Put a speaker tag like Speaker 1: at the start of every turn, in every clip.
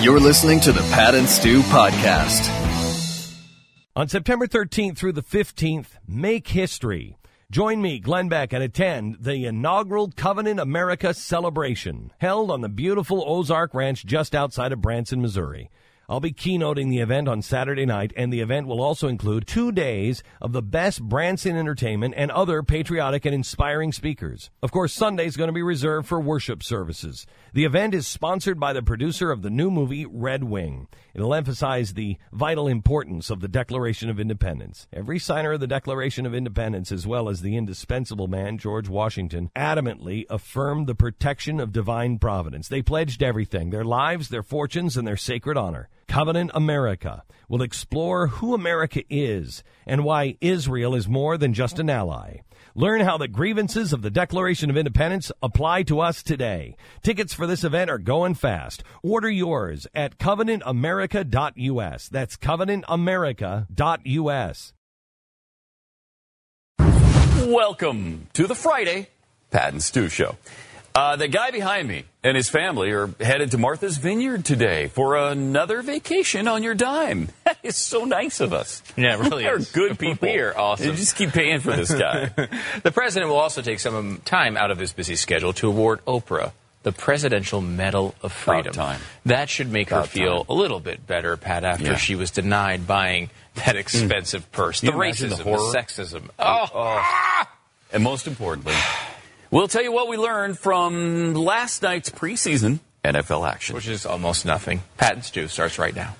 Speaker 1: You're listening to the Pat and Stew Podcast.
Speaker 2: On September 13th through the 15th, make history. Join me, Glenn Beck, and attend the inaugural Covenant America celebration held on the beautiful Ozark Ranch just outside of Branson, Missouri. I'll be keynoting the event on Saturday night, and the event will also include two days of the best Branson entertainment and other patriotic and inspiring speakers. Of course, Sunday is going to be reserved for worship services. The event is sponsored by the producer of the new movie Red Wing. It'll emphasize the vital importance of the Declaration of Independence. Every signer of the Declaration of Independence, as well as the indispensable man George Washington, adamantly affirmed the protection of divine providence. They pledged everything their lives, their fortunes, and their sacred honor. Covenant America will explore who America is and why Israel is more than just an ally. Learn how the grievances of the Declaration of Independence apply to us today. Tickets for this event are going fast. Order yours at covenantamerica.us. That's covenantamerica.us.
Speaker 3: Welcome to the Friday Pat and Stew Show. Uh, the guy behind me and his family are headed to Martha's Vineyard today for another vacation on your dime. That is so nice of us.
Speaker 4: Yeah, it really
Speaker 3: They're
Speaker 4: is.
Speaker 3: good people.
Speaker 4: We are awesome.
Speaker 3: You just keep paying for this guy.
Speaker 4: the president will also take some time out of his busy schedule to award Oprah the Presidential Medal of Freedom.
Speaker 3: time.
Speaker 4: That should make her
Speaker 3: About
Speaker 4: feel
Speaker 3: time.
Speaker 4: a little bit better, Pat, after
Speaker 3: Yeah. Mm.
Speaker 4: she was denied buying that expensive purse. The
Speaker 3: you imagine
Speaker 4: racism,
Speaker 3: the
Speaker 4: the,
Speaker 3: horror?
Speaker 4: sexism. Oh,
Speaker 3: and most importantly, we'll tell you what we learned from last night's preseason NFL action.
Speaker 4: which is almost nothing. Pat and Stu starts right now.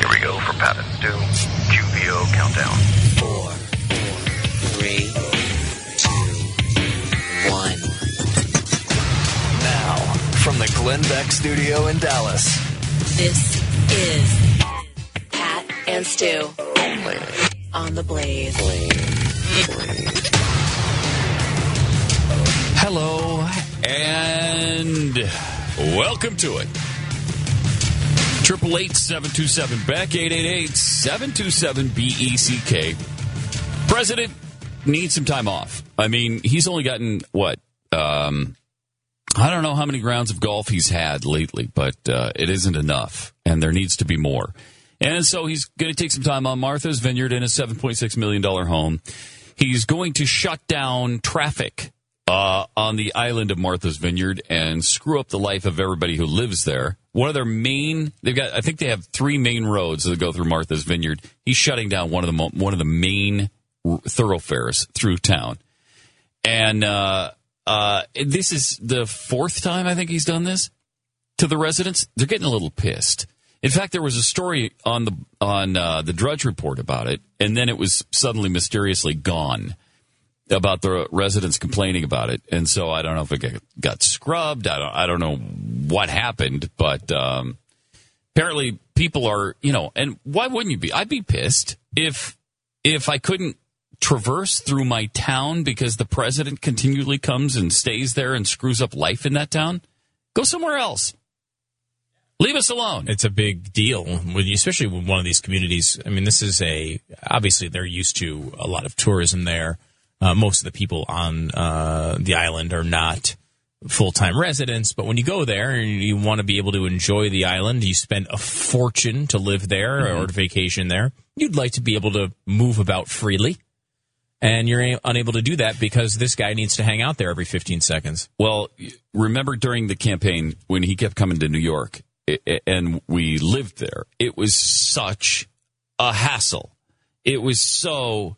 Speaker 5: Here we go for Pat and Stu. QBO countdown.
Speaker 6: four, three, two, one.
Speaker 1: Now, from the Glenn Beck Studio in Dallas,
Speaker 7: This is Pat and Stu
Speaker 1: only
Speaker 7: on the Blaze.
Speaker 3: Hello and welcome to it. Triple eight seven two seven Beck eight eight eight seven two seven B E C K. President needs some time off. I mean, he's only gotten what um, I don't know how many rounds of golf he's had lately, but uh, it isn't enough, and there needs to be more. And so he's going to take some time on Martha's Vineyard in his $7.6 million home. He's going to shut down traffic uh, on the island of Martha's Vineyard and screw up the life of everybody who lives there. One of their main, they've got, I think they have three main roads that go through Martha's Vineyard. He's shutting down one of the mo- one of the main r- thoroughfares through town and uh, uh, this is the fourth time I think he's done this to the residents. They're getting a little pissed. In fact, there was a story on the on uh, the Drudge Report about it, and then it was suddenly mysteriously gone about the residents complaining about it. And so I don't know if it got- got scrubbed. I don't I don't know what happened, but um, apparently people are you know. And why wouldn't you be? I'd be pissed if if I couldn't traverse through my town because the president continually comes and stays there and screws up life in that town, go somewhere else. Leave us alone.
Speaker 8: it's a big deal when you, especially when one of these communities. I mean, this is a obviously they're used to a lot of tourism there. Uh, most of the people on uh, the island are not full time residents, but when you go there and you want to be able to enjoy the island, you spend a fortune to live there or
Speaker 3: Mm-hmm.
Speaker 8: to vacation there. You'd like to be able to move about freely. And you're a- unable to do that because this guy needs to hang out there every 15 seconds.
Speaker 3: Well, remember during the campaign when he kept coming to New York i- i- and we lived there, it was such a hassle. It was so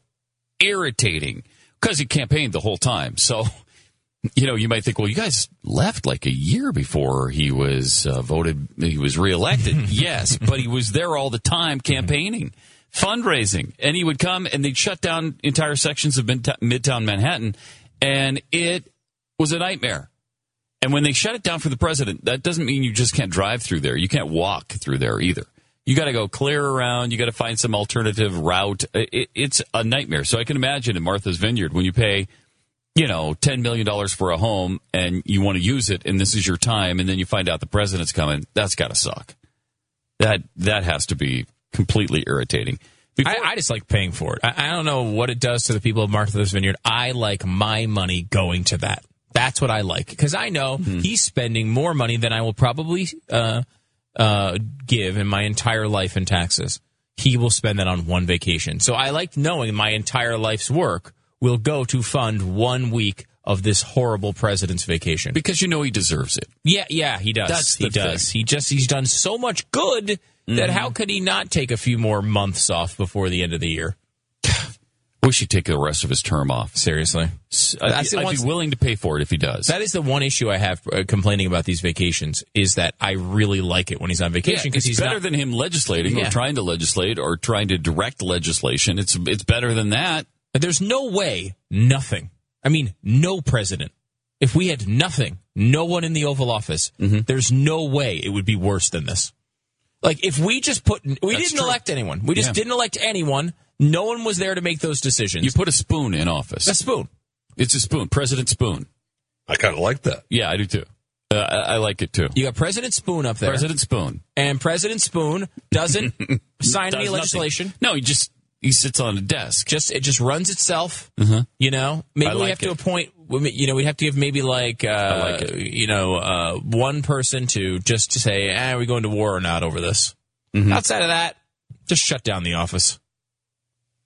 Speaker 3: irritating because he campaigned the whole time. So, you know, you might think, well, you guys left like a year before he was uh, voted, he was reelected. yes, but he was there all the time campaigning, fundraising, and he would come and they'd shut down entire sections of Midta- Midtown Manhattan, and it was a nightmare. And when they shut it down for the president, that doesn't mean you just can't drive through there. You can't walk through there either. You got to go clear around. You got to find some alternative route. I- I- it's a nightmare. So I can imagine in Martha's Vineyard when you pay, you know, $10 million for a home and you want to use it and this is your time and then you find out the president's coming. That's got to suck. That, that has to be completely irritating.
Speaker 8: I, I just like paying for it. I, I don't know what it does to the people of Martha's Vineyard. I like my money going to that. That's what I like because I know
Speaker 3: Hmm.
Speaker 8: he's spending more money than I will probably uh, uh, give in my entire life in taxes. He will spend that on one vacation. So I like knowing my entire life's work will go to fund one week of this horrible president's vacation.
Speaker 3: because you know he deserves it.
Speaker 8: Yeah, yeah, he does.
Speaker 3: That's
Speaker 8: he
Speaker 3: the thing. Mm-hmm.
Speaker 8: does. He just he's done so much good that how could he not take a few more months off before the end of the year?
Speaker 3: We should take the rest of his term off.
Speaker 8: Seriously,
Speaker 3: I'd, be- I'd be willing to pay for it if he does.
Speaker 8: that is the one issue I have uh, complaining about these vacations is that I really like it when he's on
Speaker 3: Yeah,
Speaker 8: vacation
Speaker 3: it's
Speaker 8: he's
Speaker 3: better
Speaker 8: not,
Speaker 3: than him legislating or
Speaker 8: Yeah.
Speaker 3: trying to legislate or trying to direct legislation. It's it's better than that.
Speaker 8: there's no way nothing. I mean, no president. If we had nothing, no one in the Oval Office,
Speaker 3: Mm-hmm.
Speaker 8: there's no way it would be worse than this. Like if we just put, we didn't
Speaker 3: true.
Speaker 8: elect anyone. We just
Speaker 3: Yeah.
Speaker 8: didn't elect anyone. No one was there to make those decisions.
Speaker 3: You put a spoon in office.
Speaker 8: a spoon.
Speaker 3: It's a spoon, President Spoon.
Speaker 9: I kind of like that.
Speaker 3: Yeah, I do too. Uh, I, I like it too.
Speaker 8: You got President Spoon up there,
Speaker 3: President Spoon
Speaker 8: and President Spoon doesn't sign
Speaker 3: Does
Speaker 8: any
Speaker 3: nothing.
Speaker 8: legislation.
Speaker 3: No, he just he sits on a desk.
Speaker 8: Just it just runs itself.
Speaker 3: Mhm.
Speaker 8: You know, maybe
Speaker 3: I
Speaker 8: we
Speaker 3: like
Speaker 8: have
Speaker 3: it.
Speaker 8: to appoint. You know, we'd have to give maybe like, uh,
Speaker 3: like it.
Speaker 8: you know, uh, one person to just to say, "Ah, are we going to war or not over this?"
Speaker 3: Mm-hmm.
Speaker 8: Outside of that, just shut down the office.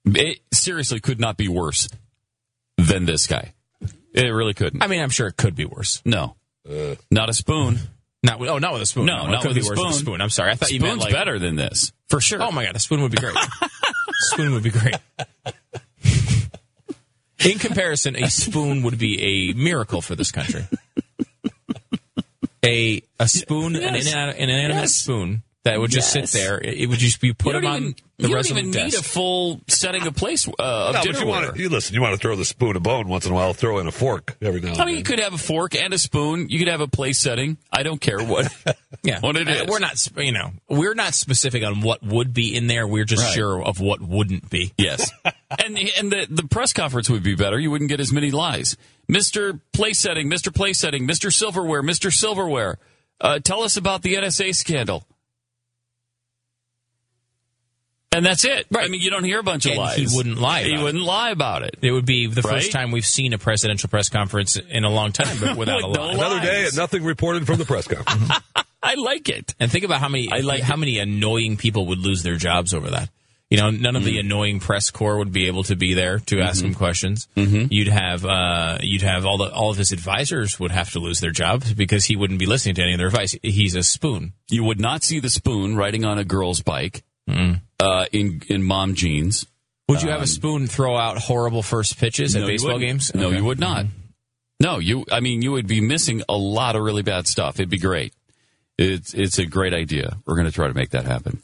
Speaker 3: It seriously could not be worse than this guy. It really couldn't.
Speaker 8: I mean, I'm sure it could be worse.
Speaker 3: no, not a spoon.
Speaker 8: Not with, oh, not with a spoon.
Speaker 3: No,
Speaker 8: it
Speaker 3: not
Speaker 8: could
Speaker 3: with
Speaker 8: be
Speaker 3: a
Speaker 8: worse with a
Speaker 3: spoon.
Speaker 8: spoon. I'm sorry, I thought you meant like
Speaker 3: Spoon's better than this for sure.
Speaker 8: Oh my god, a spoon would be great. spoon would be great. In comparison, a spoon would be a miracle for this country. A a spoon,
Speaker 3: Yes.
Speaker 8: an, inanimate- an inanimate
Speaker 3: Yes.
Speaker 8: spoon that would just
Speaker 3: Yes.
Speaker 8: sit there. It, it would just be
Speaker 3: You
Speaker 8: put
Speaker 3: don't
Speaker 8: on
Speaker 3: even-
Speaker 8: the
Speaker 3: you
Speaker 8: rest
Speaker 3: don't even
Speaker 8: of the
Speaker 3: need a
Speaker 8: desk.
Speaker 3: full setting of place uh, of
Speaker 9: No, but
Speaker 3: dinner
Speaker 9: you
Speaker 3: order.
Speaker 9: want to, you listen, you want to throw the spoon a bone once in a while, throw in a fork every now and
Speaker 3: I mean, you
Speaker 9: then.
Speaker 3: could have a fork and a spoon. You could have a place setting. I don't care what.
Speaker 8: yeah,
Speaker 3: what it
Speaker 8: Uh,
Speaker 3: is.
Speaker 8: We're not, sp- you know, we're not specific on what would be in there. We're just
Speaker 3: Right.
Speaker 8: sure of what wouldn't be.
Speaker 3: yes, and and the the press conference would be better. You wouldn't get as many lies. Mister place setting, Mister place setting, Mister silverware, Mister silverware. Uh, tell us about the NSA scandal. And that's it. I mean, you don't hear a bunch of
Speaker 8: And
Speaker 3: lies.
Speaker 8: he wouldn't lie
Speaker 3: He
Speaker 8: about it.
Speaker 3: wouldn't lie about it.
Speaker 8: It would be the
Speaker 3: Right?
Speaker 8: first time we've seen a presidential press conference in a long time, but without a
Speaker 3: With no
Speaker 8: lie.
Speaker 3: lie.
Speaker 9: Another day
Speaker 3: lies.
Speaker 9: and nothing reported from the press conference.
Speaker 3: I like it.
Speaker 8: And think about how many I like how many annoying people would lose their jobs over that. You know, none of the annoying press corps would be able to be there to ask him questions. You'd have uh, you'd have all the all of his advisors would have to lose their jobs because he wouldn't be listening to any of their advice. He's a spoon.
Speaker 3: You would not see the spoon riding on a girl's bike uh, in in mom jeans.
Speaker 8: Would you have a spoon throw out horrible first pitches at
Speaker 3: No, you
Speaker 8: baseball
Speaker 3: wouldn't.
Speaker 8: games?
Speaker 3: No,
Speaker 8: Okay. Mm-hmm.
Speaker 3: you would not. No, you. I mean, you would be missing a lot of really bad stuff. It'd be great. It's it's a great idea. We're going to try to make that happen.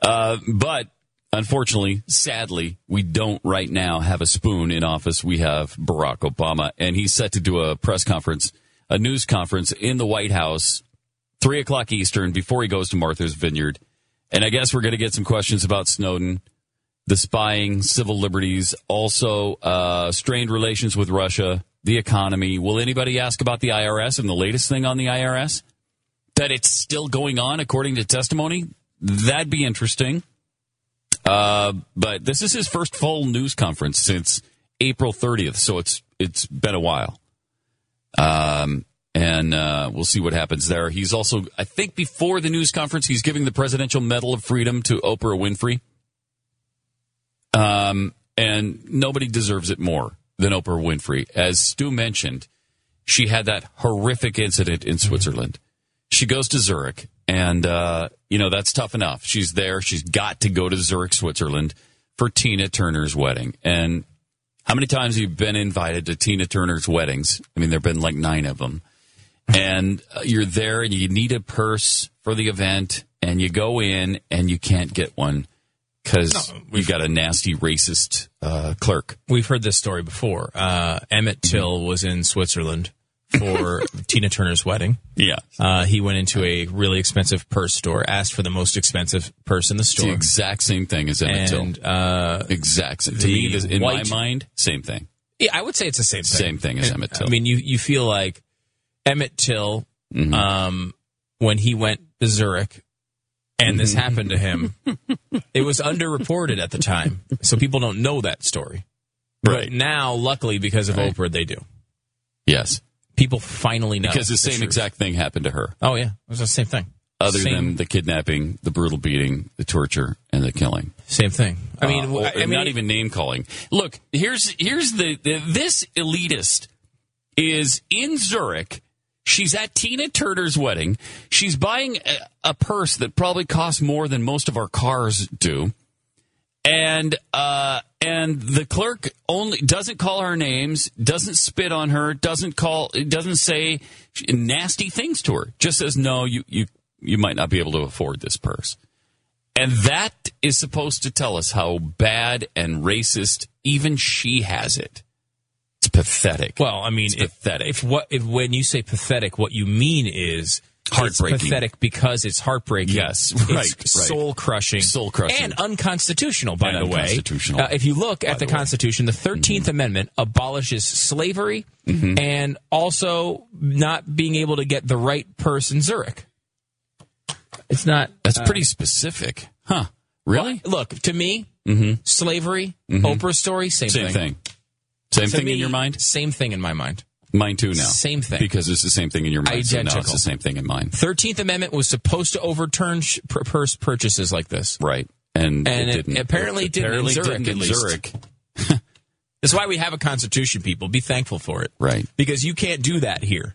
Speaker 3: Uh, but unfortunately, sadly, we don't right now have a spoon in office. We have Barack Obama, and he's set to do a press conference, a news conference in the White House, three o'clock Eastern, before he goes to Martha's Vineyard. And I guess we're going to get some questions about Snowden the spying, civil liberties, also uh, strained relations with Russia, the economy. Will anybody ask about the IRS and the latest thing on the IRS? That it's still going on, according to testimony? That'd be interesting. Uh, but this is his first full news conference since April 30th, so it's it's been a while. Um, and uh, we'll see what happens there. He's also, I think, before the news conference, he's giving the Presidential Medal of Freedom to Oprah Winfrey. Um, and nobody deserves it more than Oprah Winfrey. As Stu mentioned, she had that horrific incident in Switzerland. She goes to Zurich, and, uh, you know, that's tough enough. She's there. She's got to go to Zurich, Switzerland for Tina Turner's wedding. And how many times have you been invited to Tina Turner's weddings? I mean, there have been like nine of them and uh, you're there and you need a purse for the event and you go in and you can't get one because we've got a nasty racist uh, clerk.
Speaker 8: We've heard this story before. Uh, Emmett
Speaker 3: Mm-hmm.
Speaker 8: Till was in Switzerland for Tina Turner's wedding.
Speaker 3: Yeah.
Speaker 8: Uh, he went into a really expensive purse store, asked for the most expensive purse in the
Speaker 3: It's the
Speaker 8: store,
Speaker 3: exact same thing as Emmett Till.
Speaker 8: and uh,
Speaker 3: Exact same. To
Speaker 8: the
Speaker 3: me, this, in
Speaker 8: white-
Speaker 3: my mind, same thing.
Speaker 8: yeah, I would say it's the same thing.
Speaker 3: Same thing as Emmett Till.
Speaker 8: I mean, you you feel like Emmett Till,
Speaker 3: Mm-hmm.
Speaker 8: um, when he went to Zurich, and
Speaker 3: Mm-hmm.
Speaker 8: this happened to him. it was underreported at the time, so people don't know that story. But
Speaker 3: Right.
Speaker 8: now, luckily, because of
Speaker 3: Right.
Speaker 8: Oprah, they do.
Speaker 3: Yes.
Speaker 8: People finally know
Speaker 3: because the same
Speaker 8: truth.
Speaker 3: exact thing happened to her.
Speaker 8: Oh yeah, it was the same thing.
Speaker 3: Other
Speaker 8: same,
Speaker 3: than the kidnapping, the brutal beating, the torture, and the killing.
Speaker 8: same thing. I mean,
Speaker 3: Uh,
Speaker 8: w- I
Speaker 3: or-
Speaker 8: mean,
Speaker 3: not even name calling. Look, here's here's the, the this elitist is in Zurich. She's at Tina Turner's wedding. She's buying a, a purse that probably costs more than most of our cars do, and uh, and the clerk only doesn't call her names, doesn't spit on her, doesn't call, doesn't say nasty things to her. Just says, "No, you you you might not be able to afford this purse." And that is supposed to tell us how bad and racist even she has it. It's pathetic.
Speaker 8: Well, I mean,
Speaker 3: It's
Speaker 8: if,
Speaker 3: pathetic.
Speaker 8: if what if when you say pathetic, what you mean is it's
Speaker 3: Heartbreaking.
Speaker 8: pathetic because it's heartbreaking.
Speaker 3: Yes,
Speaker 8: It's
Speaker 3: right, right.
Speaker 8: soul crushing,
Speaker 3: Soul crushing.
Speaker 8: and unconstitutional. By
Speaker 3: And
Speaker 8: the way,
Speaker 3: unconstitutional,
Speaker 8: Uh, if you look at the,
Speaker 3: the way. Mm-hmm.
Speaker 8: Constitution, the 13th Amendment abolishes slavery and also not being able to get the right purse in Zurich. It's not. uh,
Speaker 3: That's pretty specific. Huh. Really?
Speaker 8: Look to me, slavery, Oprah story, same,
Speaker 3: mm-hmm, Same
Speaker 8: thing.
Speaker 3: thing. Same
Speaker 8: To
Speaker 3: thing
Speaker 8: me,
Speaker 3: in your mind?
Speaker 8: Same thing in my mind.
Speaker 3: Mine too now.
Speaker 8: Same thing.
Speaker 3: Because it's the same thing in your mind. So now it's
Speaker 8: Identical.
Speaker 3: the same thing in mine.
Speaker 8: 13th Amendment was supposed to overturn sh- pur- purse purchases like this.
Speaker 3: Right. And,
Speaker 8: And
Speaker 3: it
Speaker 8: it
Speaker 3: didn't.
Speaker 8: apparently didn't in
Speaker 3: Apparently
Speaker 8: Zurich,
Speaker 3: didn't
Speaker 8: at
Speaker 3: in
Speaker 8: least.
Speaker 3: Zurich.
Speaker 8: That's why we have a constitution, people. Be thankful for it.
Speaker 3: Right.
Speaker 8: Because you can't do that here.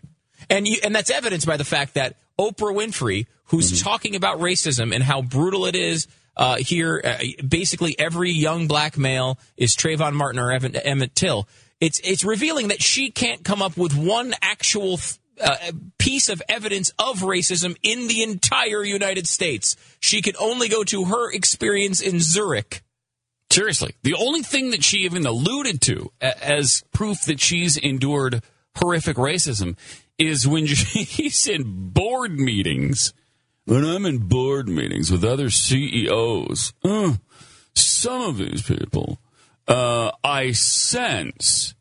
Speaker 8: And you, and that's evidenced by the fact that Oprah Winfrey, who's
Speaker 3: Mm-hmm.
Speaker 8: talking about racism and how brutal it is uh, here, uh, basically every young black male is Trayvon Martin or Evan, Emmett Till. It's it's revealing that she can't come up with one actual th- uh, piece of evidence of racism in the entire United States. She could only go to her experience in Zurich.
Speaker 3: Seriously, the only thing that she even alluded to a- as proof that she's endured horrific racism is when she's in board meetings. When I'm in board meetings with other CEOs, uh, some of these people, uh, I sense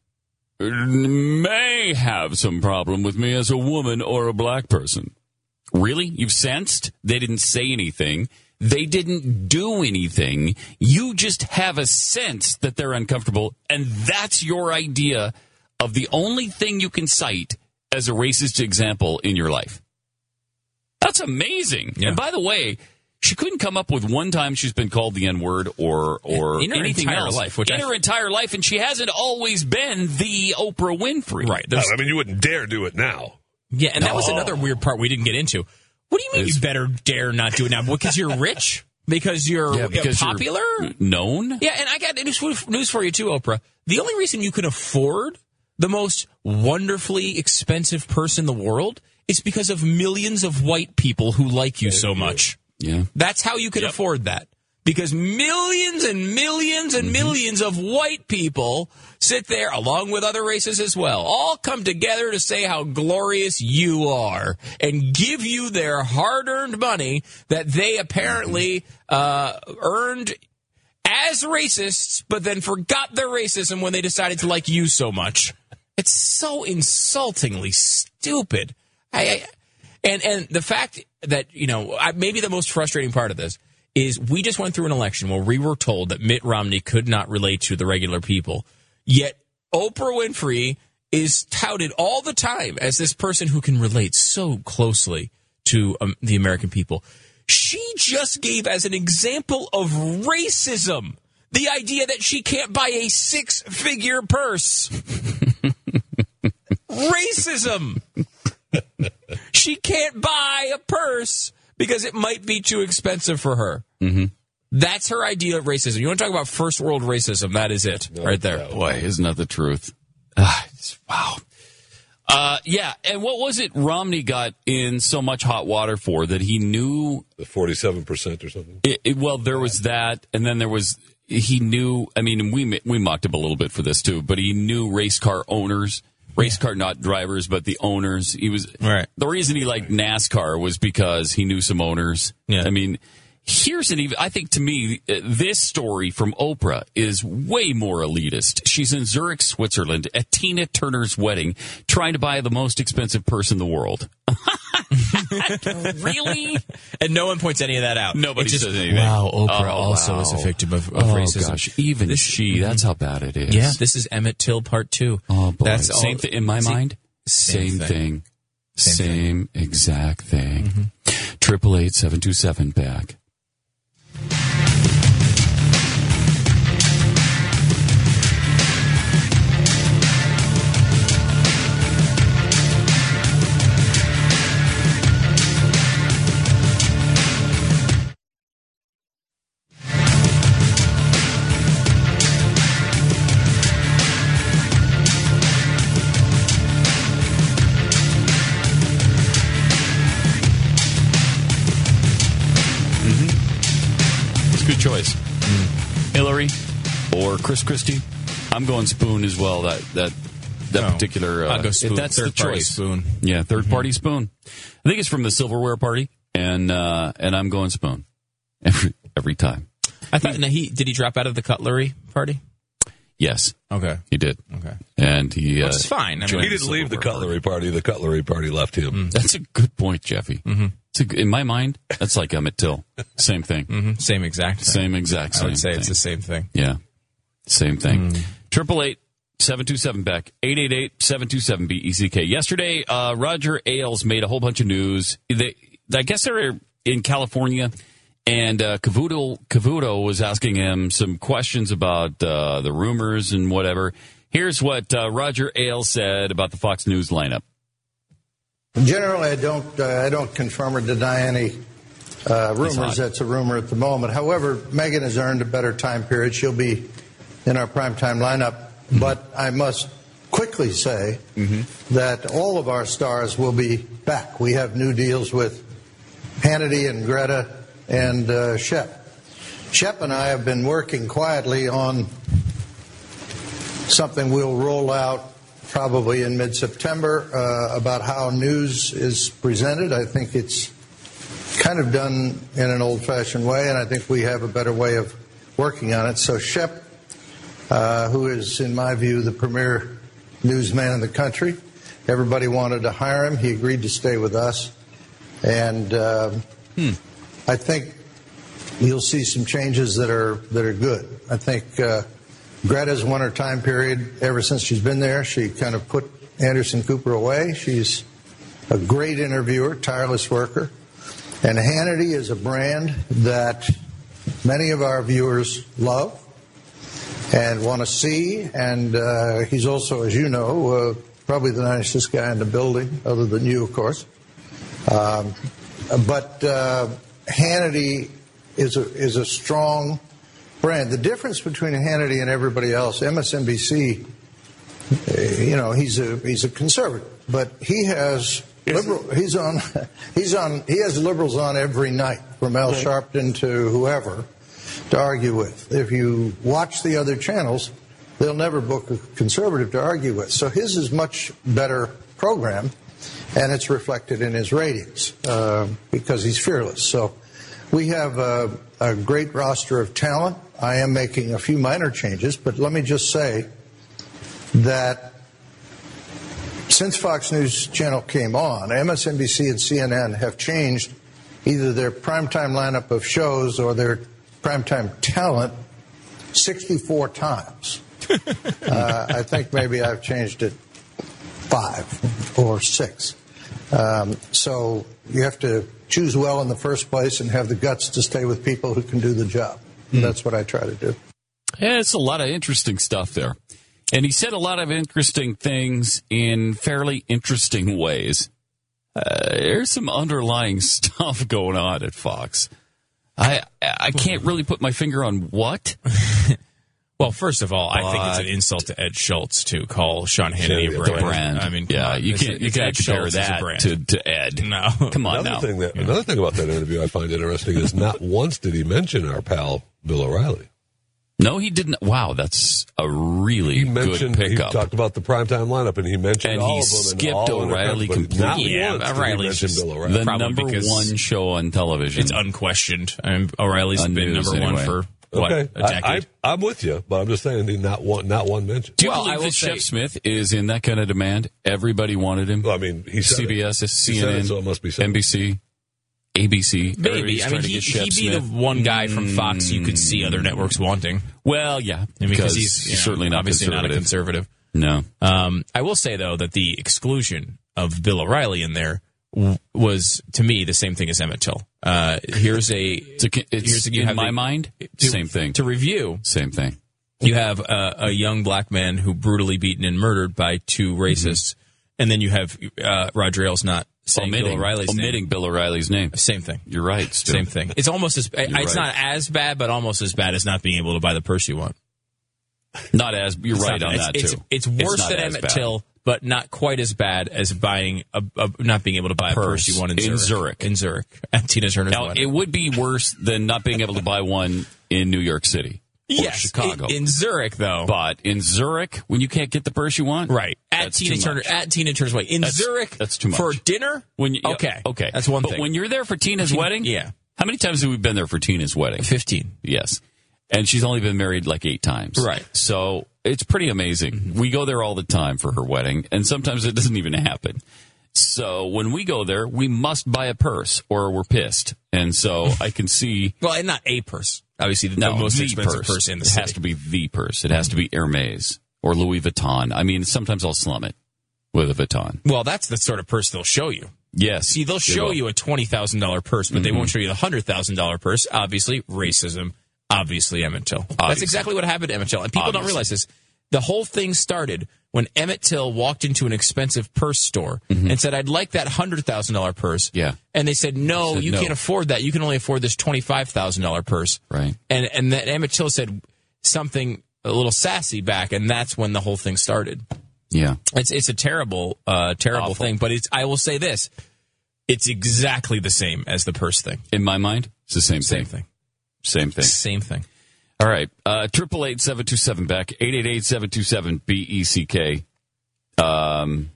Speaker 3: may have some problem with me as a woman or a black person. Really? You've sensed? They didn't say anything. They didn't do anything. You just have a sense that they're uncomfortable, and that's your idea of the only thing you can cite as a racist example in your life. That's amazing.
Speaker 8: Yeah.
Speaker 3: And by the way, she couldn't come up with one time she's been called the N word or or
Speaker 8: In her
Speaker 3: anything
Speaker 8: entire
Speaker 3: else.
Speaker 8: life, which
Speaker 3: in
Speaker 8: I-
Speaker 3: her entire life, and she hasn't always been the Oprah Winfrey.
Speaker 8: Right.
Speaker 9: No, Oh, I mean, you wouldn't dare do it now.
Speaker 8: Yeah, and that was another weird part we didn't get into. What do you mean you better dare not do it now? Because you're rich? Because you're
Speaker 3: Yeah,
Speaker 8: uh,
Speaker 3: because you're
Speaker 8: popular?
Speaker 3: known.
Speaker 8: yeah, and I got news news for you too, Oprah. The only reason you can afford the most wonderfully expensive purse in the world is because of millions of white people who like you so much.
Speaker 3: Yeah.
Speaker 8: That's how you can afford that. Because millions and millions and millions of white people sit there along with other races as well, all come together to say how glorious you are and give you their hard earned money that they apparently uh, earned as racists, but then forgot their racism when they decided to like you so much. It's so insultingly stupid. I, I and and the fact that you know I, maybe the most frustrating part of this is we just went through an election where we were told that Mitt Romney could not relate to the regular people, yet Oprah Winfrey is touted all the time as this person who can relate so closely to um, the American people. She just gave as an example of racism the idea that she can't buy a six figure purse. racism. she can't buy a purse because it might be too expensive for her. Mm-hmm. That's her idea of racism. You want to talk about first world racism? That is it, right there.
Speaker 3: Boy, isn't that the truth? Ah, it's- wow. Uh, yeah, and what was it Romney got in so much hot water for that he knew?
Speaker 9: The 47% or something.
Speaker 3: It, it- well, there was that, and then there was he knew. I mean, we ma- we mocked him a little bit for this too, but he knew race car owners, race car not drivers, but the owners. He was
Speaker 8: Right.
Speaker 3: The reason he liked NASCAR was because he knew some owners.
Speaker 8: Yeah.
Speaker 3: I mean, here's an even, I think to me, uh, this story from Oprah is way more elitist. She's in Zurich, Switzerland at Tina Turner's wedding trying to buy the most expensive purse in the world. really?
Speaker 8: And no one points any of that out.
Speaker 3: Nobody
Speaker 8: It's just,
Speaker 3: says anything.
Speaker 8: Wow, Oprah
Speaker 3: Oh,
Speaker 8: also
Speaker 3: wow.
Speaker 8: is a victim of, of
Speaker 3: Oh,
Speaker 8: racism. Mm-hmm.
Speaker 3: gosh. Even she, that's how bad it is.
Speaker 8: Yeah, this is Emmett Till part two.
Speaker 3: Oh, boy.
Speaker 8: That's all-
Speaker 3: Same thing in my
Speaker 8: See,
Speaker 3: mind. Same,
Speaker 8: Same
Speaker 3: thing.
Speaker 8: thing.
Speaker 3: Same, exact thing.
Speaker 8: Mm-hmm.
Speaker 3: Triple eight seven two seven back.
Speaker 8: Mm-hmm.
Speaker 3: It's a good choice. Hillary or Chris Christie. I'm going Spoon as well. That that that
Speaker 8: No.
Speaker 3: particular. Uh,
Speaker 8: I'll go
Speaker 3: if
Speaker 8: Spoon.
Speaker 3: That's the
Speaker 8: Third-party
Speaker 3: choice.
Speaker 8: Spoon. Mm-hmm.
Speaker 3: Yeah, third party Spoon. I think it's from the Silverware Party, and uh, and I'm going Spoon every every time.
Speaker 8: I thought now he did he drop out of the cutlery party?
Speaker 3: Yes,
Speaker 8: Okay.
Speaker 3: he did,
Speaker 8: Okay.
Speaker 3: and he. Uh,
Speaker 8: Which is fine. I mean,
Speaker 9: He didn't leave the cutlery party. The cutlery party left him.
Speaker 3: that's a good point, Jeffy.
Speaker 8: Mm-hmm.
Speaker 3: It's a g in my mind, that's like Emmett Till. Same thing.
Speaker 8: Mhm. Same exact thing.
Speaker 3: Same exact
Speaker 8: I
Speaker 3: same
Speaker 8: would say
Speaker 3: thing.
Speaker 8: it's the same thing. Hmm.
Speaker 3: Yeah. Same thing. Triple eight seven two seven Beck. 888 727 BECK. E Yesterday, uh, Roger Ailes made a whole bunch of news. They, I guess they're in California, and uh, Cavuto, Cavuto was asking him some questions about uh, the rumors and whatever. Here's what uh, Roger Ailes said about the Fox News lineup.
Speaker 10: Generally, I don't, uh, I don't confirm or deny any uh,
Speaker 3: odd.
Speaker 10: rumors. That's a rumor at the moment. However, Megan has earned a better time period. She'll be in our primetime lineup. But I must quickly say that all of our stars will be back. We have new deals with Hannity and Greta and uh, Shep. Shep and I have been working quietly on something we'll roll out probably in mid-September uh, about how news is presented. I think it's kind of done in an old-fashioned way, and I think we have a better way of working on it. So Shep, uh, who is, in my view, the premier newsman in the country, everybody wanted to hire him. He agreed to stay with us, and um I think you'll see some changes that are that are good. I think uh, Greta's won her time period ever since she's been there. She kind of put Anderson Cooper away. She's a great interviewer, tireless worker, and Hannity is a brand that many of our viewers love and want to see. And uh, he's also, as you know, uh, probably the nicest guy in the building, other than you, of course. Um, but uh, Hannity is a, is a strong brand. The difference between Hannity and everybody else, MSNBC, uh, you know, he's a he's a conservative, but he has liberal. He's on he's on he has liberals on every night from Al Sharpton to whoever to argue with. If you watch the other channels, they'll never book a conservative to argue with. So his is much better program, and it's reflected in his ratings uh, because he's fearless. So we have a, a great roster of talent. I am making a few minor changes, but let me just say that since Fox News Channel came on, MSNBC and CNN have changed either their primetime lineup of shows or their primetime talent 64 times. uh, I think maybe I've changed it five or six. Um, so you have to choose well in the first place and have the guts to stay with people who can do the job. And That's what I try to do.
Speaker 3: Yeah, it's a lot of interesting stuff there. And he said a lot of interesting things in fairly interesting ways. Uh, there's some underlying stuff going on at Fox. I I can't really put my finger on what.
Speaker 8: Well, first of all, I think it's an
Speaker 3: But-
Speaker 8: insult to Ed Schultz to call Sean Hannity a
Speaker 9: Yeah,
Speaker 8: brand.
Speaker 9: the
Speaker 3: brand.
Speaker 8: I mean, come
Speaker 3: yeah,
Speaker 8: on.
Speaker 3: you
Speaker 8: It's-
Speaker 3: can't you
Speaker 8: it's
Speaker 3: can't
Speaker 8: Ed
Speaker 3: compare
Speaker 8: Schultz as a
Speaker 3: that
Speaker 8: brand.
Speaker 3: to, to Ed.
Speaker 8: No.
Speaker 3: come on
Speaker 9: Another
Speaker 3: now.
Speaker 9: thing that another thing about that interview I find interesting is not once did he mention our pal Bill O'Reilly.
Speaker 3: No, he didn't. Wow, that's a really
Speaker 9: He
Speaker 3: good
Speaker 9: mentioned he
Speaker 3: pickup.
Speaker 9: talked about the primetime lineup and he mentioned
Speaker 3: And
Speaker 9: all
Speaker 3: he
Speaker 9: of them and
Speaker 3: skipped
Speaker 9: all of them,
Speaker 3: O'Reilly
Speaker 9: but Not
Speaker 3: completely.
Speaker 8: Yeah,
Speaker 9: once did he
Speaker 8: O'Reilly's
Speaker 9: mention
Speaker 8: just
Speaker 9: Bill O'Reilly.
Speaker 3: the
Speaker 8: Probably
Speaker 3: number
Speaker 8: because
Speaker 3: one show on television.
Speaker 8: It's unquestioned. I mean, O'Reilly's
Speaker 3: On
Speaker 8: been
Speaker 3: news,
Speaker 8: number one
Speaker 3: anyway.
Speaker 8: for what
Speaker 9: okay,
Speaker 8: a decade.
Speaker 9: I, I, I'm with you, but I'm just saying he not one not one mention.
Speaker 3: Do you
Speaker 8: Well, I
Speaker 3: believe
Speaker 8: will
Speaker 3: that Chef
Speaker 8: say-
Speaker 3: Smith is in that kind of demand? Everybody wanted him.
Speaker 9: Well, I mean, he said it.
Speaker 3: CBS,
Speaker 9: He said
Speaker 3: CNN,
Speaker 9: it, so it must be said.
Speaker 3: NBC, ABC.
Speaker 8: Maybe.
Speaker 3: Everybody's
Speaker 8: I
Speaker 3: trying
Speaker 8: mean,
Speaker 3: to
Speaker 8: he,
Speaker 3: get
Speaker 8: he'd
Speaker 3: Shep
Speaker 8: be
Speaker 3: Smith.
Speaker 8: the one guy from Fox you could see other networks wanting.
Speaker 3: Well, yeah,
Speaker 8: I mean, because he's you know,
Speaker 3: certainly not
Speaker 8: obviously
Speaker 3: conservative.
Speaker 8: not a conservative.
Speaker 3: No.
Speaker 8: Um, I will say though that the exclusion of Bill O'Reilly in there w- was to me the same thing as Emmett Till. Uh, here's a
Speaker 3: it's, a, it's
Speaker 8: here's a, you
Speaker 3: in
Speaker 8: have
Speaker 3: my
Speaker 8: a-
Speaker 3: mind
Speaker 8: to-
Speaker 3: same thing.
Speaker 8: to review.
Speaker 3: Same thing.
Speaker 8: You have a, a young black man who brutally beaten and murdered by two racists, and then you have uh, Roger Ailes not saying
Speaker 3: Omitting,
Speaker 8: Bill O'Reilly's name.
Speaker 3: omitting Bill O'Reilly's name.
Speaker 8: Same thing.
Speaker 3: You're right. Stu.
Speaker 8: Same thing. It's almost as
Speaker 3: You're
Speaker 8: it's
Speaker 3: right.
Speaker 8: not as bad, but almost as bad as not being able to buy the purse you want.
Speaker 3: Not as you're
Speaker 8: It's
Speaker 3: right
Speaker 8: not
Speaker 3: on
Speaker 8: bad.
Speaker 3: that
Speaker 8: it's,
Speaker 3: too.
Speaker 8: It's, it's worse
Speaker 3: not
Speaker 8: than
Speaker 3: as
Speaker 8: Emmett
Speaker 3: bad.
Speaker 8: Till, but not quite as bad as buying a, a not being able to buy a, purse,
Speaker 3: purse
Speaker 8: you want in,
Speaker 3: in Zurich.
Speaker 8: Zurich. In Zurich, at Tina Turner's
Speaker 3: Now
Speaker 8: wedding.
Speaker 3: it would be worse than not being able to buy one in New York City or
Speaker 8: yes,
Speaker 3: Chicago.
Speaker 8: in, in Zurich though.
Speaker 3: but in Zurich, when you can't get the purse you want,
Speaker 8: right at
Speaker 3: that's
Speaker 8: Tina
Speaker 3: too
Speaker 8: Turner
Speaker 3: much.
Speaker 8: at Tina Turner's wedding in
Speaker 3: That's-
Speaker 8: Zurich.
Speaker 3: that's too much.
Speaker 8: for dinner.
Speaker 3: when you, yeah,
Speaker 8: okay,
Speaker 3: okay,
Speaker 8: that's one
Speaker 3: but
Speaker 8: thing.
Speaker 3: when you're there for Tina's
Speaker 8: Tina-
Speaker 3: wedding,
Speaker 8: yeah.
Speaker 3: How many times have we been there for Tina's wedding?
Speaker 8: fifteen,
Speaker 3: Yes. And she's only been married like eight times.
Speaker 8: Right. Mm-hmm.
Speaker 3: So it's pretty amazing. We go there all the time for her wedding, and sometimes it doesn't even happen. So when we go there, we must buy a purse or we're pissed. And so I can see
Speaker 8: well, and not a purse. Obviously, the,
Speaker 3: no,
Speaker 8: the most
Speaker 3: the
Speaker 8: expensive
Speaker 3: purse.
Speaker 8: purse in the
Speaker 3: it
Speaker 8: city.
Speaker 3: has to be the purse. It has to be Hermes or Louis Vuitton. I mean, sometimes I'll slum it with a Vuitton.
Speaker 8: Well, that's the sort of purse they'll show you.
Speaker 3: Yes.
Speaker 8: See, they'll
Speaker 3: they
Speaker 8: show
Speaker 3: will. Mm-hmm.
Speaker 8: you a twenty thousand dollar purse, but they won't show you the hundred thousand dollar purse. Obviously, racism. Obviously, Emmett Till. That's
Speaker 3: Obviously.
Speaker 8: exactly what happened to Emmett Till, and people don't
Speaker 3: Obviously.
Speaker 8: realize this. The whole thing started when Emmett Till walked into an expensive purse store and said, "I'd like that hundred thousand dollar purse."
Speaker 3: Mm-hmm. Yeah.
Speaker 8: and they said, "No,
Speaker 3: He said,
Speaker 8: you
Speaker 3: "No."
Speaker 8: can't afford that. You can only afford this twenty five thousand dollar purse."
Speaker 3: Right.
Speaker 8: And and then Emmett Till said something a little sassy back, and that's when the whole thing started.
Speaker 3: Yeah.
Speaker 8: It's it's a terrible, uh, terrible
Speaker 3: Awful.
Speaker 8: thing. But it's I will say this: it's exactly the same as the purse thing.
Speaker 3: In my mind, it's the same,
Speaker 8: Same
Speaker 3: thing.
Speaker 8: thing.
Speaker 3: Same thing.
Speaker 8: Same thing.
Speaker 3: All right. uh, Triple eight seven two seven back eight eight eight seven two seven B E C K. Um,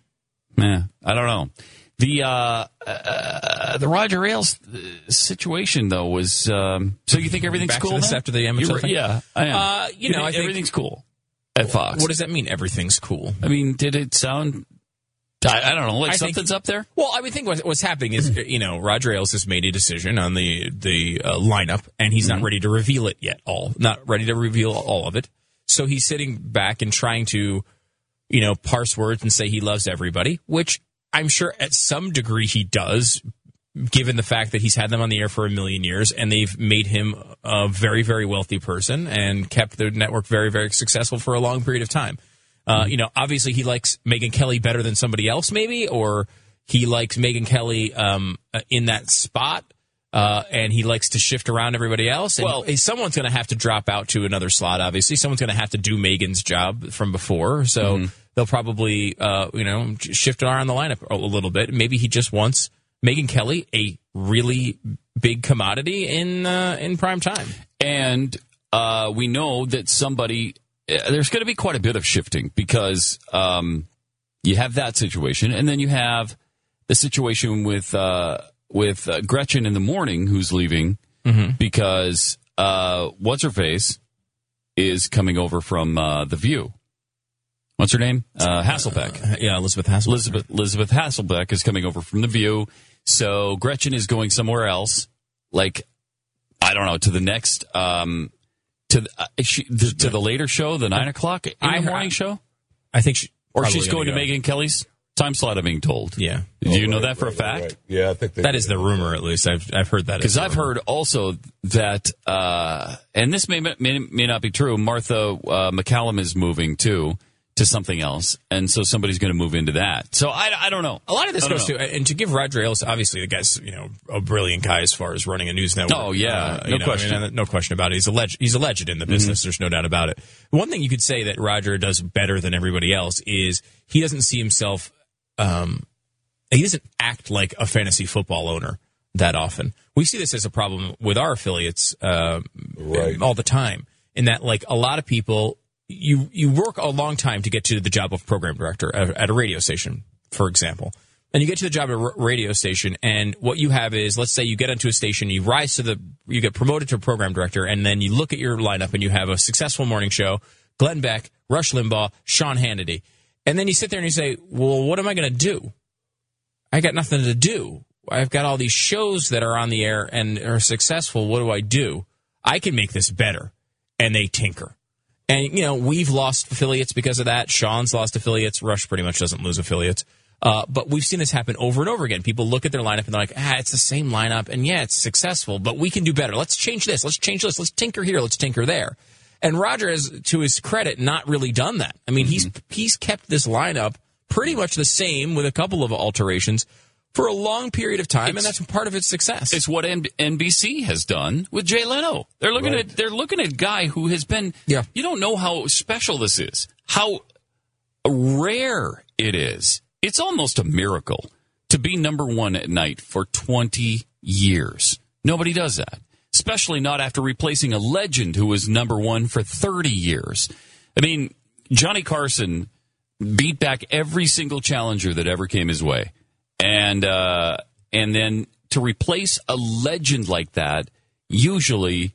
Speaker 3: eh, I don't know. The uh, uh, the Roger Ailes uh, situation though was um, so you think everything's
Speaker 8: Back to
Speaker 3: cool?
Speaker 8: this
Speaker 3: now?
Speaker 8: after the amateur
Speaker 3: You're-
Speaker 8: thing?
Speaker 3: yeah, I am.
Speaker 8: Uh, you know, I think-
Speaker 3: everything's cool at Fox.
Speaker 8: What does that mean? Everything's cool.
Speaker 3: I mean, did it sound? I, I don't know. Like
Speaker 8: I think-
Speaker 3: something's up there.
Speaker 8: Well, I would think what, what's happening is you know Roger Ailes has made a decision on the the uh, lineup, and he's not ready to reveal it yet. All not ready to reveal all of it. So he's sitting back and trying to, you know, parse words and say he loves everybody, which I'm sure at some degree he does, given the fact that he's had them on the air for a million years and they've made him a very very wealthy person and kept their network very very successful for a long period of time uh,
Speaker 9: Mm-hmm.
Speaker 8: you know obviously he likes megan kelly better than somebody else maybe or he likes megan kelly um, uh, in that spot uh, and he likes to shift around everybody else. And
Speaker 3: Well-
Speaker 8: well, someone's going to have to drop out to another slot. Obviously, someone's going to have to do Megan's job from before. So
Speaker 9: Mm-hmm.
Speaker 8: they'll probably, uh, you know, j- shift around the lineup a a little bit. Maybe he just wants Megan Kelly, a really big commodity in uh, in prime time.
Speaker 3: and uh, we know that somebody uh, there's going to be quite a bit of shifting because um, you have that situation, and then you have the situation with uh, with uh, Gretchen in the morning who's leaving because uh, what's her face is coming over from uh, the View. What's her name? Uh, Hasselbeck.
Speaker 8: Yeah, Elizabeth Hassel.
Speaker 3: Elizabeth Elizabeth Hasselbeck is coming over from the View, so Gretchen is going somewhere else. Like I don't know to the next um to the, uh, she, the, to the later show, the nine o'clock in
Speaker 8: I-
Speaker 3: the morning show,
Speaker 8: I think she,
Speaker 3: or
Speaker 8: probably
Speaker 3: she's
Speaker 8: gonna
Speaker 3: going to
Speaker 8: go.
Speaker 3: Megan Kelly's time slot. I'm being told.
Speaker 8: Yeah,
Speaker 3: do you
Speaker 9: Oh,
Speaker 3: know
Speaker 9: right,
Speaker 3: that for a
Speaker 9: right,
Speaker 3: fact?
Speaker 9: right, right. Yeah, I think they
Speaker 8: that is the rumor. At least I've I've heard that
Speaker 3: Because
Speaker 8: as a
Speaker 3: I've
Speaker 8: rumor.
Speaker 3: heard also that, uh, and this may, may may not be true. Martha uh, McCallum is moving too to something else, and so somebody's going to move into that. So I, I don't know.
Speaker 8: A lot of this
Speaker 3: I don't
Speaker 8: goes
Speaker 3: know.
Speaker 8: to, and to give Roger Ailes, obviously the guy's, you know, a brilliant guy as far as running a news network. Uh,
Speaker 3: Oh, yeah.
Speaker 8: you
Speaker 3: No
Speaker 8: know,
Speaker 3: question. Mm-hmm.
Speaker 8: I mean, no question about it. He's a leg- he's a legend in the business. There's no doubt about it. One thing you could say that Roger does better than everybody else is he doesn't see himself, um, he doesn't act like a fantasy football owner that often. We see this as a problem with our affiliates, uh,
Speaker 9: Right.
Speaker 8: all the time. In that, like a lot of people, you you work a long time to get to the job of program director at, at a radio station, for example. And you get to the job at a r- radio station, and what you have is, let's say you get onto a station, you rise to the, you get promoted to a program director, and then you look at your lineup and you have a successful morning show, Glenn Beck, Rush Limbaugh, Sean Hannity, and then you sit there and you say, well, what am I going to do? I got nothing to do. I've got all these shows that are on the air and are successful. What do I do? I can make this better. And they tinker. And, you know, we've lost affiliates because of that. Sean's lost affiliates. Rush pretty much doesn't lose affiliates. Uh, but we've seen this happen over and over again. People look at their lineup and they're like, ah, it's the same lineup. And yeah, it's successful, but we can do better. Let's change this. Let's change this. Let's tinker here. Let's tinker there. And Roger has, to his credit, not really done that. I mean,
Speaker 3: Mm-hmm.
Speaker 8: he's, he's kept this lineup pretty much the same with a couple of alterations for a long period of time. and that's part of its success.
Speaker 3: It's what N- NBC has done with Jay Leno. They're looking at they're looking at a guy who has been. Yeah. You don't know how special this is. How rare it is. It's almost a miracle to be number one at night for 20 years. Nobody does that, especially not after replacing a legend who was number one for 30 years. I mean, Johnny Carson beat back every single challenger that ever came his way and uh, and then to replace a legend like that, usually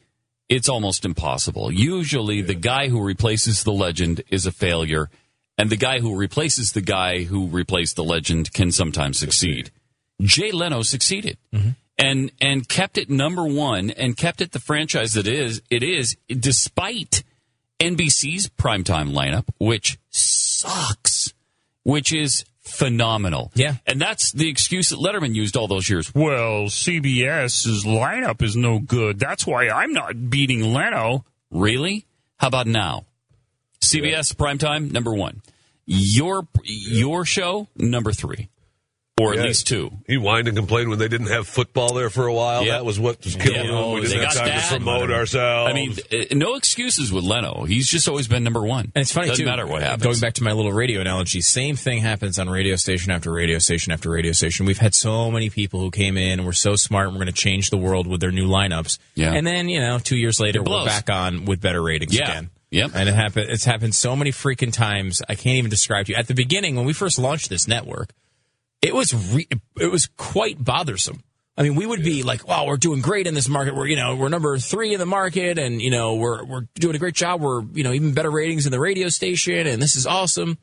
Speaker 3: it's almost impossible. Usually, the guy who replaces the legend is a failure, and the guy who replaces the guy who replaced the legend can sometimes succeed. Jay Leno succeeded.
Speaker 8: Mm-hmm.
Speaker 3: And and kept it number one, and kept it the franchise that is it is, despite NBC's primetime lineup, which sucks, which is phenomenal. Yeah. And that's the excuse that Letterman used all those years. Well, CBS's lineup is no good. That's why I'm not beating Leno. Really? How about now? CBS primetime number 1. Your your show number 3 or at
Speaker 9: Yeah.
Speaker 3: least 2.
Speaker 9: He whined and complained when they didn't have football there for a while.
Speaker 3: Yeah.
Speaker 9: That was what was killing
Speaker 3: Yeah.
Speaker 9: them. We
Speaker 3: Oh,
Speaker 9: didn't
Speaker 3: they
Speaker 9: have
Speaker 3: got
Speaker 9: time
Speaker 3: that.
Speaker 9: to promote ourselves.
Speaker 3: I mean, uh, no excuses with Leno. He's just always been number 1.
Speaker 8: And it's funny
Speaker 3: Doesn't
Speaker 8: too.
Speaker 3: matter what happens.
Speaker 8: Going back to my little radio analogy, same thing happens on radio station after radio station after radio station. We've had so many people who came in and were so smart and we're going to change the world with their new lineups.
Speaker 3: Yeah.
Speaker 8: And then you know, two years later,
Speaker 3: It
Speaker 8: we're
Speaker 3: blows.
Speaker 8: back on with better ratings
Speaker 3: Yeah.
Speaker 8: again.
Speaker 3: Yep.
Speaker 8: And it happened. It's happened so many freaking times. I can't even describe to you. At the beginning, when we first launched this network, it was re- it was quite bothersome. I mean, we would be like, "Wow, we're doing great in this market. We're you know we're number three in the market, and you know we're we're doing a great job. We're you know even better ratings in the radio station, and this is awesome."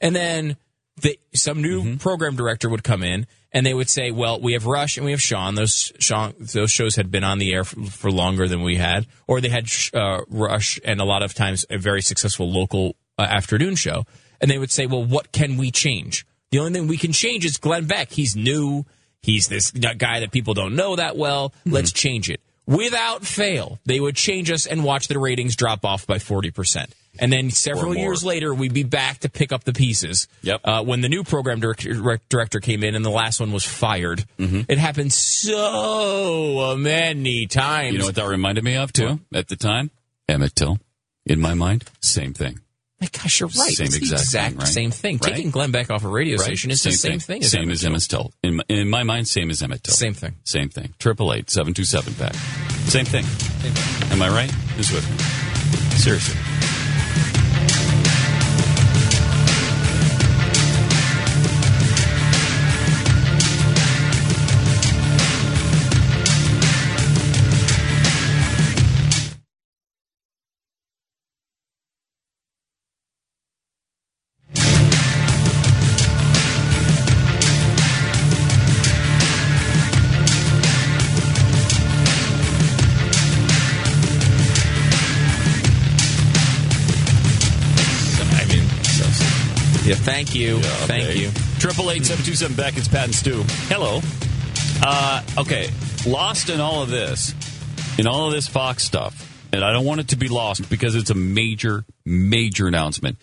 Speaker 8: And then the, some new program director would come in, and they would say, "Well, we have Rush and we have Sean. Those Sean those shows had been on the air for, for longer than we had, or they had uh, Rush and a lot of times a very successful local uh, afternoon show." And they would say, "Well, what can we change?" The only thing we can change is Glenn Beck. He's new. He's this guy that people don't know that well.
Speaker 3: Mm-hmm.
Speaker 8: Let's change it. Without fail, they would change us and watch the ratings drop off by 40%. And then several years later, we'd be back to pick up the pieces.
Speaker 3: Yep.
Speaker 8: Uh, when the new program director, director came in and the last one was fired,
Speaker 3: Mm-hmm.
Speaker 8: it happened so many times.
Speaker 3: You know what that reminded me of too at the time? Emmett Till. In my mind, same thing.
Speaker 8: My gosh, you're right.
Speaker 3: Same
Speaker 8: it's the
Speaker 3: exact thing,
Speaker 8: exact
Speaker 3: right?
Speaker 8: same thing.
Speaker 3: Right?
Speaker 8: Taking Glenn Beck off a radio
Speaker 3: Right?
Speaker 8: station is the same thing. as
Speaker 3: same
Speaker 8: Emmett
Speaker 3: as
Speaker 8: Till.
Speaker 3: Emmett Till. In my, in my mind, same as Emmett Till.
Speaker 8: Same thing.
Speaker 3: Same thing. Triple eight seven two seven back. Same thing. Am I right? Who's with me? Seriously.
Speaker 8: I mean, so- yeah, thank you. thank you.
Speaker 3: Triple eight seven two seven back. It's Pat and Stu. Hello. Uh, okay, lost in all of this, in all of this Fox stuff, and I don't want it to be lost because it's a major, major announcement.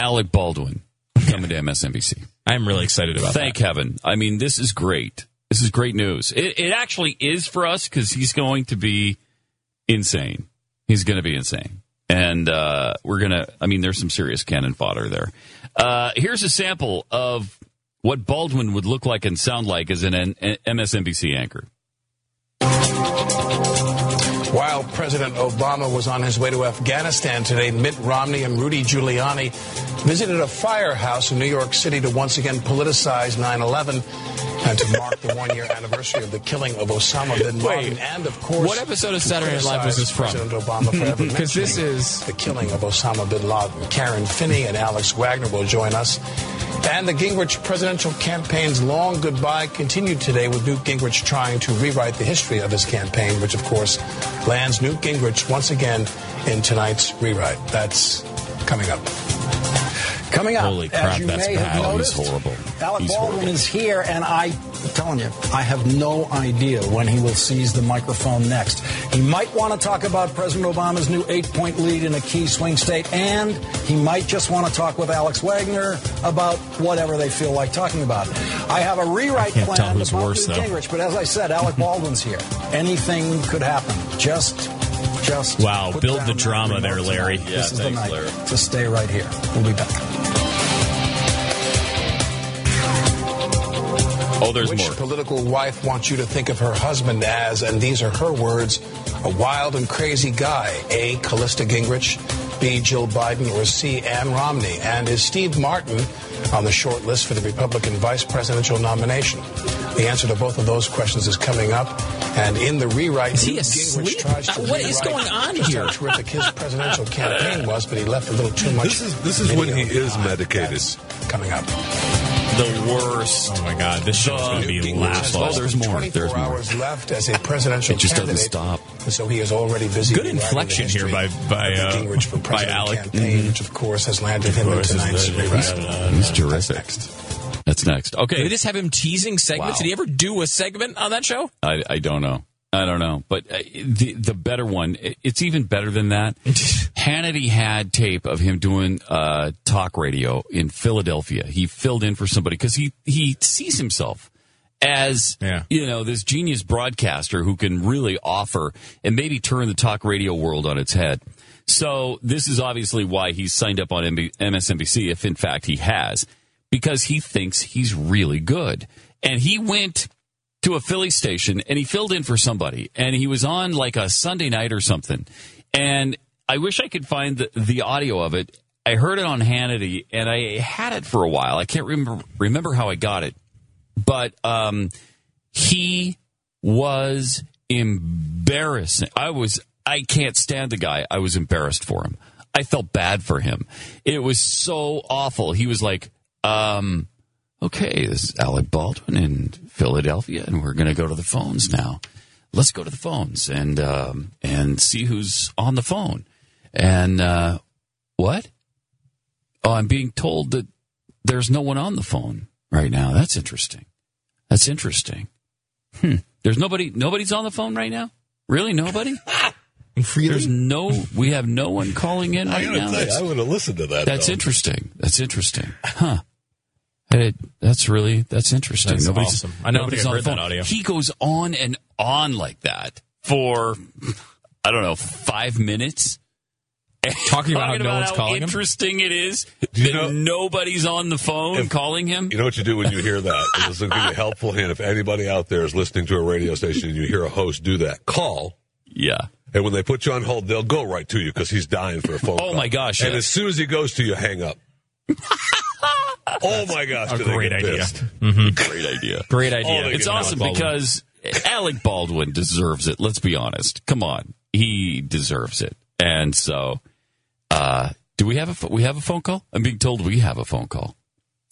Speaker 3: Alec Baldwin coming to MSNBC.
Speaker 8: I'm really excited about
Speaker 3: Thank
Speaker 8: that.
Speaker 3: heaven. I mean, this is great. This is great news. It, it actually is for us because he's going to be insane. He's going to be insane. And uh, we're going to, I mean, there's some serious cannon fodder there. Uh, here's a sample of what Baldwin would look like and sound like as an, an MSNBC anchor.
Speaker 11: While President Obama was on his way to Afghanistan today, Mitt Romney and Rudy Giuliani visited a firehouse in New York City to once again politicize 9 11 and to mark the one year anniversary of the killing of Osama bin Laden. and, of course,
Speaker 8: what episode of Saturday Night Live was this from?
Speaker 11: President Obama forever
Speaker 8: 'Cause this
Speaker 11: mentioning
Speaker 8: is-
Speaker 11: the killing of Osama bin Laden. Karen Finney and Alex Wagner will join us And the Gingrich presidential campaign's long goodbye continued today with Newt Gingrich trying to rewrite the history of his campaign, which of course lands Newt Gingrich once again in tonight's rewrite. That's coming up. Coming up,
Speaker 8: Holy crap,
Speaker 11: as you
Speaker 8: that's
Speaker 11: may
Speaker 8: bad.
Speaker 11: have
Speaker 8: Oh,
Speaker 11: noticed,
Speaker 8: he's horrible.
Speaker 12: Alec
Speaker 8: He's
Speaker 12: Baldwin
Speaker 8: horrible.
Speaker 12: is here, and I, I'm telling you, I have no idea when he will seize the microphone next. He might want to talk about President Obama's new eight-point lead in a key swing state, and he might just want to talk with Alex Wagner about whatever they feel like talking about. I have a rewrite
Speaker 8: can't
Speaker 12: plan
Speaker 8: tell who's
Speaker 12: about
Speaker 8: worse,
Speaker 12: Newt
Speaker 8: though.
Speaker 12: Gingrich, but as I said, Alec Baldwin's here. Anything could happen. Just, just
Speaker 8: Wow,
Speaker 12: put
Speaker 8: build
Speaker 12: down
Speaker 8: the
Speaker 12: that
Speaker 8: drama there,
Speaker 12: remote
Speaker 8: Larry.
Speaker 12: tonight.
Speaker 8: Yeah,
Speaker 12: this is
Speaker 8: thanks,
Speaker 12: the night.
Speaker 8: Larry.
Speaker 12: So stay right here. We'll be back.
Speaker 3: Oh, there's
Speaker 11: Which
Speaker 3: more.
Speaker 11: political wife wants you to think of her husband as, and these are her words, a wild and crazy guy? A. Callista Gingrich, B. Jill Biden, or C. Ann Romney? And is Steve Martin on the short list for the Republican vice presidential nomination? The answer to both of those questions is coming up. And in the rewrite,
Speaker 8: Is he
Speaker 11: Newt
Speaker 8: asleep?
Speaker 11: Gingrich tries to
Speaker 8: Uh, what is
Speaker 11: rewrite
Speaker 8: going on
Speaker 11: just
Speaker 8: here?
Speaker 11: How terrific his presidential campaign was, but he left a little too much.
Speaker 9: This is this is when he
Speaker 11: video
Speaker 9: is medicated.
Speaker 11: coming up.
Speaker 8: The worst. Oh my god, this show's gonna be laughable.
Speaker 11: Less than 24 hours left as a presidential
Speaker 8: It just doesn't
Speaker 11: candidate,
Speaker 8: stop.
Speaker 11: and so he is already busy.
Speaker 8: Good
Speaker 11: rewriting the
Speaker 8: inflection here
Speaker 11: history
Speaker 8: by- by,
Speaker 11: of the
Speaker 8: uh,
Speaker 11: Gingrich for
Speaker 8: by
Speaker 11: president
Speaker 8: Alec. Mm-hmm.
Speaker 11: campaign, which of course has landed him in tonight's rewrite.
Speaker 3: He's terrific. That's next.
Speaker 8: Do
Speaker 3: Okay.
Speaker 8: they just have him teasing segments?
Speaker 3: Wow.
Speaker 8: Did he ever do a segment on that show?
Speaker 3: I, I don't know. I don't know. But uh, the the better one, i- it's even better than that. Hannity had tape of him doing uh, talk radio in Philadelphia. He filled in for somebody because he he sees himself as you know this genius broadcaster who can really offer and maybe turn the talk radio world on its head. So this is obviously why he's signed up on MB- MSNBC, if in fact he has, because he thinks he's really good. And he went to a Philly station and he filled in for somebody and he was on like a Sunday night or something. And I wish I could find the, the audio of it. I heard it on Hannity and I had it for a while. I can't remember remember how I got it. But um he was embarrassing. I was I can't stand the guy. I was embarrassed for him. I felt bad for him. It was so awful. He was like um Okay, this is Alec Baldwin in Philadelphia, and we're going to go to the phones now. Let's go to the phones and um, and see who's on the phone. And uh, what? Oh, I'm being told that there's no one on the phone right now. That's interesting. That's interesting. Hmm. There's nobody. Nobody's on the phone right now. Really, nobody. There's no. We have no one calling in
Speaker 9: I
Speaker 3: right
Speaker 9: gotta
Speaker 3: now.
Speaker 9: tell you,
Speaker 3: That's-
Speaker 9: I would have listened to that.
Speaker 8: um,
Speaker 3: that's
Speaker 9: though.
Speaker 3: interesting. That's interesting. Huh. I did- that's really that's interesting.
Speaker 8: That's
Speaker 3: nobody's,
Speaker 8: awesome. I know, I
Speaker 3: nobody's
Speaker 8: think I
Speaker 3: on
Speaker 8: heard
Speaker 3: the phone.
Speaker 8: that audio.
Speaker 3: He goes on and on like that for I don't know five minutes.
Speaker 8: Talking about how no one's
Speaker 3: how
Speaker 8: calling him?
Speaker 3: interesting it is
Speaker 9: Do you
Speaker 3: that
Speaker 9: know-
Speaker 3: nobody's on the phone calling him.
Speaker 9: You know what you do when you hear that? It's a good helpful hint. If anybody out there is listening to a radio station and you hear a host do that, call.
Speaker 3: Yeah.
Speaker 9: And when they put you on hold, they'll go right to you because he's dying for a phone
Speaker 3: Oh,
Speaker 9: call.
Speaker 3: my gosh,
Speaker 9: And
Speaker 3: yes.
Speaker 9: as soon as he goes to you, hang up. oh my gosh!
Speaker 8: a
Speaker 9: do they
Speaker 8: great
Speaker 9: get
Speaker 8: idea.
Speaker 9: pissed.
Speaker 3: Mm-hmm. Great idea.
Speaker 8: Great
Speaker 9: Oh,
Speaker 8: idea.
Speaker 9: they
Speaker 3: It's
Speaker 9: get
Speaker 3: awesome
Speaker 8: Alec Baldwin.
Speaker 3: because Alec Baldwin deserves it. Let's be honest. Come on, he deserves it. And so, uh, do we have a pho- we have a phone call? I'm being told we have a phone call.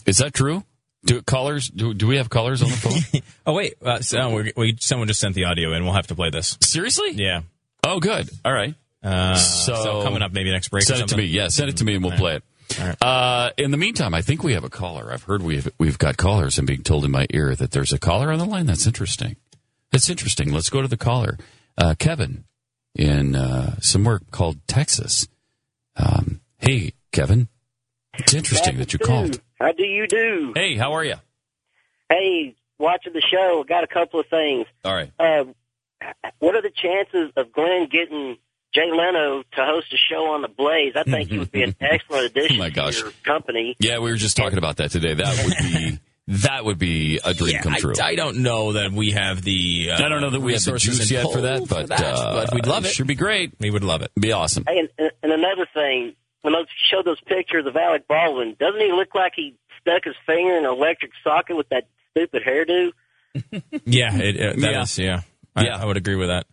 Speaker 3: Is that true? Do callers do, do we have callers on the phone?
Speaker 8: Oh wait, uh, so we, we, someone just sent the audio in. We'll have to play this.
Speaker 3: Seriously?
Speaker 8: Yeah.
Speaker 3: Oh, good. All right.
Speaker 8: Uh,
Speaker 3: So-
Speaker 8: so, coming up maybe next break. or
Speaker 3: Send it to
Speaker 8: something.
Speaker 3: me. Yeah, send it to me, and we'll play it. Uh, in the meantime, I think we have a caller. I've heard we've we've got callers. I'm being told in my ear that there's a caller on the line. That's interesting. That's interesting. Let's go to the caller, uh, Kevin, in uh, somewhere called Texas. Um, hey, Kevin, it's interesting that you called.
Speaker 13: How do you do?
Speaker 3: Hey, how are you?
Speaker 13: Hey, watching the show, got a couple of things.
Speaker 3: All right.
Speaker 13: Uh, what are the chances of Glenn getting Jay Leno to host a show on the Blaze? I think he would be an excellent addition
Speaker 3: Oh my gosh.
Speaker 13: to your company.
Speaker 3: Yeah, we were just talking about that today. That would be that would be a dream
Speaker 8: Yeah,
Speaker 3: come true.
Speaker 8: I, I don't know that we have the. Uh,
Speaker 3: I don't know that we have the
Speaker 8: resources
Speaker 3: juice
Speaker 8: and
Speaker 3: yet for
Speaker 8: pull
Speaker 3: that, but, uh,
Speaker 8: but we'd love
Speaker 3: it
Speaker 8: it.
Speaker 3: should be great.
Speaker 8: We would love it.
Speaker 3: Be awesome.
Speaker 13: Hey, and- and, and another thing, when those show those pictures of Alec Baldwin, doesn't he look like he stuck his finger in an electric socket with that stupid hairdo?
Speaker 8: Yeah, it, uh, that
Speaker 3: Yeah.
Speaker 8: is- yeah. I,
Speaker 3: Yeah.
Speaker 8: I would agree with that.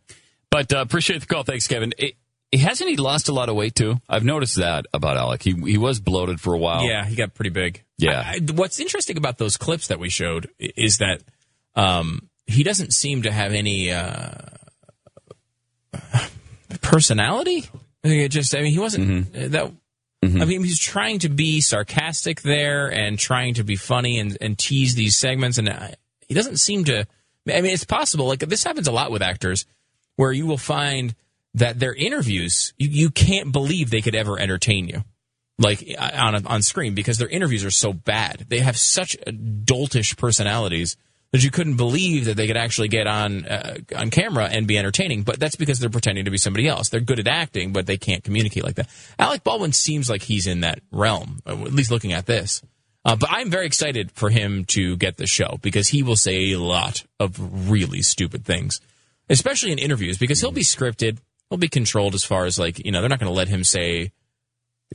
Speaker 3: But uh, appreciate the call. Thanks, Kevin. It, Hasn't he lost a lot of weight too? I've noticed that about Alec. He he was bloated for a while.
Speaker 8: Yeah, he got pretty big.
Speaker 3: Yeah.
Speaker 8: I, I- what's interesting about those clips that we showed i- is that um, he doesn't seem to have any uh, personality. I think It just, I mean, he wasn't
Speaker 3: Mm-hmm.
Speaker 8: uh, that. I mean, he's trying to be sarcastic there and trying to be funny and, and tease these segments, and I, he doesn't seem to. I mean, it's possible. Like this happens a lot with actors, where you will find that their interviews you, you can't believe they could ever entertain you like on a, on screen because their interviews are so bad. They have such doltish personalities that you couldn't believe that they could actually get on uh, on camera and be entertaining. But that's because they're pretending to be somebody else. They're good at acting, but they can't communicate like that. Alec Baldwin seems like he's in that realm, uh, at least looking at this. Uh, but I'm very excited for him to get the show because he will say a lot of really stupid things, especially in interviews because he'll be scripted. He'll be controlled as far as like, you know, they're not going to let him say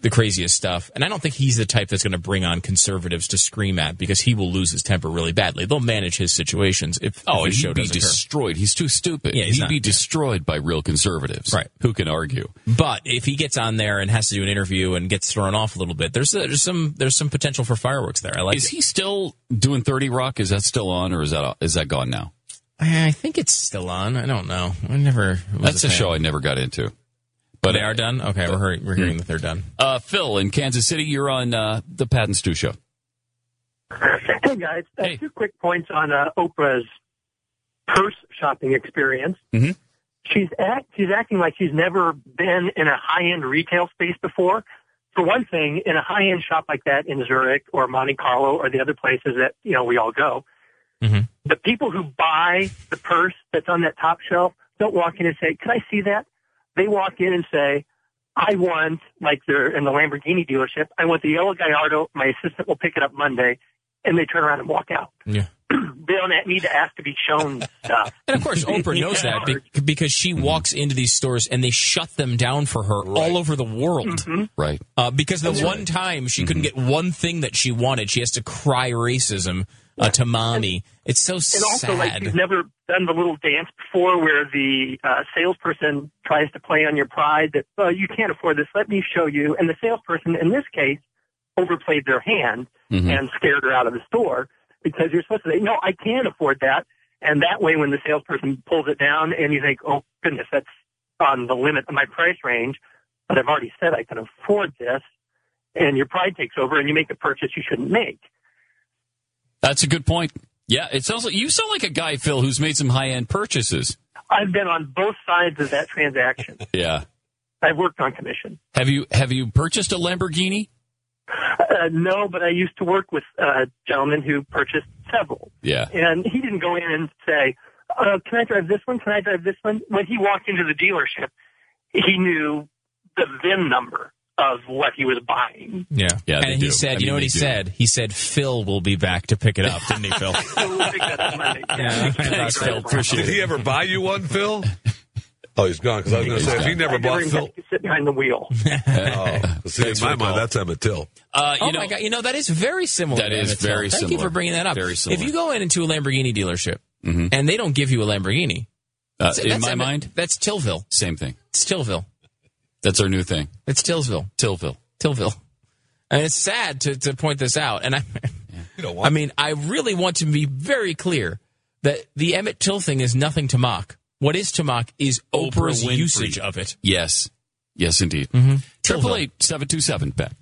Speaker 8: the craziest stuff. And I don't think he's the type that's going to bring on conservatives to scream at because he will lose his temper really badly. They'll manage his situations if,
Speaker 3: Oh,
Speaker 8: if
Speaker 3: and
Speaker 8: the show
Speaker 3: he'd be
Speaker 8: doesn't occur.
Speaker 3: destroyed. He's too stupid.
Speaker 8: Yeah, he's
Speaker 3: he'd
Speaker 8: not-
Speaker 3: be
Speaker 8: yeah.
Speaker 3: destroyed by real conservatives.
Speaker 8: Right.
Speaker 3: Who can argue?
Speaker 8: But if he gets on there and has to do an interview and gets thrown off a little bit, there's there's some there's some potential for fireworks there. I like.
Speaker 3: Is
Speaker 8: it.
Speaker 3: he still doing Thirty Rock? Is that still on, or is that is that gone now?
Speaker 8: I think it's still on. I don't know. I never. was
Speaker 3: That's a
Speaker 8: fan.
Speaker 3: show I never got into. But
Speaker 8: they are done. Okay, we're hearing, we're hearing that they're done.
Speaker 3: Uh, Phil in Kansas City, you're on uh, the Pat and Stu show.
Speaker 14: Hey guys, uh, two quick points on uh, Oprah's purse shopping experience.
Speaker 3: Mm-hmm.
Speaker 14: She's act she's acting like she's never been in a high end retail space before. For one thing, in a high end shop like that in Zurich or Monte Carlo or the other places that you know we all go,
Speaker 8: Mm-hmm.
Speaker 14: the people who buy the purse that's on that top shelf don't walk in and say, "Can I see that?" They walk in and say, "I want like they're in the Lamborghini dealership. I want the yellow Gallardo. My assistant will pick it up Monday," and they turn around and walk out.
Speaker 8: Yeah.
Speaker 14: they don't need to ask to be shown stuff.
Speaker 8: And of course, Oprah knows that be- because she
Speaker 3: Mm-hmm.
Speaker 8: walks into these stores and they shut them down for her all over the world.
Speaker 3: Right.
Speaker 8: Uh, because the
Speaker 3: That's
Speaker 8: one
Speaker 3: right.
Speaker 8: time she couldn't get one thing that she wanted, she has to cry racism uh, to mommy. It's so
Speaker 14: And also,
Speaker 8: sad.
Speaker 14: like, you've never done the little dance before where the uh, salesperson tries to play on your pride that, oh, you can't afford this, let me show you. And the salesperson, in this case, overplayed their hand
Speaker 5: Mm-hmm.
Speaker 15: Mhm.
Speaker 14: and scared her out of the store because you're supposed to say, no, I can afford that. And that way, when the salesperson pulls it down and you think, oh, goodness, that's on the limit of my price range, but I've already said I can afford this, and your pride takes over and you make a purchase you shouldn't make.
Speaker 3: That's a good point. Yeah, it sounds like you sound like a guy, Phil, who's made some high end purchases.
Speaker 14: I've been on both sides of that transaction.
Speaker 3: Yeah.
Speaker 14: I've worked on commission.
Speaker 3: Have you have you purchased a Lamborghini?
Speaker 14: Uh, no, but I used to work with a gentleman who purchased several.
Speaker 3: Yeah.
Speaker 14: And he didn't go in and say, uh, can I drive this one? Can I drive this one? When he walked into the dealership, he knew the VIN number of what he was buying.
Speaker 8: yeah.
Speaker 3: Yeah, they
Speaker 8: And he
Speaker 3: do.
Speaker 8: said,
Speaker 3: I
Speaker 8: you
Speaker 3: mean,
Speaker 8: know what
Speaker 3: they
Speaker 8: he
Speaker 3: do.
Speaker 8: said? He said, Phil will be back to pick it up, didn't he, Phil? yeah.
Speaker 9: Thanks, Phil.
Speaker 8: Appreciate
Speaker 9: Did
Speaker 8: it.
Speaker 9: he ever buy you one, Phil? Oh, he's gone. Because I was going to
Speaker 3: He's
Speaker 9: say, if
Speaker 3: gone.
Speaker 9: he never
Speaker 14: I
Speaker 9: bought
Speaker 14: even
Speaker 9: Phil,
Speaker 14: had to sit behind the wheel.
Speaker 9: oh, see, in
Speaker 3: Thanks for
Speaker 9: my
Speaker 3: the call.
Speaker 9: mind, that's Emmett Till.
Speaker 3: Uh, you
Speaker 8: oh
Speaker 3: know,
Speaker 8: my god! You know that is very similar.
Speaker 3: That
Speaker 8: to
Speaker 3: is
Speaker 8: Emmett Till.
Speaker 3: very
Speaker 8: Thank
Speaker 3: similar.
Speaker 8: you for bringing that up.
Speaker 3: Very similar. Mm-hmm.
Speaker 8: If you go in into a Lamborghini dealership and they don't give you a Lamborghini,
Speaker 3: uh,
Speaker 8: that's-
Speaker 3: in
Speaker 8: that's
Speaker 3: my
Speaker 8: Emmett-
Speaker 3: mind,
Speaker 8: that's Tillville.
Speaker 3: same thing.
Speaker 8: It's Tillville.
Speaker 3: That's our new thing.
Speaker 8: It's Tillsville.
Speaker 3: Tillville.
Speaker 8: Tillville. And it's sad to, to point this out. And I,
Speaker 9: don't
Speaker 8: I mean, I really want to be very clear that the Emmett Till thing is nothing to mock. What is to mock is Oprah's
Speaker 3: Winfrey.
Speaker 8: usage of it. Mm-hmm.
Speaker 3: Yes. Yes, indeed. Triple eight seven two seven back.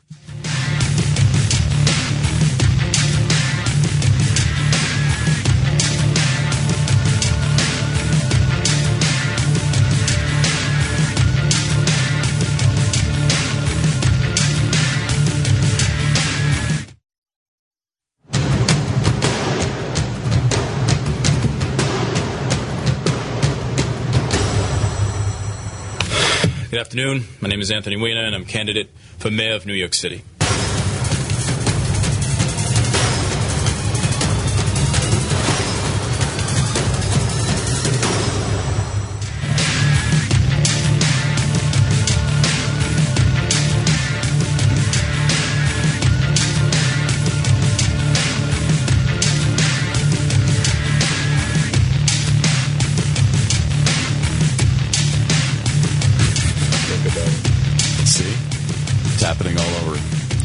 Speaker 16: Good afternoon. My name is Anthony Weiner, and I'm a candidate for mayor of New York City.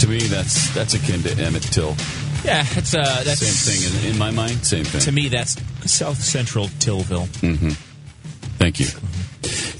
Speaker 9: Look at
Speaker 3: me, that's that's akin to Emmett Till.
Speaker 8: Yeah, it's uh, that's
Speaker 3: same thing in, in my mind. Same thing.
Speaker 8: To me, that's South Central Tillville.
Speaker 3: Mm-hmm. Thank you.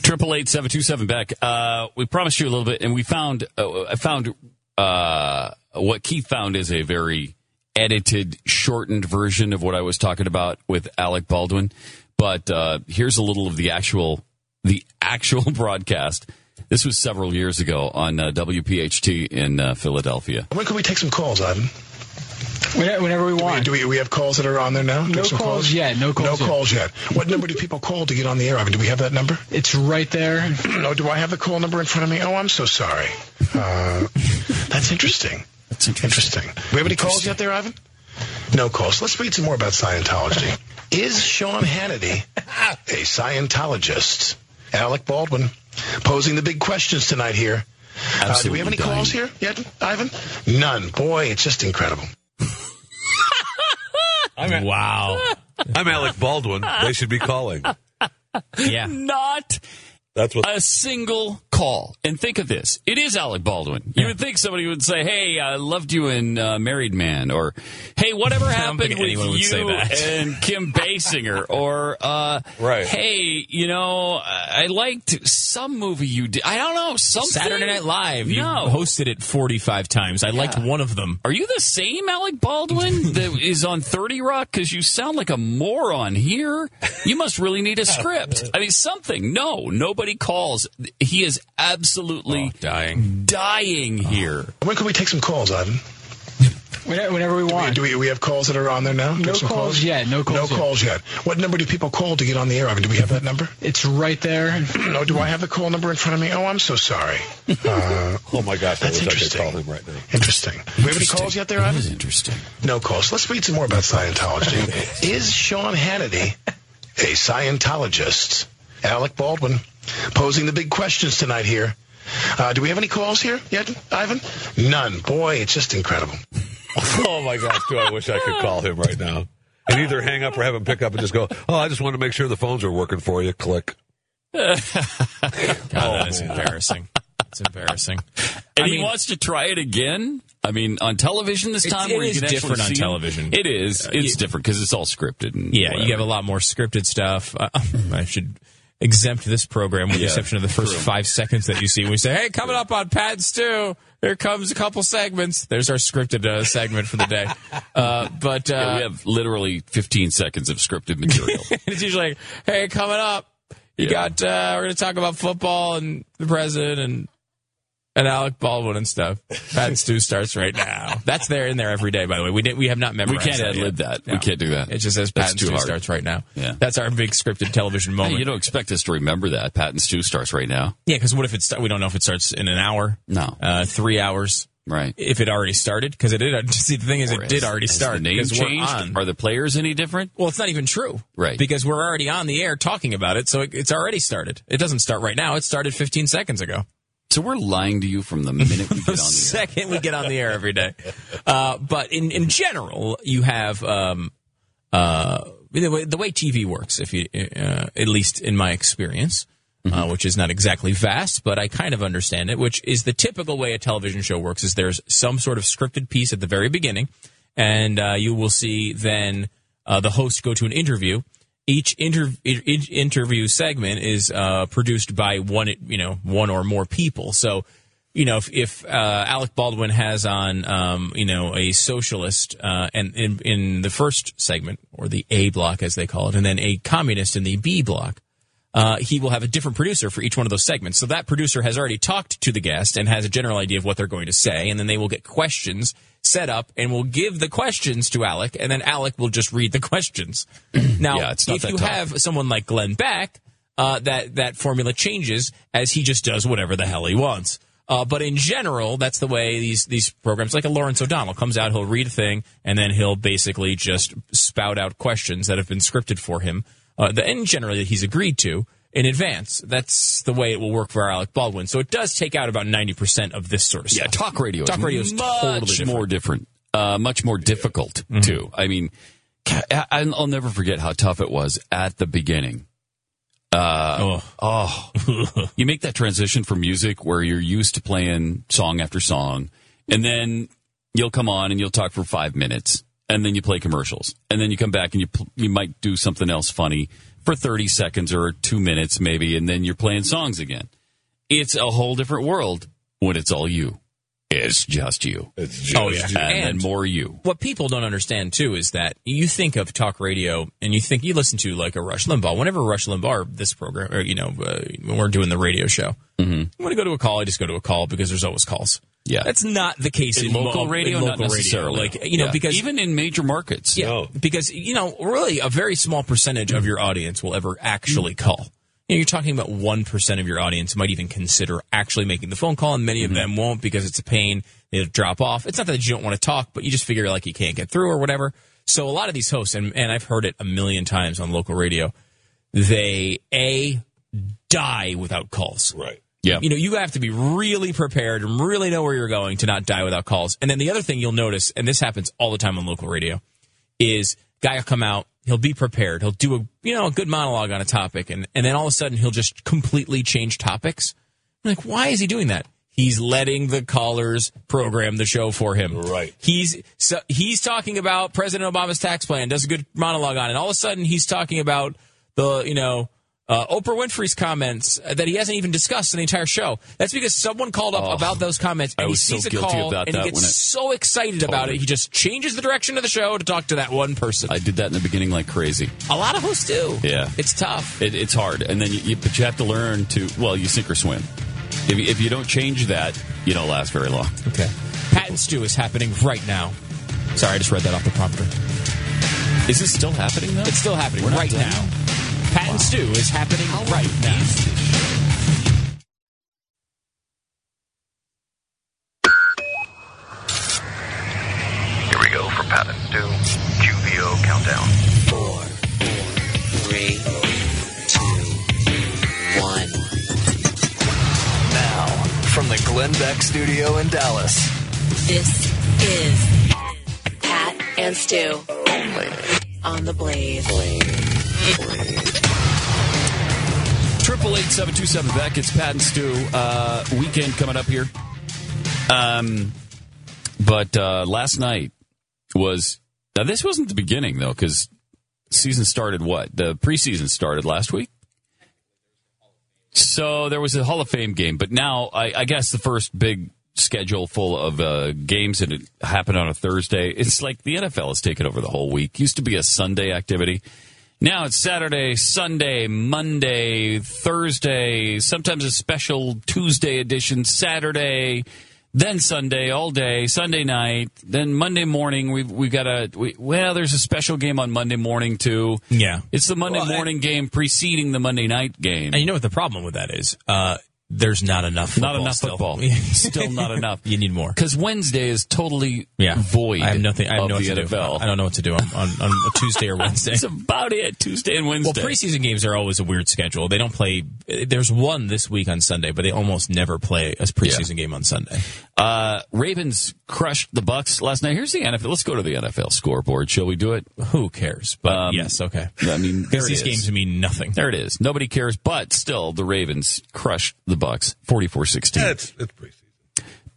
Speaker 3: Triple eight seven two seven back. Uh, we promised you a little bit, and we found uh, I found uh, what Keith found is a very edited, shortened version of what I was talking about with Alec Baldwin. But uh, here's a little of the actual the actual broadcast. This was several years ago on uh, WPHT in uh, Philadelphia.
Speaker 11: When can we take some calls, Ivan?
Speaker 17: Whenever, whenever we want.
Speaker 11: Do we, do we, we have calls that are on there now?
Speaker 17: No
Speaker 11: There's some
Speaker 17: calls, yet. No
Speaker 11: No
Speaker 17: calls. yet.
Speaker 11: calls yet. What number do people call to get on the air, Ivan? Do we have that number?
Speaker 17: It's right there.
Speaker 11: no, do I have the call number in front of me? Oh, I'm so sorry. Uh, that's interesting.
Speaker 3: That's
Speaker 11: interesting. We have any calls yet there, Ivan? No calls. Let's read some more about Scientology. Is Sean Hannity a Scientologist? Alec Baldwin posing the big questions tonight here. Uh, do we have any
Speaker 3: Absolutely
Speaker 11: calls here yet, Ivan? None. Boy, it's just incredible.
Speaker 8: wow.
Speaker 9: I'm Alec Baldwin. They should be calling.
Speaker 8: Yeah.
Speaker 3: Not
Speaker 9: That's what.
Speaker 3: a single call. And think of this: it is Alec Baldwin. You would think somebody would say, "Hey, I loved you in uh, Married Man," or "Hey, whatever
Speaker 8: I don't
Speaker 3: happened
Speaker 8: think
Speaker 3: with
Speaker 8: anyone
Speaker 3: you
Speaker 8: would say that.
Speaker 3: and Kim Basinger," or uh,
Speaker 9: Right.
Speaker 3: "Hey, you know, I I liked some movie you did. I don't know something."
Speaker 8: Saturday Night Live. You
Speaker 3: No.
Speaker 8: hosted it 45 times. I liked one of them.
Speaker 3: Are you the same Alec Baldwin that is on 30 Rock? Because you sound like a moron here. You must really need a script. I mean, something. No, nobody calls. He is absolutely
Speaker 8: Oh, dying. Oh.
Speaker 3: dying here.
Speaker 11: When can we take some calls, Ivan?
Speaker 17: Whenever, whenever we want.
Speaker 11: Do we, we have calls that are on there now?
Speaker 17: No
Speaker 11: Some
Speaker 17: calls yet. No
Speaker 11: No
Speaker 17: calls yet.
Speaker 11: calls yet. What number do people call to get on the air, Ivan? Do we have that number?
Speaker 17: It's right there.
Speaker 11: No, do I have the call number in front of me? Oh, I'm so sorry. Uh,
Speaker 9: Oh my gosh! I
Speaker 11: That's
Speaker 9: wish I could
Speaker 11: interesting.
Speaker 9: call him right now.
Speaker 11: interesting. Do we have any calls yet there,
Speaker 3: That
Speaker 11: Ivan?
Speaker 3: is interesting.
Speaker 11: No calls. Let's read some more about Scientology. Is Sean Hannity a Scientologist? Alec Baldwin posing the big questions tonight here. Uh, do we have any calls here yet, Ivan? None. Boy, it's just incredible.
Speaker 9: Oh my gosh! Do I wish I could call him right now and either hang up or have him pick up and just go. Oh, I just want to make sure the phones are working for you. Click. Oh.
Speaker 8: God, Oh, that is embarrassing. It's embarrassing. I
Speaker 3: And he
Speaker 8: mean-
Speaker 3: wants to try it again. I mean, on television this
Speaker 8: It's-
Speaker 3: time,
Speaker 8: it
Speaker 3: where you
Speaker 8: is
Speaker 3: can actually
Speaker 8: different on
Speaker 3: see him?
Speaker 8: television.
Speaker 3: It is.
Speaker 8: Uh,
Speaker 3: It's
Speaker 8: you-
Speaker 3: different because it's all scripted. And
Speaker 8: Yeah,
Speaker 3: whatever.
Speaker 8: you have a lot more scripted stuff. Uh, I should exempt this program with the
Speaker 3: Yeah,
Speaker 8: exception of the first
Speaker 3: true.
Speaker 8: five seconds that you see. We say, hey, coming up on Pat and Stu, here comes a couple segments. There's our scripted uh, segment for the day. Uh, but uh,
Speaker 3: Yeah, we have literally 15 seconds of scripted material.
Speaker 8: it's usually like, hey, coming up, you
Speaker 3: Yeah.
Speaker 8: got, uh, we're going to talk about football and the president and and Alec Baldwin and stuff. Pat and Stu starts right now. That's there in there every day, by the way. We didn't, we have not
Speaker 3: we
Speaker 8: memorized
Speaker 3: can't
Speaker 8: that
Speaker 3: ad
Speaker 8: yet.
Speaker 3: lib that.
Speaker 8: No.
Speaker 3: We can't do that.
Speaker 8: It just says
Speaker 3: That's
Speaker 8: Pat and
Speaker 3: too
Speaker 8: Stu
Speaker 3: hard.
Speaker 8: starts right now.
Speaker 3: Yeah.
Speaker 8: That's our big scripted television
Speaker 3: Hey,
Speaker 8: moment.
Speaker 3: you don't expect us to remember that. Pat and Stu starts right now.
Speaker 8: yeah, because what if it's we don't know if it starts in an hour,
Speaker 3: No.
Speaker 8: uh, three hours,
Speaker 3: Right.
Speaker 8: if it already started? Because it did. See, the thing is,
Speaker 3: Or
Speaker 8: it did
Speaker 3: has-
Speaker 8: already
Speaker 3: has
Speaker 8: start.
Speaker 3: The name
Speaker 8: because we're
Speaker 3: changed.
Speaker 8: on.
Speaker 3: Are the players any different?
Speaker 8: Well, it's not even true.
Speaker 3: Right.
Speaker 8: Because we're already on the air talking about it, so it, it's already started. It doesn't start right now. It started 15 seconds ago.
Speaker 3: So we're lying to you from the minute we get
Speaker 8: The
Speaker 3: on the air.
Speaker 8: second we get on the air every day. Uh, but in, in general, you have um, uh, the, way, the way TV works, if you, uh, at least in my experience, uh,
Speaker 3: Mm-hmm.
Speaker 8: which is not exactly vast, but I kind of understand it, which is the typical way a television show works is there's some sort of scripted piece at the very beginning, and uh, you will see then uh, the host go to an interview. Each, inter- each interview segment is uh, produced by one, you know, one or more people. So you know, if, if uh, Alec Baldwin has on, um, you know, a socialist, uh, and in, in the first segment or the A block as they call it, and then a communist in the B block, uh, he will have a different producer for each one of those segments. So that producer has already talked to the guest and has a general idea of what they're going to say, and then they will get questions set up and will give the questions to Alec, and then Alec will just read the questions. now,
Speaker 3: Yeah, it's not
Speaker 8: if
Speaker 3: that
Speaker 8: you
Speaker 3: tough.
Speaker 8: have someone like Glenn Beck, uh, that that formula changes as he just does whatever the hell he wants. Uh, but in general, that's the way these these programs, like a Lawrence O'Donnell, comes out. He'll read a thing, and then he'll basically just spout out questions that have been scripted for him. Uh, the, and generally, that he's agreed to in advance. That's the way it will work for Alec Baldwin. So it does take out about ninety percent of this sort of
Speaker 3: Yeah,
Speaker 8: stuff.
Speaker 3: talk radio.
Speaker 8: Talk
Speaker 3: is
Speaker 8: radio is
Speaker 3: much
Speaker 8: totally different. Mm-hmm.
Speaker 3: more different. Uh, much more difficult too. I mean, ca- I- I'll never forget how tough it was at the beginning. Uh, oh, you make that transition from music where you're used to playing song after song and then you'll come on and you'll talk for five minutes, and then you play commercials, and then you come back and you pl- you might do something else funny for thirty seconds or two minutes maybe, and then you're playing songs again. It's a whole different world when it's all you. It's just you. It's just
Speaker 8: oh yeah,
Speaker 3: and, then more you.
Speaker 8: What people don't understand too is that you think of talk radio and you think you listen to like a Rush Limbaugh. Whenever Rush Limbaugh, this program, or you know, uh, when we're doing the radio show,
Speaker 3: Mhm.
Speaker 8: I want to go to a call. I just go to a call because there's always calls.
Speaker 3: Yeah.
Speaker 8: that's not the case in,
Speaker 3: In local
Speaker 8: mo-
Speaker 3: radio,
Speaker 8: in
Speaker 3: not
Speaker 8: local
Speaker 3: necessarily.
Speaker 8: radio. Like you know,
Speaker 3: Yeah.
Speaker 8: because
Speaker 3: Even in major markets,
Speaker 8: yeah, because you know, really, a very small percentage
Speaker 3: Mm.
Speaker 8: of your audience will ever actually call. You know, you're talking about one percent of your audience might even consider actually making the phone call, and
Speaker 3: Mm-hmm.
Speaker 8: many of them won't because it's a pain. They'll drop off. It's not that you don't want to talk, but you just figure like you can't get through or whatever. So a lot of these hosts, and, and I've heard it a million times on local radio, they a die without calls.
Speaker 9: Right.
Speaker 3: Yeah.
Speaker 8: You know, you have to be really prepared and really know where you're going to not die without calls. And then the other thing you'll notice, and this happens all the time on local radio, is guy will come out, he'll be prepared, he'll do a you know a good monologue on a topic, and and then all of a sudden he'll just completely change topics. I'm like, why is he doing that? He's letting the callers program the show for him. Right. He's so he's talking about President Obama's tax plan, does a good monologue on it. All of a sudden he's talking about the you know uh, Oprah Winfrey's comments that he hasn't even discussed in the entire show. That's because someone called up about those comments and
Speaker 3: Oh, I
Speaker 8: he
Speaker 3: was so
Speaker 8: sees a
Speaker 3: guilty
Speaker 8: call
Speaker 3: about
Speaker 8: and he
Speaker 3: that
Speaker 8: gets
Speaker 3: when it-
Speaker 8: so excited about it. He just changes the direction of the show to talk to that one person.
Speaker 3: I did that in the beginning like crazy.
Speaker 8: A lot of hosts do.
Speaker 3: Yeah,
Speaker 8: it's tough.
Speaker 3: It, it's hard, and then you, you but you have to learn to well, you sink or swim. If you, if you don't change that, you don't last very long.
Speaker 8: Okay. Pat and Stew is happening right now. Sorry, I just read that off the prompter.
Speaker 3: Is this still happening though?
Speaker 8: It's still happening
Speaker 3: We're not
Speaker 8: right
Speaker 3: done?
Speaker 8: now. Pat and Stew is happening right now.
Speaker 5: Here we go for Pat and Stu. QBO countdown. Four,
Speaker 6: Three, two, one.
Speaker 1: Now, from the Glenn Beck Studio in Dallas,
Speaker 7: This is Pat and Stu on the Blaze.
Speaker 3: Triple eight seven two seven back. It's Pat and Stu. Uh, weekend coming up here. Um, but uh, last night was now this wasn't the beginning though because season started what the preseason started last week. So there was a Hall of Fame game, but now I, I guess the first big schedule full of uh, games and it happened on a Thursday. It's like the NFL has taken over the whole week. Used to be a Sunday activity. Now it's Saturday, Sunday, Monday, Thursday, sometimes a special Tuesday edition, Saturday, then Sunday all day, Sunday night, then Monday morning we've we've got a we, well there's a special game on Monday morning too.
Speaker 8: Yeah.
Speaker 3: It's the Monday morning game preceding the Monday night game.
Speaker 8: And you know what the problem with that is? Uh, there's not enough football.
Speaker 3: Not enough
Speaker 8: still.
Speaker 3: football.
Speaker 8: Yeah.
Speaker 3: Still not enough.
Speaker 8: You need more.
Speaker 3: Because Wednesday is totally
Speaker 8: Yeah.
Speaker 3: void.
Speaker 8: I have nothing. I have
Speaker 3: of
Speaker 8: no
Speaker 3: the
Speaker 8: idea what to
Speaker 3: NFL.
Speaker 8: do. I don't know what to do on, on, on a Tuesday or Wednesday.
Speaker 3: That's about it. Tuesday and Wednesday.
Speaker 8: Well, preseason games are always a weird schedule. They don't play. There's one this week on Sunday, but they almost never play a preseason game on Sunday.
Speaker 3: Uh, Ravens crushed the Bucks last night. Here's the NFL. Let's go to the NFL scoreboard. Shall we do it? Um,
Speaker 8: Who cares? But yes, okay.
Speaker 3: I mean, there
Speaker 8: Because
Speaker 3: it
Speaker 8: these
Speaker 3: is.
Speaker 8: games mean nothing.
Speaker 3: There it is. Nobody cares, but still, the Ravens crushed the Bucks 44-16.
Speaker 9: That's it's pretty.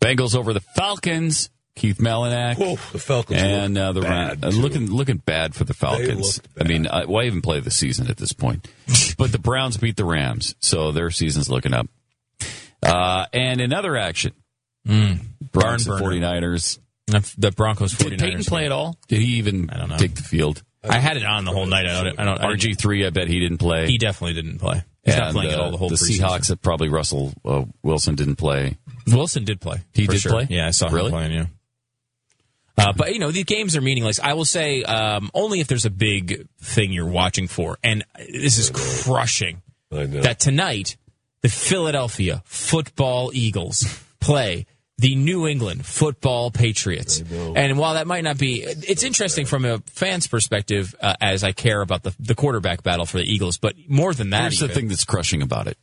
Speaker 3: Bengals over the Falcons. Keith Malinak.
Speaker 9: Whoa, the Falcons
Speaker 3: and
Speaker 9: look
Speaker 3: uh, the
Speaker 9: bad,
Speaker 3: Ra- uh, looking looking bad for the Falcons.
Speaker 9: look
Speaker 3: I mean, I, why even play the season at this point? but the Browns beat the Rams, so their season's looking up. Uh, and in other action, Mm. Browns
Speaker 8: Barn
Speaker 3: and
Speaker 8: burner.
Speaker 3: 49ers.
Speaker 8: The Broncos 49ers.
Speaker 3: Did Peyton play at all? Did he even take the field?
Speaker 8: I had it on the whole night. I don't. I don't. I didn't-
Speaker 3: RG three. I bet he didn't play.
Speaker 8: He definitely didn't play. He's not
Speaker 3: And,
Speaker 8: playing at
Speaker 3: uh,
Speaker 8: all the whole
Speaker 3: The
Speaker 8: preseason.
Speaker 3: Seahawks. That probably Russell uh, Wilson didn't play.
Speaker 8: Wilson did play.
Speaker 3: He
Speaker 8: for
Speaker 3: did
Speaker 8: sure.
Speaker 3: play?
Speaker 8: Yeah, I saw
Speaker 3: Really?
Speaker 8: him playing. Yeah. Uh, but you know these games are meaningless. I will say um, only if there's a big thing you're watching for, and this is crushing. That tonight the Philadelphia Football Eagles play the New England Football Patriots, and while that might not be, it's interesting from a fan's perspective, uh, as I care about the, the quarterback battle for the Eagles. But more than that,
Speaker 3: Here's the
Speaker 8: even-
Speaker 3: thing that's crushing about it.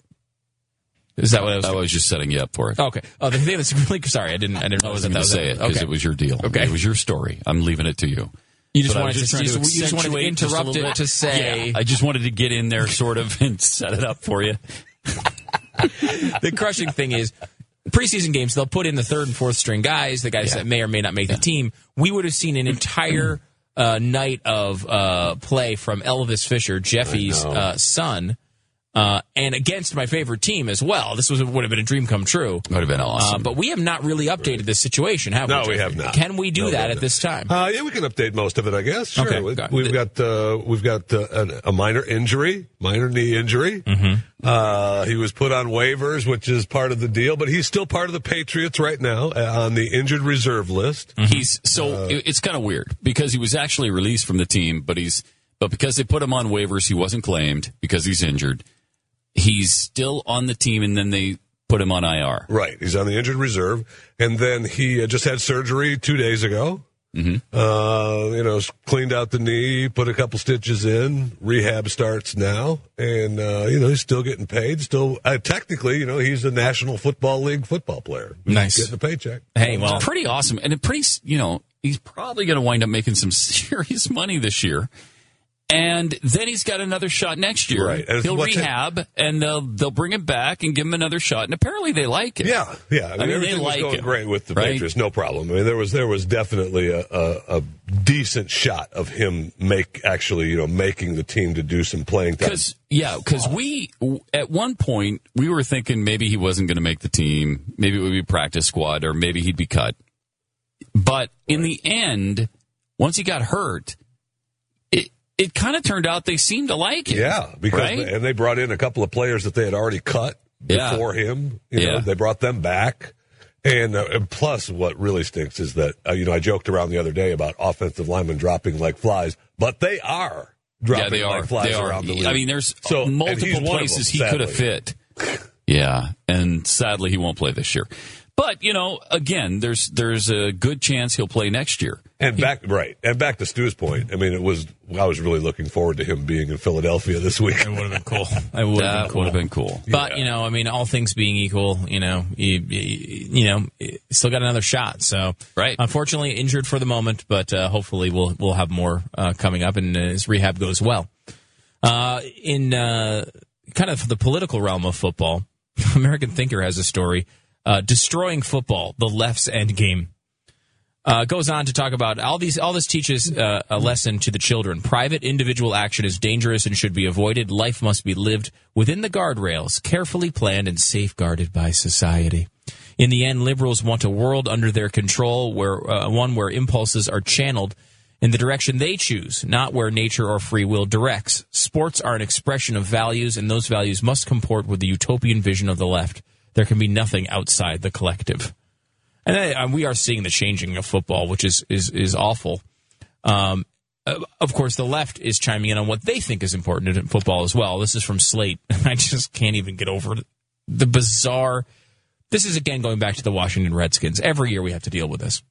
Speaker 8: Is that what I was?
Speaker 3: I was just setting you up for it.
Speaker 8: Okay. Oh, the thing that's really sorry, I didn't. I didn't.
Speaker 3: I
Speaker 8: realize
Speaker 3: wasn't
Speaker 8: that
Speaker 3: going to
Speaker 8: was
Speaker 3: say it because
Speaker 8: Okay.
Speaker 3: it was your deal.
Speaker 8: Okay.
Speaker 3: It was your story. I'm leaving it to you.
Speaker 8: You just
Speaker 3: But I
Speaker 8: wanted
Speaker 3: was
Speaker 8: to-
Speaker 3: trying
Speaker 8: you just- you just wanted to
Speaker 3: accentuate just a
Speaker 8: interrupt
Speaker 3: little
Speaker 8: it
Speaker 3: bit.
Speaker 8: to say-
Speaker 3: Yeah, I just wanted to get in there sort of and set it up for you.
Speaker 8: the crushing thing is preseason games, they'll put in the third and fourth string guys, the guys that may or may not make the team. We would have seen an entire uh, night of uh, play from Elvis Fisher, Jeffy's
Speaker 3: know.
Speaker 8: uh, son, uh, and against my favorite team as well. This was would have been a dream come true. Would have been awesome. but we have not really updated this situation, have
Speaker 9: No,
Speaker 8: we?
Speaker 9: we
Speaker 8: Jeffrey?
Speaker 9: have not.
Speaker 8: Can we do
Speaker 9: No, we
Speaker 8: that
Speaker 9: have
Speaker 8: at
Speaker 9: not.
Speaker 8: this time?
Speaker 9: Uh, yeah, we can update most of it, I guess. Sure.
Speaker 8: Okay,
Speaker 9: We,
Speaker 8: got it.
Speaker 9: we've got uh, we've got uh, an, a minor injury, minor knee injury.
Speaker 8: Mm-hmm.
Speaker 9: Uh, he was put on waivers, which is part of the deal, but he's still part of the Patriots right now uh, on the injured reserve list.
Speaker 8: Mm-hmm.
Speaker 3: He's so it- it's kind of weird because he was actually released from the team, but he's but because they put him on waivers, he wasn't claimed because he's injured. He's still on the team, and then they put him on IR.
Speaker 9: Right, he's on the injured reserve, and then he uh, just had surgery two days ago.
Speaker 3: Mm-hmm.
Speaker 9: Uh, you know, s- cleaned out the knee, put a couple stitches in. Rehab starts now, and uh, you know he's still getting paid. Still, uh, technically, you know he's a National Football League football player.
Speaker 3: Nice.
Speaker 9: getting a paycheck.
Speaker 3: Hey, well, it's pretty awesome, and a pretty s- you know he's probably going to wind up making some serious money this year, and then he's got another shot next year.
Speaker 9: Right, and
Speaker 3: He'll
Speaker 9: what's it-
Speaker 3: rehab, and they'll they'll bring him back and give him another shot, and apparently they like it.
Speaker 9: Yeah, yeah. I mean,
Speaker 3: they
Speaker 9: everything was
Speaker 3: like
Speaker 9: going
Speaker 3: it.
Speaker 9: great with the
Speaker 3: right?
Speaker 9: Patriots, no problem. I mean, there was there was definitely a, a, a decent shot of him make actually you know making the team to do some playing time.
Speaker 3: Because yeah, because we at one point we were thinking maybe he wasn't going to make the team, maybe it would be practice squad, or maybe he'd be cut. But in the end, once he got hurt, it it kind of turned out they seemed to like it.
Speaker 9: Yeah, because
Speaker 3: right?
Speaker 9: and they brought in a couple of players that they had already cut
Speaker 3: Yeah.
Speaker 9: before him. You know,
Speaker 3: Yeah.
Speaker 9: they brought them back. And, uh, and plus, what really stinks is that uh, you know I joked around the other day about offensive linemen dropping like flies, but they are dropping
Speaker 3: yeah, they are.
Speaker 9: like flies
Speaker 3: they are.
Speaker 9: around the league.
Speaker 3: I mean, there's
Speaker 9: So- and he's
Speaker 3: multiple
Speaker 9: one of
Speaker 3: places
Speaker 9: them,
Speaker 3: he could have
Speaker 9: sadly.
Speaker 3: fit. Yeah, and sadly he won't play this year. But you know, again, there's there's a good chance he'll play next year.
Speaker 9: And back right, and back to Stu's point. I mean, it was I was really looking forward to him being in Philadelphia this week. It
Speaker 8: would have been cool. It would have
Speaker 3: That would have been cool.
Speaker 8: But you know, I mean, all things being equal, you know, you, you you know, you still got another shot. So,
Speaker 3: right.
Speaker 8: Unfortunately, injured for the moment, but uh, hopefully, we'll we'll have more uh, coming up, and uh, his rehab goes well. Uh, in uh, kind of the political realm of football, American Thinker has a story: uh, destroying football, the left's end game uh, goes on to talk about all these. All this teaches uh, a lesson to the children. Private individual action is dangerous and should be avoided. Life must be lived within the guardrails, carefully planned and safeguarded by society. In the end, liberals want a world under their control, where uh, one where impulses are channeled in the direction they choose, not where nature or free will directs. Sports are an expression of values, and those values must comport with the utopian vision of the left. There can be nothing outside the collective and then, uh, we are seeing the changing of football, which is is is awful. Um, uh, of course, the left is chiming in on what they think is important in football as well. This is from Slate. I just can't even get over it. the bizarre. This is again going back to the Washington Redskins. Every year we have to deal with this.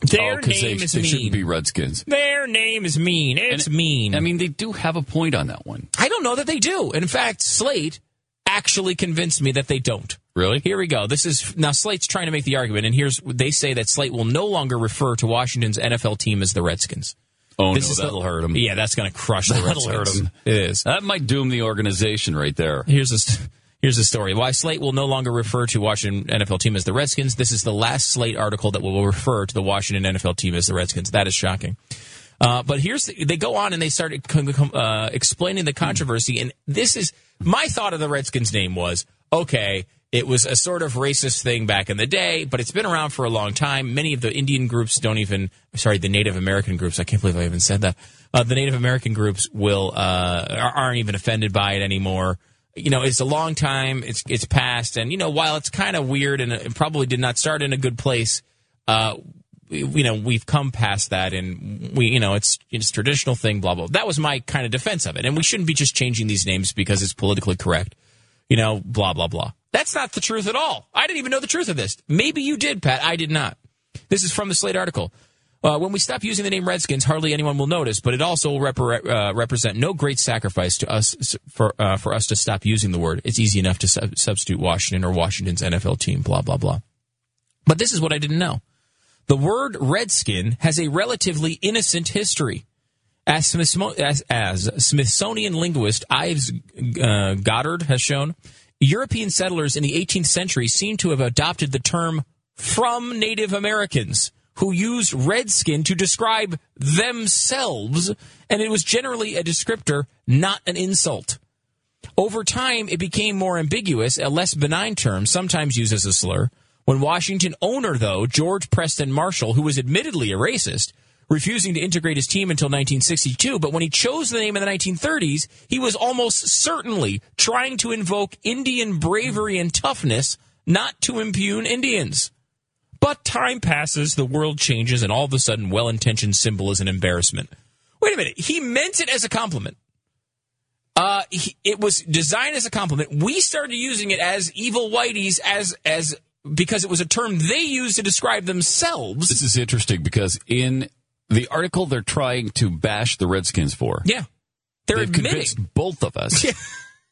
Speaker 8: Their
Speaker 3: Oh, 'cause
Speaker 8: name
Speaker 3: they,
Speaker 8: is
Speaker 3: they
Speaker 8: mean.
Speaker 3: shouldn't be Redskins.
Speaker 8: Their name is mean. It's mean.
Speaker 3: I mean, they do have a point on that one.
Speaker 8: I don't know that they do. And in fact, Slate actually convinced me that they don't.
Speaker 3: Really?
Speaker 8: Here we go. This is now Slate's trying to make the argument, and here's they say that Slate will no longer refer to Washington's NFL team as the Redskins.
Speaker 3: Oh
Speaker 8: This
Speaker 3: no,
Speaker 8: is the-
Speaker 3: that'll hurt him.
Speaker 8: Yeah, that's going to crush the
Speaker 3: That'll hurt
Speaker 8: Redskins.
Speaker 3: him.
Speaker 8: It is.
Speaker 3: That might doom the organization right there.
Speaker 8: Here's this. Here's the story. Why Slate will no longer refer to Washington NFL team as the Redskins. This is the last Slate article that will refer to the Washington NFL team as the Redskins. That is shocking. Uh, but here's the, they go on and they start uh, explaining the controversy. And this is my thought of the Redskins name was okay. It was a sort of racist thing back in the day, but it's been around for a long time. Many of the Indian groups don't even, sorry, the Native American groups. I can't believe I even said that. Uh, the Native American groups will uh, are- aren't even offended by it anymore you know, it's a long time. It's it's past, and you know, while it's kind of weird and it probably did not start in a good place, uh, we- you know, we've come past that, and we, you know, it's it's a traditional thing, blah blah. That was my kind of defense of it, and we shouldn't be just changing these names because it's politically correct, you know, blah blah blah. That's not the truth at all. I didn't even know the truth of this. Maybe you did, Pat. I did not. This is from the Slate article. Uh, when we stop using the name Redskins, hardly anyone will notice, but it also will repre- uh, represent no great sacrifice to us for uh, for us to stop using the word. It's easy enough to sub- substitute Washington or Washington's NFL team. Blah blah blah. But this is what I didn't know. The word redskin has a relatively innocent history. As, Smithsmo- as, as Smithsonian linguist Ives uh, Goddard has shown, European settlers in the 18th century seem to have adopted the term from Native Americans who used redskin to describe themselves, and it was generally a descriptor, not an insult. Over time, it became more ambiguous, a less benign term, sometimes used as a slur. When Washington owner, though, George Preston Marshall, who was admittedly a racist, refusing to integrate his team until 1962, but when he chose the name in the 1930s, he was almost certainly trying to invoke Indian bravery and toughness, not to impugn Indians. But time passes, the world changes, and all of a sudden, well intentioned symbol is an embarrassment. Wait a minute, he meant it as a compliment. Uh, he, it was designed as a compliment. We started using it as evil whiteys as as because it was a term they used to describe themselves.
Speaker 3: This is interesting because in the article they're trying to bash the Redskins for,
Speaker 8: Yeah, they're
Speaker 3: they've
Speaker 8: admitting.
Speaker 3: convinced both of us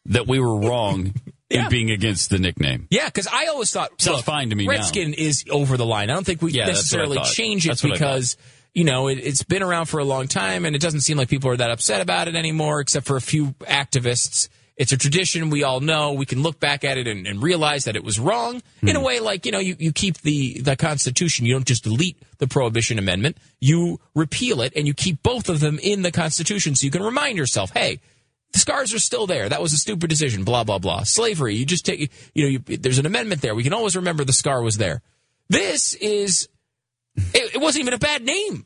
Speaker 3: that we were wrong
Speaker 8: Yeah.
Speaker 3: in being against the nickname.
Speaker 8: Yeah, because I always thought
Speaker 3: Sounds
Speaker 8: look,
Speaker 3: fine to me now.
Speaker 8: Redskin is over the line. I don't think we
Speaker 3: Yeah, that's what I
Speaker 8: necessarily
Speaker 3: thought.
Speaker 8: change it
Speaker 3: That's what I
Speaker 8: because you know it, it's been around for a long time, and it doesn't seem like people are that upset about it anymore, except for a few activists. It's a tradition we all know. We can look back at it and, and realize that it was wrong in a
Speaker 3: Hmm.
Speaker 8: way. Like you know, you, you keep the the Constitution. You don't just delete the Prohibition Amendment. You repeal it, and you keep both of them in the Constitution, so you can remind yourself, hey, the scars are still there. That was a stupid decision. Blah blah blah. Slavery. You just take. You know. You, there's an amendment there. We can always remember the scar was there. This is. It, it wasn't even a bad name.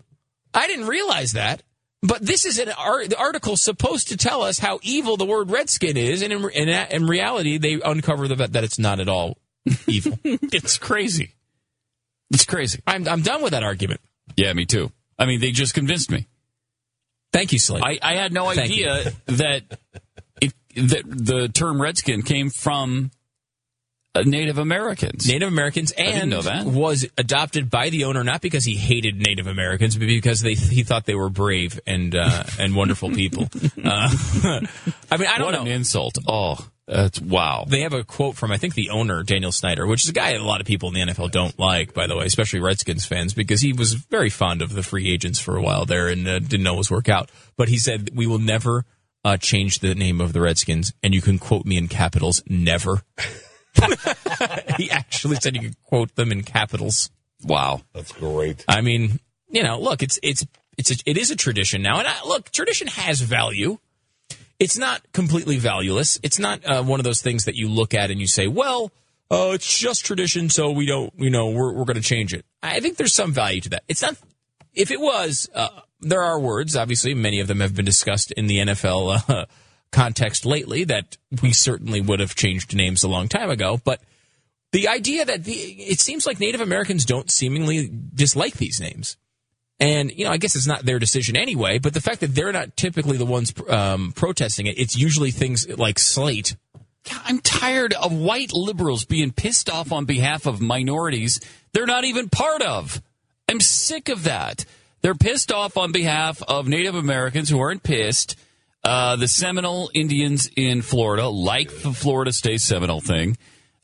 Speaker 8: I didn't realize that. But this is an ar- the article supposed to tell us how evil the word redskin is, and in, re- in, a- in reality, they uncover the, that it's not at all evil.
Speaker 3: it's crazy. It's crazy.
Speaker 8: I'm I'm done with that argument.
Speaker 3: Yeah, me too. I mean, they just convinced me.
Speaker 8: Thank you, Slate.
Speaker 3: I, I had no
Speaker 8: Thank
Speaker 3: idea that it that the term redskin came from uh, Native Americans.
Speaker 8: Native Americans and
Speaker 3: didn't know that.
Speaker 8: was adopted by the owner not because he hated Native Americans, but because they he thought they were brave and uh, and wonderful people. Uh, I mean, I don't
Speaker 3: what
Speaker 8: know.
Speaker 3: an insult! Oh, that's wow.
Speaker 8: They have a quote from I think the owner Daniel Snyder, which is a guy that a lot of people in the NFL don't like, by the way, especially Redskins fans, because he was very fond of the free agents for a while there and uh, didn't always work out. But he said, "We will never uh, change the name of the Redskins, and you can quote me in capitals, never." he actually said you could quote them in capitals.
Speaker 3: Wow.
Speaker 9: That's great.
Speaker 8: I mean, you know, look, it's it's it's a, it is a tradition now, and I, look, tradition has value. It's not completely valueless. It's not uh, one of those things that you look at and you say, "Well, oh, it's just tradition, so we don't, you know, we're we're going to change it." I think there's some value to that. It's not. If it was, uh, there are words. Obviously, many of them have been discussed in the NFL uh, context lately that we certainly would have changed names a long time ago, but the idea that the it seems like Native Americans don't seemingly dislike these names, and you know, I guess it's not their decision anyway. But the fact that they're not typically the ones um, protesting it, it's usually things like slate.
Speaker 3: God, I'm tired of white liberals being pissed off on behalf of minorities they're not even part of. I'm sick of that. They're pissed off on behalf of Native Americans who aren't pissed. Uh, the Seminole Indians in Florida, like the Florida State Seminole thing.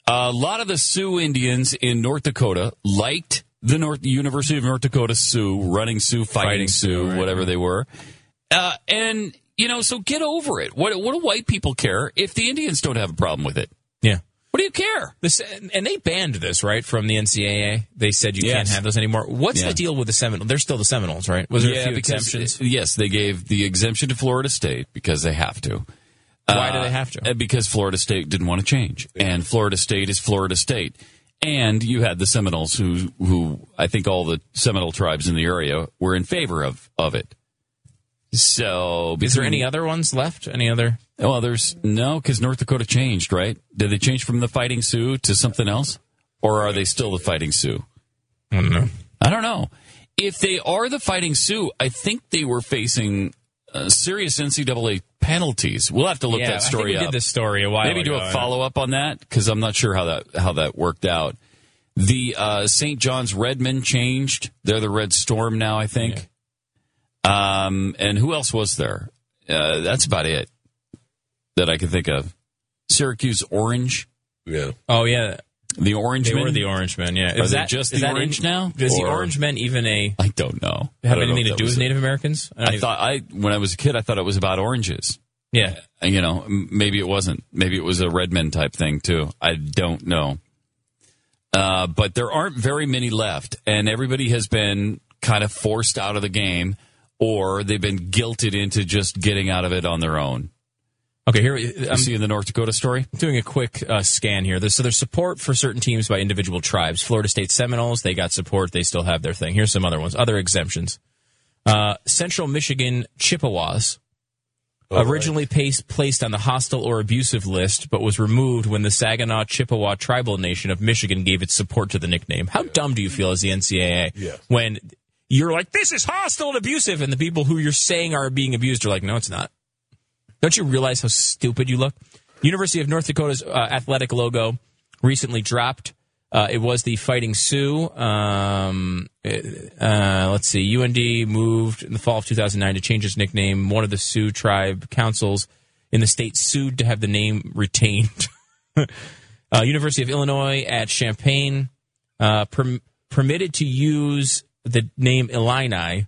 Speaker 3: a lot of the Sioux Indians in North Dakota liked the North University of North Dakota Sioux, running Sioux, fighting,
Speaker 8: Fighting
Speaker 3: Sioux,
Speaker 8: Sioux, right.
Speaker 3: whatever they were. Uh, and you know, so get over it. What what do white people care if the Indians don't have a problem with it?
Speaker 8: Yeah.
Speaker 3: What do you care?
Speaker 8: This, and they banned this right from the NCAA. They said you can't
Speaker 3: Yes.
Speaker 8: have those anymore. What's
Speaker 3: Yeah.
Speaker 8: the deal with the Seminoles? They're still the Seminoles, right? Was there a few
Speaker 3: because-
Speaker 8: exemptions?
Speaker 3: Yes, they gave the exemption to Florida State because they have to.
Speaker 8: Why do they have to?
Speaker 3: Uh, Because Florida State didn't want to change, and Florida State is Florida State. And you had the Seminoles, who who I think all the Seminole tribes in the area were in favor of of it. So,
Speaker 8: Is there any other ones left? Any other?
Speaker 3: Well, there's no because North Dakota changed, right? Did they change from the Fighting Sioux to something else, or are they still the Fighting Sioux?
Speaker 8: I don't know.
Speaker 3: I don't know. If they are the Fighting Sioux, I think they were facing uh, serious NCAA penalties. We'll have to look
Speaker 8: yeah,
Speaker 3: that story
Speaker 8: I think we
Speaker 3: up.
Speaker 8: did this story a while
Speaker 3: Maybe do
Speaker 8: ago.
Speaker 3: a follow up on that because I'm not sure how that how that worked out. The uh, St. John's Redmen changed. They're the Red Storm now, I think. Um, and who else was there? Uh, that's about it that I can think of. Syracuse Orange,
Speaker 9: Yeah.
Speaker 8: Oh yeah,
Speaker 3: the Orange
Speaker 8: They
Speaker 3: Men.
Speaker 8: were the Orange Men, yeah.
Speaker 3: Are they just
Speaker 8: is
Speaker 3: the
Speaker 8: that
Speaker 3: Orange
Speaker 8: in-
Speaker 3: now?
Speaker 8: Does the
Speaker 3: Or-
Speaker 8: Orange Men even a
Speaker 3: I don't know. I
Speaker 8: have
Speaker 3: don't know
Speaker 8: anything
Speaker 3: if
Speaker 8: to
Speaker 3: that
Speaker 8: do
Speaker 3: was
Speaker 8: with
Speaker 3: a-
Speaker 8: Native Americans? don't
Speaker 3: I
Speaker 8: even-
Speaker 3: thought I when I was a kid, I thought it was about oranges.
Speaker 8: Yeah.
Speaker 3: uh, You know, m- maybe it wasn't. Maybe it was a Redmen type thing too. I don't know. Uh, but there aren't very many left, and everybody has been kind of forced out of the game, or they've been guilted into just getting out of it on their own.
Speaker 8: Okay, here uh, um,
Speaker 3: I'm seeing the North Dakota story.
Speaker 8: Doing a quick uh, scan here. There's, so there's support for certain teams by individual tribes. Florida State Seminoles, they got support. They still have their thing. Here's some other ones. Other exemptions. Uh, Central Michigan Chippewas, originally pace, placed on the hostile or abusive list, but was removed when the Saginaw Chippewa Tribal Nation of Michigan gave its support to the nickname. How dumb do you feel as the NCAA
Speaker 18: Yes.
Speaker 8: when you're like, this is hostile and abusive, and the people who you're saying are being abused are like, no, it's not. Don't you realize how stupid you look? University of North Dakota's uh, athletic logo recently dropped. Uh, it was the Fighting Sioux. Um, uh, let's see. UND moved in the fall of 2009 to change its nickname. One of the Sioux tribe councils in the state sued to have the name retained. uh, University of Illinois at Champaign uh, perm- permitted to use the name Illini,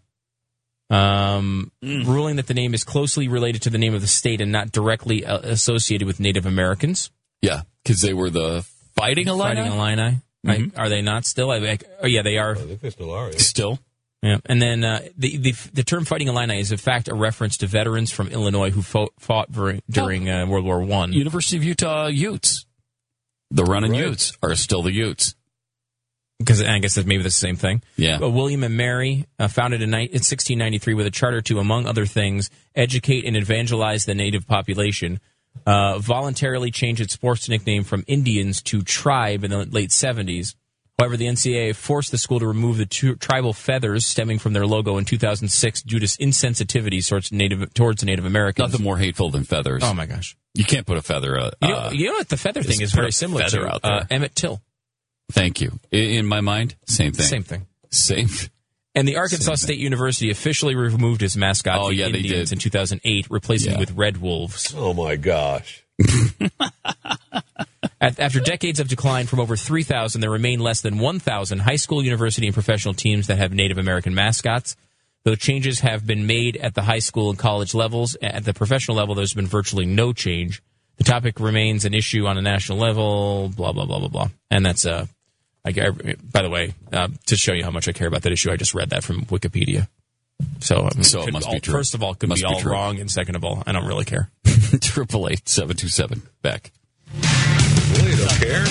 Speaker 8: um,
Speaker 3: Mm.
Speaker 8: ruling that the name is closely related to the name of the state and not directly uh, associated with Native Americans.
Speaker 3: Yeah, because they were the Fighting Illini? Mm-hmm.
Speaker 8: Fighting Illini. Right? Are they not still? I, I, oh yeah, they are.
Speaker 9: They still are.
Speaker 3: Still.
Speaker 8: Yeah, and then uh, the, the the term "fighting Illini" is in fact a reference to veterans from Illinois who fought, fought during, during uh, World War One.
Speaker 3: University of Utah Utes, the running Utes are still the Utes.
Speaker 8: because I guess that's maybe the same thing.
Speaker 3: Yeah.
Speaker 8: Uh, William and Mary uh, founded in, ni- in 1693 with a charter to, among other things, educate and evangelize the native population. Uh, voluntarily changed its sports nickname from Indians to Tribe in the late 70s. However, the NCAA forced the school to remove the two tribal feathers stemming from their logo in 2006 due to insensitivity towards Native towards Native Americans.
Speaker 3: Nothing more hateful than feathers.
Speaker 8: Oh my gosh!
Speaker 3: You can't put a feather. Uh,
Speaker 8: You know,
Speaker 3: uh,
Speaker 8: you know what the feather
Speaker 3: just
Speaker 8: thing is
Speaker 3: put
Speaker 8: very
Speaker 3: a
Speaker 8: similar
Speaker 3: feather
Speaker 8: to
Speaker 3: out
Speaker 8: uh,
Speaker 3: there.
Speaker 8: Emmett Till.
Speaker 3: thank you. I- In my mind, same thing.
Speaker 8: Same thing.
Speaker 3: Same.
Speaker 8: And the Arkansas State University officially removed its mascot,
Speaker 3: Oh,
Speaker 8: the
Speaker 3: yeah, they
Speaker 8: Indians,
Speaker 3: did.
Speaker 8: in 2008, replacing
Speaker 3: Yeah.
Speaker 8: it with Red Wolves.
Speaker 9: Oh my gosh!
Speaker 8: At, after decades of decline from over 3,000, there remain less than 1,000 high school, university, and professional teams that have Native American mascots. Though changes have been made at the high school and college levels, at the professional level, there's been virtually no change. The topic remains an issue on a national level, blah, blah, blah, blah, blah. And that's, uh, I, I- by the way, uh, to show you how much I care about that issue, I just read that from Wikipedia. So, I mean,
Speaker 3: So it
Speaker 8: could
Speaker 3: must
Speaker 8: all-
Speaker 3: be true.
Speaker 8: First of all, could
Speaker 3: Must
Speaker 8: be
Speaker 3: be
Speaker 8: all
Speaker 3: true.
Speaker 8: wrong, and second of all, I don't really care.
Speaker 3: Triple eight seven two seven back.
Speaker 9: Really don't care.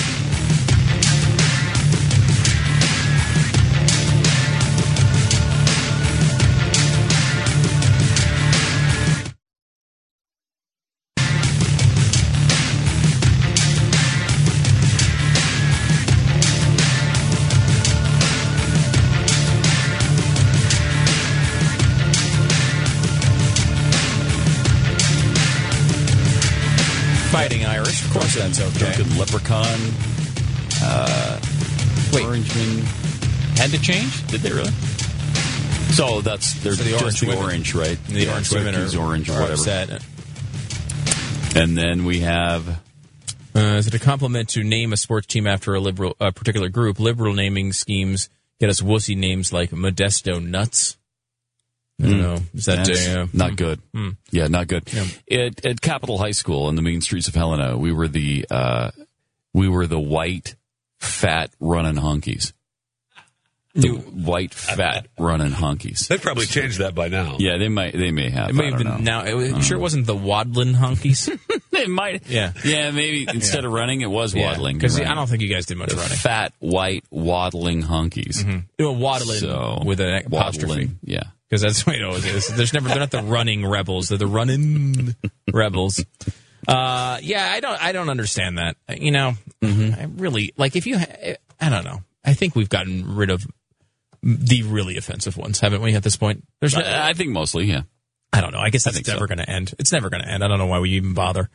Speaker 8: Fighting Irish, of course that's okay.
Speaker 3: Drunken leprechaun. Uh, Orangeman.
Speaker 8: Had to change? Did they really?
Speaker 3: So that's they're
Speaker 8: So the orange
Speaker 3: just the
Speaker 8: women-
Speaker 3: orange, right?
Speaker 8: The
Speaker 3: Yeah,
Speaker 8: orange women
Speaker 3: Syracuse
Speaker 8: are
Speaker 3: orange or
Speaker 8: are
Speaker 3: whatever.
Speaker 8: upset.
Speaker 3: And then we have
Speaker 8: Uh, is it a compliment to name a sports team after a liberal, a particular group? Liberal naming schemes get us wussy names like Modesto Nuts. I don't
Speaker 3: Mm.
Speaker 8: know. Is that
Speaker 3: That's
Speaker 8: uh,
Speaker 3: not good?
Speaker 8: Mm.
Speaker 3: Yeah, not good. At, at Capitol High School in the main streets of Helena, we were the uh, we were the white fat running honkies. The white fat running honkies.
Speaker 9: They probably changed that by now.
Speaker 3: Yeah, they might. They may have.
Speaker 8: It may
Speaker 3: I
Speaker 8: have
Speaker 3: don't
Speaker 8: been
Speaker 3: know.
Speaker 8: now. It was, you sure it wasn't the Wadlin Honkies?
Speaker 3: it might.
Speaker 8: Yeah.
Speaker 3: Yeah, maybe instead of running, it was
Speaker 8: Yeah,
Speaker 3: waddling.
Speaker 8: 'cause
Speaker 3: You're
Speaker 8: I don't think you guys did much
Speaker 3: The
Speaker 8: running.
Speaker 3: Fat white waddling honkies.
Speaker 8: Mm-hmm. You know, waddling
Speaker 3: So,
Speaker 8: with an apostrophe.
Speaker 3: waddling, yeah.
Speaker 8: Because that's what it always is. There's never they're not the running rebels. They're the running rebels. Uh, yeah, I don't I don't understand that. You know,
Speaker 3: Mm-hmm.
Speaker 8: I really like if you. ha- I don't know. I think we've gotten rid of the really offensive ones, haven't we? At this point, there's. no-
Speaker 3: I, I think mostly, yeah.
Speaker 8: I don't know. I guess that's never going to end. It's never going to end. I don't know why we even bother.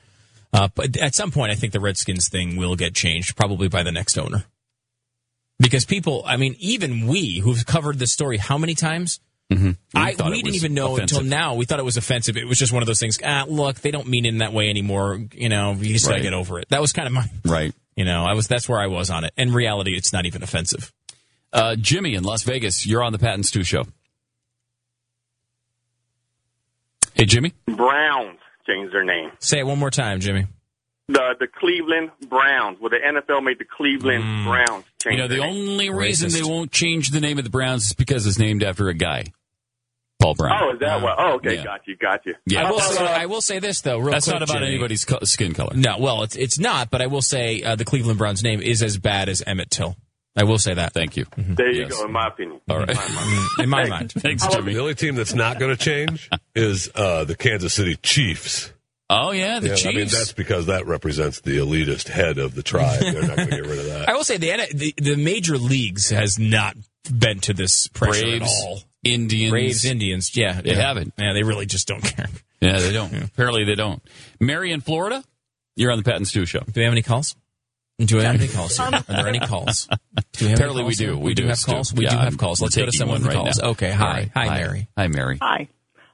Speaker 8: Uh, but at some point, I think the Redskins thing will get changed, probably by the next owner. Because people, I mean, even we who've covered this story how many times? I,
Speaker 3: Mm-hmm. thought
Speaker 8: we
Speaker 3: it
Speaker 8: didn't
Speaker 3: was
Speaker 8: even know
Speaker 3: offensive.
Speaker 8: until now. We thought it was offensive. It was just one of those things. Ah, look, they don't mean it in that way anymore. You know, you just got
Speaker 3: Right.
Speaker 8: to get over it. That was kind of my,
Speaker 3: Right.
Speaker 8: you know, I was, that's where I was on it. In reality, it's not even offensive.
Speaker 3: Uh, Jimmy in Las Vegas, you're on the Pat and Stu show. Hey, Jimmy.
Speaker 19: Browns.
Speaker 18: change their name.
Speaker 8: Say it one more time, Jimmy.
Speaker 18: The the Cleveland Browns. Well, the NFL made the Cleveland Browns change.
Speaker 3: Mm. You know, the
Speaker 18: their name.
Speaker 3: only reason they won't change the name of the Browns is because it's named after a guy, Paul Brown.
Speaker 18: Oh, is that what? Oh, okay,
Speaker 3: Yeah.
Speaker 18: got you, got you.
Speaker 3: Yeah.
Speaker 8: I will, say, I will say this though. Real
Speaker 3: That's
Speaker 8: quick,
Speaker 3: not about
Speaker 8: Jimmy.
Speaker 3: anybody's co- skin color.
Speaker 8: No, well, it's it's not. But I will say uh, the Cleveland Browns name is as bad as Emmett Till. I will say that.
Speaker 3: Thank you.
Speaker 18: There you go. In my opinion.
Speaker 8: All right. In my mind.
Speaker 3: Thanks,
Speaker 9: How about
Speaker 3: Jimmy.
Speaker 9: The only team that's not going to change is uh, the Kansas City Chiefs.
Speaker 3: Oh yeah, the
Speaker 9: I mean,
Speaker 3: Chiefs.
Speaker 9: that's because that represents the elitist head of the tribe. They're not going to get rid of that.
Speaker 8: I will say the, N- the the major leagues has not been to this pressure at
Speaker 3: Braves,
Speaker 8: all.
Speaker 3: Indians.
Speaker 8: Braves, Indians, yeah,
Speaker 3: They
Speaker 8: yeah.
Speaker 3: haven't.
Speaker 8: Yeah, they really just don't care.
Speaker 3: Yeah, they don't. Apparently, they don't. Mary in Florida, you're on the Pat and Stu show.
Speaker 8: Do we have any calls? Do we have any calls?
Speaker 3: Um,
Speaker 8: Here? Are there any calls? Do we have
Speaker 3: Apparently,
Speaker 8: any
Speaker 3: we
Speaker 8: calls
Speaker 3: do.
Speaker 8: here?
Speaker 3: We,
Speaker 8: do, have
Speaker 3: Stu.
Speaker 8: calls. We
Speaker 3: Yeah,
Speaker 8: do have
Speaker 3: I'm-
Speaker 8: calls.
Speaker 3: we're
Speaker 8: Let's go to
Speaker 3: taking
Speaker 8: someone
Speaker 3: one
Speaker 8: who
Speaker 3: right
Speaker 8: calls.
Speaker 3: now.
Speaker 8: Okay. Hi. Hi, Mary.
Speaker 3: Hi, Mary.
Speaker 19: Hi.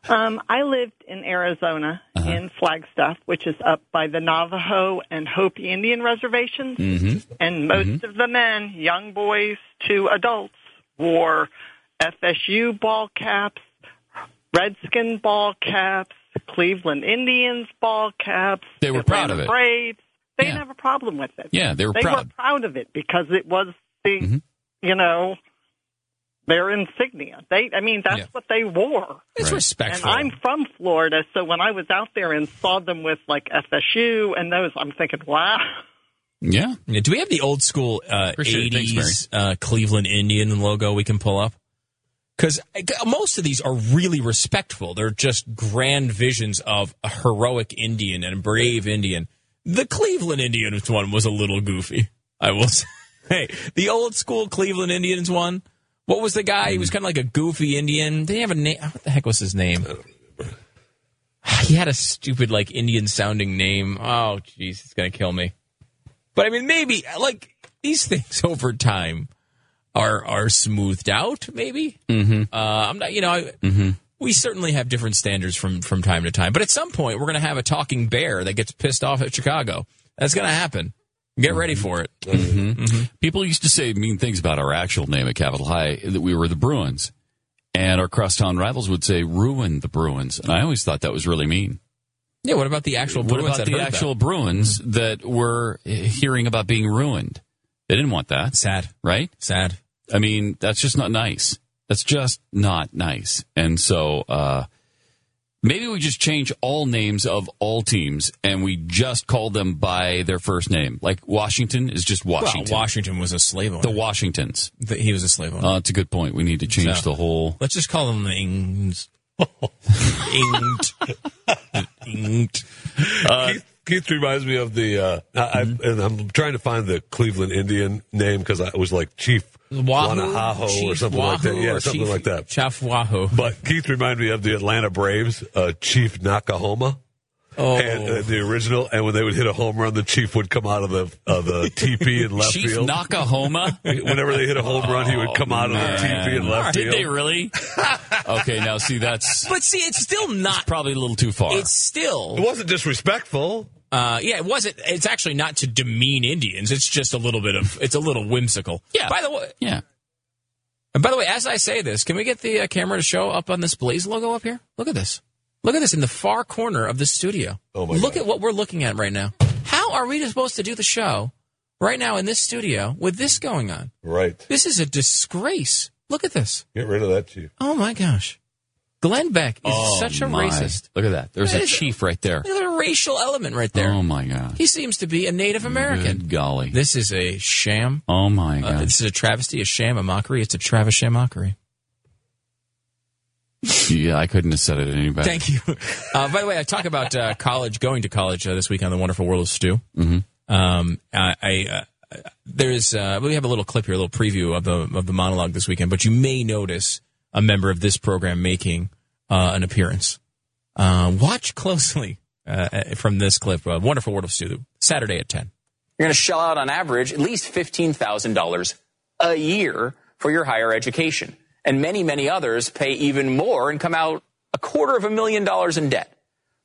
Speaker 19: Um, I lived in Arizona in Flagstaff, which is up by the Navajo and Hopi Indian reservations.
Speaker 3: Mm-hmm.
Speaker 19: And most of the men, young boys to adults, wore FSU ball caps, Redskin ball caps, Cleveland Indians ball caps.
Speaker 3: They were proud
Speaker 19: Atlanta
Speaker 3: of it.
Speaker 19: Braves. They didn't have a problem with it.
Speaker 3: Yeah, they were
Speaker 19: they
Speaker 3: proud. Mm-hmm.
Speaker 19: were proud of it because it was the, you know, their insignia. They, I mean, that's
Speaker 8: Yeah.
Speaker 19: what they wore.
Speaker 8: It's respectful.
Speaker 19: And I'm from Florida, so when I was out there and saw them with like FSU and those, I'm thinking, wow.
Speaker 3: Yeah.
Speaker 8: Do we have the old school uh,
Speaker 3: Appreciate it.
Speaker 8: 80s
Speaker 3: Thanks,
Speaker 8: uh, Cleveland Indian logo we can pull up? Because most of these are really respectful. They're just grand visions of a heroic Indian and a brave Indian. The Cleveland Indians one was a little goofy, I will say. Hey, the old school Cleveland Indians one. What was the guy? He was kind of like a goofy Indian. They didn't have a name. What the heck was his name? He had a stupid, like Indian sounding name. Oh, jeez, it's gonna kill me. But I mean, maybe like these things over time are are smoothed out. Maybe
Speaker 3: Mhm.
Speaker 8: uh, I'm not. You know, I, we certainly have different standards from from time to time. But at some point, we're going to have a talking bear that gets pissed off at Chicago. That's going to happen. Get
Speaker 3: Mm-hmm.
Speaker 8: ready for it.
Speaker 3: People used to say mean things about our actual name at Capital High that we were the Bruins, and our crosstown rivals would say ruin the Bruins, and I always thought that was really mean.
Speaker 8: Yeah. What about the actual?
Speaker 3: what
Speaker 8: Bruins
Speaker 3: about
Speaker 8: that
Speaker 3: the
Speaker 8: heard that?
Speaker 3: actual Bruins that were hearing about being ruined? They didn't want that.
Speaker 8: Sad,
Speaker 3: right?
Speaker 8: Sad.
Speaker 3: I mean, that's just not nice. That's just not nice. And so, uh, maybe we just change all names of all teams and we just call them by their first name. Like Washington is just Washington.
Speaker 8: Well, Washington was a slave owner.
Speaker 3: the Washingtons.
Speaker 8: The- he was a slave owner.
Speaker 3: Uh, it's a good point. We need to change
Speaker 8: So-
Speaker 3: the whole.
Speaker 8: Let's just call them the Ings. Inged. Uh, Inged.
Speaker 9: Keith, Keith reminds me of the, uh, I,
Speaker 8: Mm-hmm.
Speaker 9: I, and I'm trying to find the Cleveland Indian name because it was like Chief Wanahaho or
Speaker 8: Chief
Speaker 9: something like that.
Speaker 8: Wahoo
Speaker 9: Yeah,
Speaker 8: or
Speaker 9: something
Speaker 8: Chief
Speaker 9: like that.
Speaker 8: Chafwaho.
Speaker 9: But Keith reminded me of the Atlanta Braves, uh, Chief Nakahoma.
Speaker 8: Oh.
Speaker 9: And, uh, the original, and when they would hit a home run, the chief would come out of the of the teepee in left
Speaker 3: Chief
Speaker 9: field.
Speaker 3: Nakahoma. Oh,
Speaker 9: Whenever they hit a home run, he would come out of
Speaker 8: Oh,
Speaker 9: the teepee in left
Speaker 3: Did
Speaker 9: field.
Speaker 3: they really? okay, now see that's
Speaker 8: But see, it's still not.
Speaker 3: probably a little too far.
Speaker 8: It's still.
Speaker 9: It wasn't disrespectful.
Speaker 8: Uh, yeah, it wasn't. It's actually not to demean Indians. It's just a little bit of. It's a little whimsical. Yeah. By the way,
Speaker 3: yeah.
Speaker 8: and by the way, as I say this, can we get the uh, camera to show up on this Blaze logo up here? Look at this. Look at this in the far corner of the studio.
Speaker 9: Oh my
Speaker 8: Look
Speaker 9: God.
Speaker 8: at what we're looking at right now. How are we supposed to do the show right now in this studio with this going on?
Speaker 9: Right.
Speaker 8: This is a disgrace. Look at this.
Speaker 9: Get rid of that chief.
Speaker 8: Oh my gosh. Glenn Beck is
Speaker 3: Oh,
Speaker 8: such a
Speaker 3: my.
Speaker 8: racist.
Speaker 3: Look at that. There's
Speaker 8: That
Speaker 3: a
Speaker 8: is-
Speaker 3: chief right there.
Speaker 8: Look at the racial element right there.
Speaker 3: Oh my god.
Speaker 8: He seems to be a Native American.
Speaker 3: Good golly.
Speaker 8: This is a sham.
Speaker 3: Oh my
Speaker 8: Uh,
Speaker 3: god.
Speaker 8: this is a travesty, a sham, a mockery. It's a Travis sham mockery.
Speaker 3: yeah, I couldn't have said it any better.
Speaker 8: Thank you. Uh, by the way, I talk about uh, college, going to college uh, this week on the Wonderful World of Stew.
Speaker 3: Mm-hmm.
Speaker 8: Um, I, I uh, there's uh, we have a little clip here, a little preview of the of the monologue this weekend. But you may notice a member of this program making uh, an appearance. Uh, watch closely uh, from this clip. Uh, Wonderful World of Stew, Saturday at ten.
Speaker 20: You're going to shell out on average at least $15,000 a year for your higher education. And many, many others pay even more and come out a quarter of a million dollars in debt.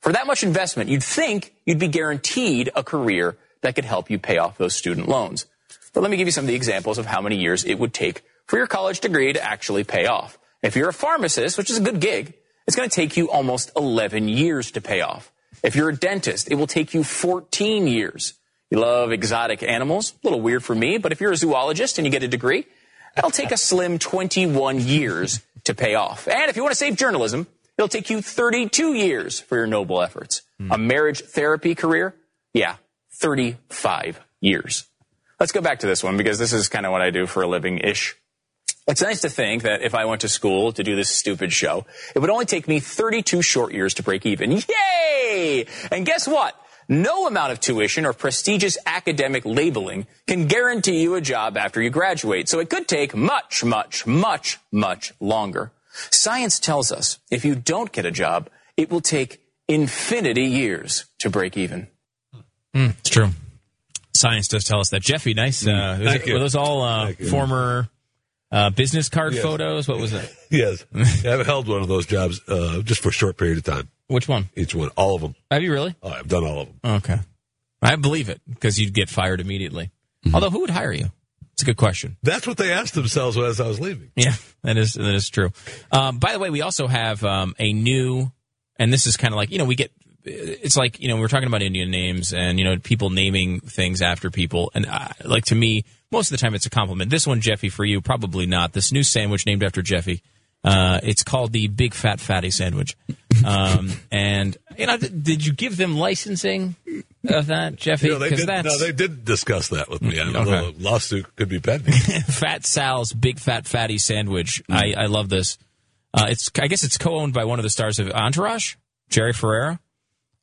Speaker 20: For that much investment, you'd think you'd be guaranteed a career that could help you pay off those student loans. But let me give you some of the examples of how many years it would take for your college degree to actually pay off. If you're a pharmacist, which is a good gig, it's going to take you almost 11 years to pay off. If you're a dentist, it will take you 14 years. You love exotic animals, a little weird for me, but if you're a zoologist and you get a degree, that'll take a slim 21 years to pay off. And if you want to save journalism, it'll take you 32 years for your noble efforts. A marriage therapy career? Yeah, 35 years. Let's go back to this one because this is kind of what I do for a living ish. It's nice to think that if I went to school to do this stupid show, it would only take me 32 short years to break even. Yay! And guess what? No amount of tuition or prestigious academic labeling can guarantee you a job after you graduate. So it could take much, much, much, much longer. Science tells us if you don't get a job, it will take infinity years to break even.
Speaker 8: Mm, it's true. Science does tell us that. Jeffy, nice. Uh,
Speaker 3: Mm-hmm.
Speaker 8: was
Speaker 9: Thank
Speaker 8: it-
Speaker 9: you.
Speaker 8: were those all uh,
Speaker 9: Thank you.
Speaker 8: former uh, business card
Speaker 9: Yes.
Speaker 8: photos? What was it?
Speaker 9: Yes. I've held one of those jobs uh, just for a short period of time.
Speaker 8: Which one?
Speaker 9: Each one. All of them.
Speaker 8: Have you really?
Speaker 9: Oh, I've done all of them.
Speaker 8: Okay. I believe it because you'd get fired immediately. Although, who would hire you? It's a good question.
Speaker 9: That's what they asked themselves as I was leaving.
Speaker 8: Yeah, that is that is true. Um, by the way, we also have um, a new, and this is kind of like you know we get. It's like you know we we're talking about Indian names and you know people naming things after people, and uh, like to me, most of the time it's a compliment. This one, Jeffy, for you, probably not. This new sandwich named after Jeffy. Uh, it's called the Big Fat Fatty Sandwich. Um, and you know, th- did you give them licensing of that, Jeffy?
Speaker 9: You know, they
Speaker 8: 'Cause
Speaker 9: did, no,
Speaker 8: that's-
Speaker 9: they did discuss that with me. I mean,
Speaker 8: Okay.
Speaker 9: although a lawsuit could be pending.
Speaker 8: Fat Sal's Big Fat Fatty Sandwich.
Speaker 9: Mm-hmm.
Speaker 8: I, I love this. Uh, it's I guess it's co-owned by one of the stars of Entourage, Jerry Ferrera,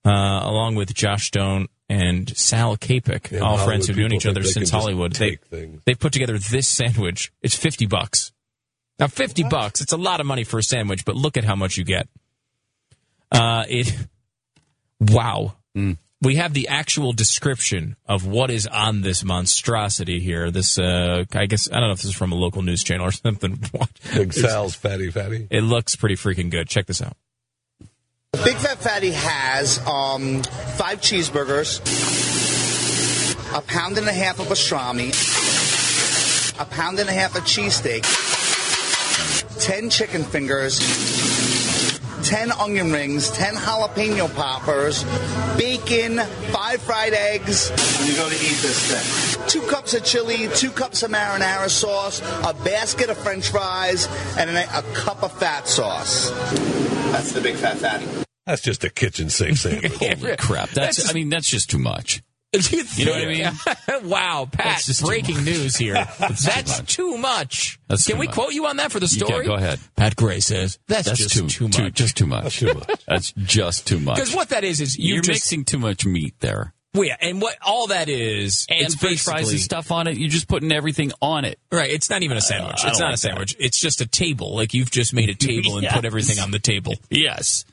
Speaker 8: uh, along with Josh Stone and Sal Capek,
Speaker 9: Yeah,
Speaker 8: all
Speaker 9: Hollywood
Speaker 8: friends who've known
Speaker 9: people
Speaker 8: each other
Speaker 9: think they
Speaker 8: since
Speaker 9: can just
Speaker 8: Hollywood. They
Speaker 9: take things.
Speaker 8: they put together this sandwich. It's fifty bucks. Now fifty bucks. It's a lot of money for a sandwich, but look at how much you get. Uh, it. Wow. We have the actual description of what is on this monstrosity here. This, uh, I guess, I don't know if this is from a local news channel or something. What?
Speaker 9: Big Sal's fatty fatty.
Speaker 8: It looks pretty freaking good. Check this out.
Speaker 21: Big Fat Fatty has um, five cheeseburgers, a pound and a half of pastrami, a pound and a half of cheesesteak, 10 chicken fingers, 10 onion rings, 10 jalapeno poppers, bacon, five fried eggs. You go to eat this thing. Two cups of chili, two cups of marinara sauce, a basket of french fries, and a, a cup of fat sauce. That's the Big Fat Fatty.
Speaker 9: That's just a kitchen sink sandwich.
Speaker 3: Holy crap! That's, I mean that's just too much. You know what I mean?
Speaker 8: wow, Pat,
Speaker 3: That's just too
Speaker 8: breaking
Speaker 3: much.
Speaker 8: news here.
Speaker 3: That's
Speaker 8: That's,
Speaker 3: too much.
Speaker 8: too much.
Speaker 3: That's
Speaker 8: Can
Speaker 3: too
Speaker 8: we
Speaker 3: much.
Speaker 8: quote you on that for the
Speaker 3: You
Speaker 8: story?
Speaker 3: can't- go ahead. Pat Gray says
Speaker 8: That's just too much.
Speaker 3: just too much. That's just too much.
Speaker 8: Because what that is, is you
Speaker 3: You're
Speaker 8: just,
Speaker 3: mixing too much meat there.
Speaker 8: Well, yeah, and what all that is,
Speaker 3: And
Speaker 8: it's
Speaker 3: french fries
Speaker 8: basically-
Speaker 3: and stuff on it. You're just putting everything on it. Uh,
Speaker 8: Right, it's not even a sandwich.
Speaker 3: I don't
Speaker 8: it's not
Speaker 3: like
Speaker 8: a
Speaker 3: that.
Speaker 8: sandwich. It's just a table. Like you've just made a table and
Speaker 3: Yes.
Speaker 8: put everything on the table.
Speaker 3: Yes.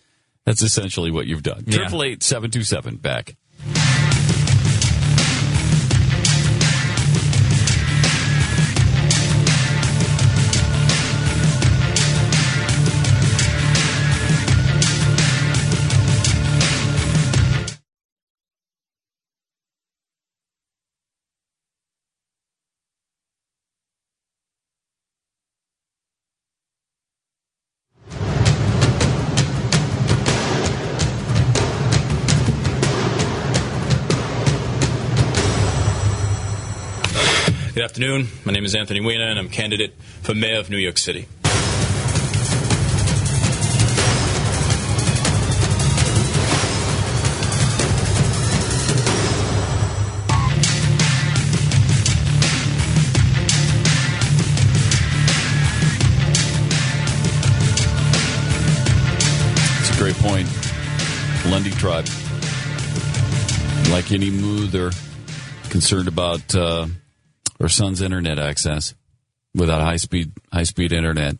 Speaker 3: That's essentially what you've done.
Speaker 8: Yeah.
Speaker 3: Triple eight seven two seven back.
Speaker 16: Good afternoon. My name is Anthony Weiner, and I'm candidate for mayor of New York City.
Speaker 3: It's a great point. Lundy tribe. Like any moo, they're concerned about uh, their son's internet access without high speed high speed internet.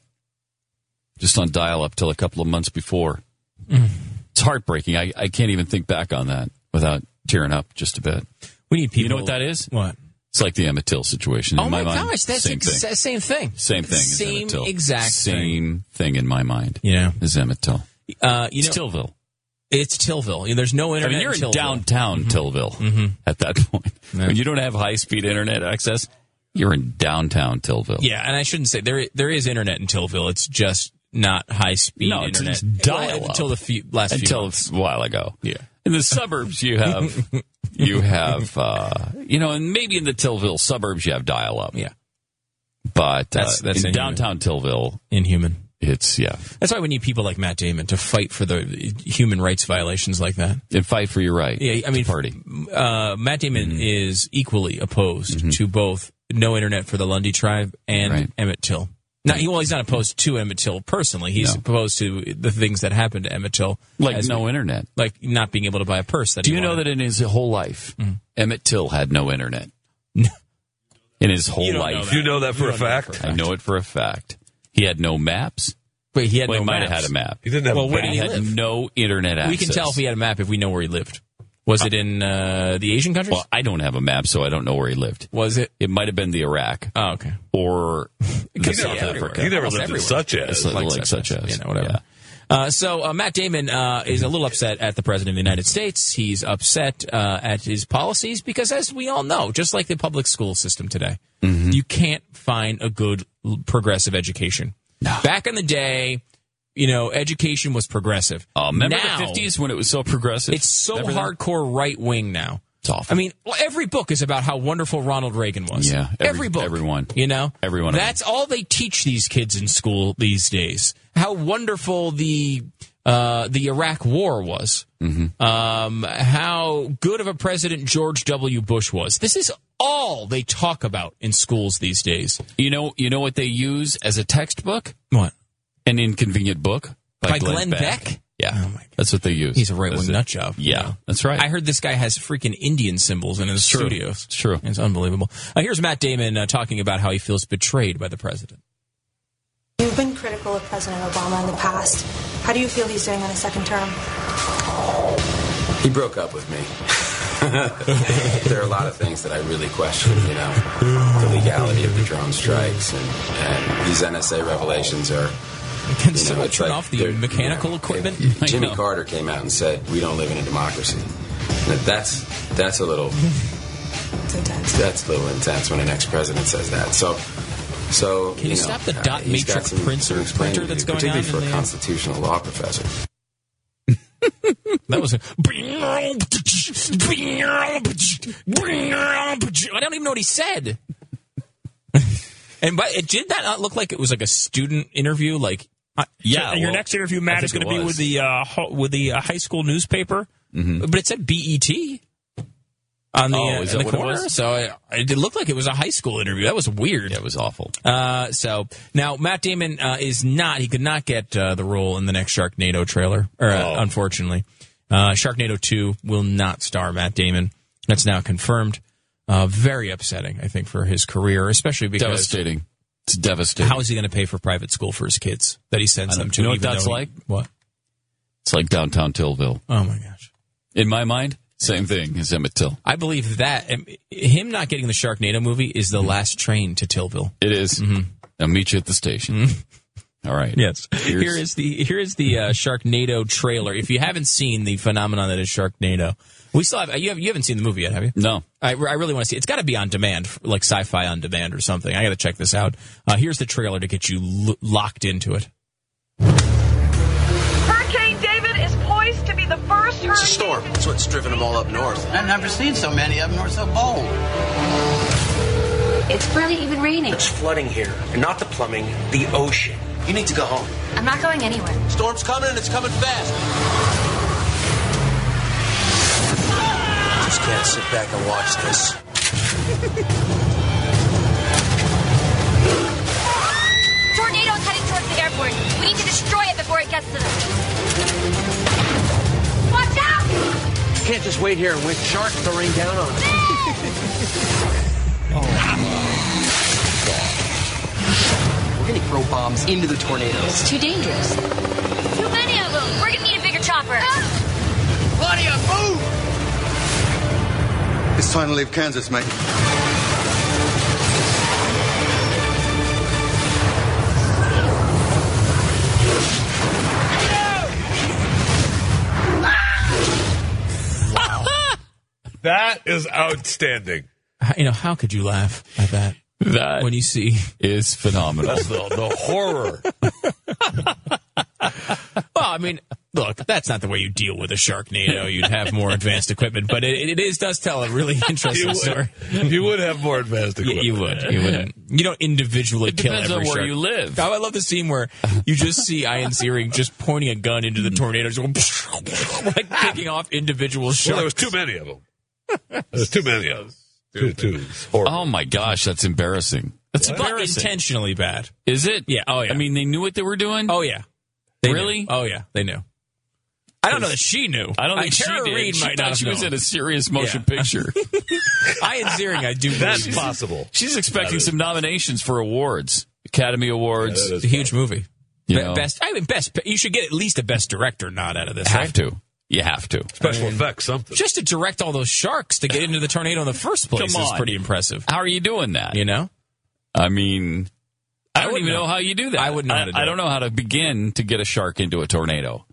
Speaker 3: Just on dial up till a couple of months before.
Speaker 8: Mm.
Speaker 3: It's heartbreaking. I, I can't even think back on that without tearing up just a bit.
Speaker 8: We need people.
Speaker 3: You know what that is?
Speaker 8: What?
Speaker 3: It's like the Emmett Till situation. In
Speaker 8: oh my,
Speaker 3: mind,
Speaker 8: gosh, that's
Speaker 3: same thing.
Speaker 8: exa- same thing.
Speaker 3: Same thing. as
Speaker 8: Same
Speaker 3: Emmett Till.
Speaker 8: exact thing.
Speaker 3: Same thing. in my mind.
Speaker 8: Yeah.
Speaker 3: Is Emmett Till.
Speaker 8: Uh, you know,
Speaker 3: It's Tillville.
Speaker 8: It's Tillville. There's no internet. Mm-hmm.
Speaker 3: I mean, you're in
Speaker 8: Tillville.
Speaker 3: downtown Tillville at that point. When you don't have high speed internet access, you're in downtown Tillville.
Speaker 8: Yeah, and I shouldn't say there. There is internet in Tillville. It's just not high speed
Speaker 3: No, it's-
Speaker 8: internet.
Speaker 3: it's dial-up.
Speaker 8: until the few, last few
Speaker 3: Until
Speaker 8: months.
Speaker 3: a while ago. Yeah. in the suburbs, you have you have uh, you know, and maybe in the Tillville suburbs, you have dial up. Yeah, but
Speaker 8: That's-
Speaker 3: that's,
Speaker 8: that's
Speaker 3: in
Speaker 8: inhuman.
Speaker 3: downtown Tillville,
Speaker 8: inhuman.
Speaker 3: It's yeah.
Speaker 8: That's why we need people like Matt Damon to fight for the human rights violations like that
Speaker 3: and fight for your right.
Speaker 8: Yeah, I mean, party. Uh, Matt Damon
Speaker 3: Mm-hmm.
Speaker 8: is equally opposed to both no internet for the Lundy tribe and Emmett Till. Now, he, well, he's not opposed to Emmett Till personally. He's opposed to the things that happened to Emmett Till,
Speaker 3: Like
Speaker 8: as-
Speaker 3: no internet.
Speaker 8: like not being able to buy a purse. That
Speaker 3: Do
Speaker 8: he
Speaker 3: you know
Speaker 8: wanted. Mm-hmm.
Speaker 3: that in his whole life, Emmett Till had no internet? in his whole
Speaker 8: You don't know
Speaker 3: life,
Speaker 8: that. You know that for You a don't know that fact? for a
Speaker 3: I know it for a fact. He had no maps.
Speaker 8: Wait, he had
Speaker 3: well,
Speaker 8: no
Speaker 3: he might have
Speaker 8: maps.
Speaker 3: had a map.
Speaker 8: He didn't have a
Speaker 3: well, where
Speaker 8: map.
Speaker 3: he had
Speaker 8: He lived.
Speaker 3: no internet access.
Speaker 8: we can tell if he had a map if we know where he lived. Was it in uh, the Asian countries?
Speaker 3: Well, I don't have a map, so I don't know where he lived.
Speaker 8: Was it?
Speaker 3: It might have been the Iraq.
Speaker 8: Oh, okay.
Speaker 3: Or the
Speaker 8: Because
Speaker 3: South
Speaker 8: yeah,
Speaker 3: Africa.
Speaker 8: everywhere. He never lived in such as.
Speaker 3: like,
Speaker 8: Like
Speaker 3: like
Speaker 8: such
Speaker 3: such as.
Speaker 8: you know, whatever. Uh, so uh, Matt Damon uh, is a little upset at the president of the United States. He's upset uh, at his policies because, as we all know, just like the public school system today,
Speaker 3: Mm-hmm.
Speaker 8: you can't find a good l- progressive education. Back in the day, you know, education was progressive. Oh,
Speaker 3: remember the 50s when it was so progressive?
Speaker 8: It's so
Speaker 3: Remember that?
Speaker 8: hardcore right wing now.
Speaker 3: It's awful.
Speaker 8: I mean, well, every book is about how wonderful Ronald Reagan was.
Speaker 3: Yeah,
Speaker 8: every,
Speaker 3: every-
Speaker 8: book,
Speaker 3: everyone.
Speaker 8: you know,
Speaker 3: Everyone.
Speaker 8: That's all they teach these kids in school these days. How wonderful the uh, the Iraq War was.
Speaker 3: Mm-hmm.
Speaker 8: Um, how good of a president George W. Bush was. This is all they talk about in schools these days.
Speaker 3: You know, you know what they use as a textbook?
Speaker 8: What?
Speaker 3: An inconvenient book
Speaker 8: By Glenn Beck? Oh
Speaker 3: Yeah, that's what they use.
Speaker 8: He's a right
Speaker 3: That's
Speaker 8: wing
Speaker 3: it.
Speaker 8: nut job.
Speaker 3: Yeah, that's right.
Speaker 8: I heard this guy has freaking Indian symbols in his
Speaker 3: true.
Speaker 8: studios.
Speaker 3: It's true.
Speaker 8: It's unbelievable. Uh, here's Matt Damon uh, talking about how he feels betrayed by the president.
Speaker 2: You've been critical of President Obama in the past. How do you feel he's doing on his second term?
Speaker 22: He broke up with me. there are a lot of things that I really question, you know. The legality of the drone strikes and, and these NSA revelations are.
Speaker 8: Can
Speaker 22: someone turn off the mechanical
Speaker 8: equipment?
Speaker 22: Jimmy Carter came out and said, "We don't live in a democracy." Now, that's that's a little that's a little intense when an ex-president says that. So, so
Speaker 8: Can you
Speaker 22: know,
Speaker 8: stop the
Speaker 22: uh,
Speaker 8: dot
Speaker 22: he's got
Speaker 8: matrix
Speaker 22: some-
Speaker 8: prints or
Speaker 22: some explaining
Speaker 8: printer
Speaker 22: to
Speaker 8: that's
Speaker 22: do,
Speaker 8: going
Speaker 22: particularly
Speaker 8: on
Speaker 22: for
Speaker 8: in
Speaker 22: a
Speaker 8: the-
Speaker 22: constitutional law professor.
Speaker 8: That was a. I don't even know what he said. and but it did that not look like it was like a student interview? Like, I-
Speaker 23: Uh, So your next interview, Matt, is going to be with the uh, ho- with the uh, high school newspaper.
Speaker 3: Mm-hmm.
Speaker 8: But it said BET on the,
Speaker 23: Oh,
Speaker 8: uh,
Speaker 23: is
Speaker 8: in
Speaker 23: that
Speaker 8: the
Speaker 23: what it
Speaker 8: corner.
Speaker 23: was?
Speaker 8: So I, I- it looked like it was a high school interview. That was weird. That
Speaker 3: was awful.
Speaker 8: Uh, so now Matt Damon uh, is not. He could not get uh, the role in the next Sharknado trailer. Or, uh,
Speaker 3: Oh.
Speaker 8: Unfortunately, uh, Sharknado Two will not star Matt Damon. That's now confirmed. Uh, very upsetting, I think, for his career, especially because
Speaker 3: Devastating. It's devastating.
Speaker 8: How is he going to pay for private school for his kids that he sends
Speaker 3: I don't-
Speaker 8: them to?
Speaker 3: you know what
Speaker 8: even
Speaker 3: that's
Speaker 8: though he-
Speaker 3: like?
Speaker 8: What?
Speaker 3: It's like downtown Tillville.
Speaker 8: Oh my gosh.
Speaker 3: In my mind, same thing as Emmett Till.
Speaker 8: I believe that um, him not getting the Sharknado movie is
Speaker 3: Mm-hmm.
Speaker 8: the last train to Tillville.
Speaker 3: It is. I'll meet you at the station. All right.
Speaker 8: Mm-hmm. Yes.
Speaker 3: Here's-
Speaker 8: Here is the here is the uh, Sharknado trailer. If you haven't seen the phenomenon that is Sharknado, we still have you, have you haven't seen the movie yet, have you?
Speaker 3: No.
Speaker 8: I, I really want to see. it. It's got to be on demand, like Sci-Fi on demand or something. I got to check this out. Uh, here's the trailer to get you lo- locked into it.
Speaker 24: Hurricane David is poised to be the first hurricane.
Speaker 25: It's a storm. That's what's driven them all up north. I've never seen so many of them or so bold.
Speaker 26: It's barely even raining.
Speaker 25: It's flooding here, and not the plumbing, the ocean. You need to go home.
Speaker 26: I'm not going anywhere.
Speaker 25: Storm's coming, and it's coming fast. Just can't sit back and watch this.
Speaker 27: Tornado's heading towards the airport. We need to destroy it before it gets to them. Watch out!
Speaker 25: Can't just wait here and wait for sharks to rain down on us. We're gonna throw bombs into the tornadoes.
Speaker 26: It's too dangerous.
Speaker 27: Too many of them. We're gonna need a bigger chopper.
Speaker 25: Claudia, move!
Speaker 28: It's time to leave Kansas, mate.
Speaker 9: That is outstanding.
Speaker 8: How- You know, how could you laugh at that?
Speaker 3: That
Speaker 8: when you see
Speaker 3: is phenomenal.
Speaker 9: That's the, the horror.
Speaker 8: Well, I mean, Look, that's not the way you deal with a Sharknado. You'd have more advanced equipment, but it, it is does tell a really interesting
Speaker 9: You would-
Speaker 8: story.
Speaker 9: You would have more advanced
Speaker 8: You,
Speaker 9: equipment.
Speaker 8: you would. You would. You don't individually
Speaker 9: It
Speaker 8: kill
Speaker 9: depends
Speaker 8: every
Speaker 9: on where
Speaker 8: shark.
Speaker 9: you live.
Speaker 8: Oh, I love the scene where you just see Ian Searing just pointing a gun into the tornadoes, going, like picking off individual sharks.
Speaker 9: Well, there was too many of them. There's too many of them. Too, too.
Speaker 3: Oh my gosh, that's embarrassing. That's
Speaker 8: But
Speaker 3: embarrassing.
Speaker 8: intentionally bad.
Speaker 3: Is it?
Speaker 8: Yeah. Oh yeah.
Speaker 3: I mean, they knew what they were doing.
Speaker 8: Oh yeah. They knew.
Speaker 3: really?
Speaker 8: Oh yeah. They knew. I don't know that she knew.
Speaker 3: I don't think
Speaker 8: Tara
Speaker 3: she did.
Speaker 8: Reid
Speaker 3: she
Speaker 8: might
Speaker 3: thought
Speaker 8: not
Speaker 3: she
Speaker 8: have
Speaker 3: was
Speaker 8: known.
Speaker 3: in a serious motion
Speaker 8: Yeah.
Speaker 3: picture.
Speaker 8: Ian Ziering, I do.
Speaker 9: That's
Speaker 8: believe.
Speaker 9: possible.
Speaker 3: She's expecting
Speaker 8: That is-
Speaker 3: some nominations for awards, Academy Awards.
Speaker 8: It's a huge movie.
Speaker 3: You
Speaker 8: Be-
Speaker 3: know.
Speaker 8: Best. I mean, best. You should get at least a best director nod out of this.
Speaker 3: Have
Speaker 8: right?
Speaker 3: to. You have to.
Speaker 9: Special effects, something.
Speaker 8: Just to direct all those sharks to get into the tornado in the first place
Speaker 3: Come
Speaker 8: is
Speaker 3: on.
Speaker 8: pretty impressive.
Speaker 3: How are you doing that?
Speaker 8: You know.
Speaker 3: I mean, I, don't
Speaker 8: wouldn't
Speaker 3: even
Speaker 8: know.
Speaker 3: know. how you do that. I
Speaker 8: wouldn't know how to do
Speaker 3: I,
Speaker 8: it.
Speaker 3: don't know how to begin to get a shark into a tornado.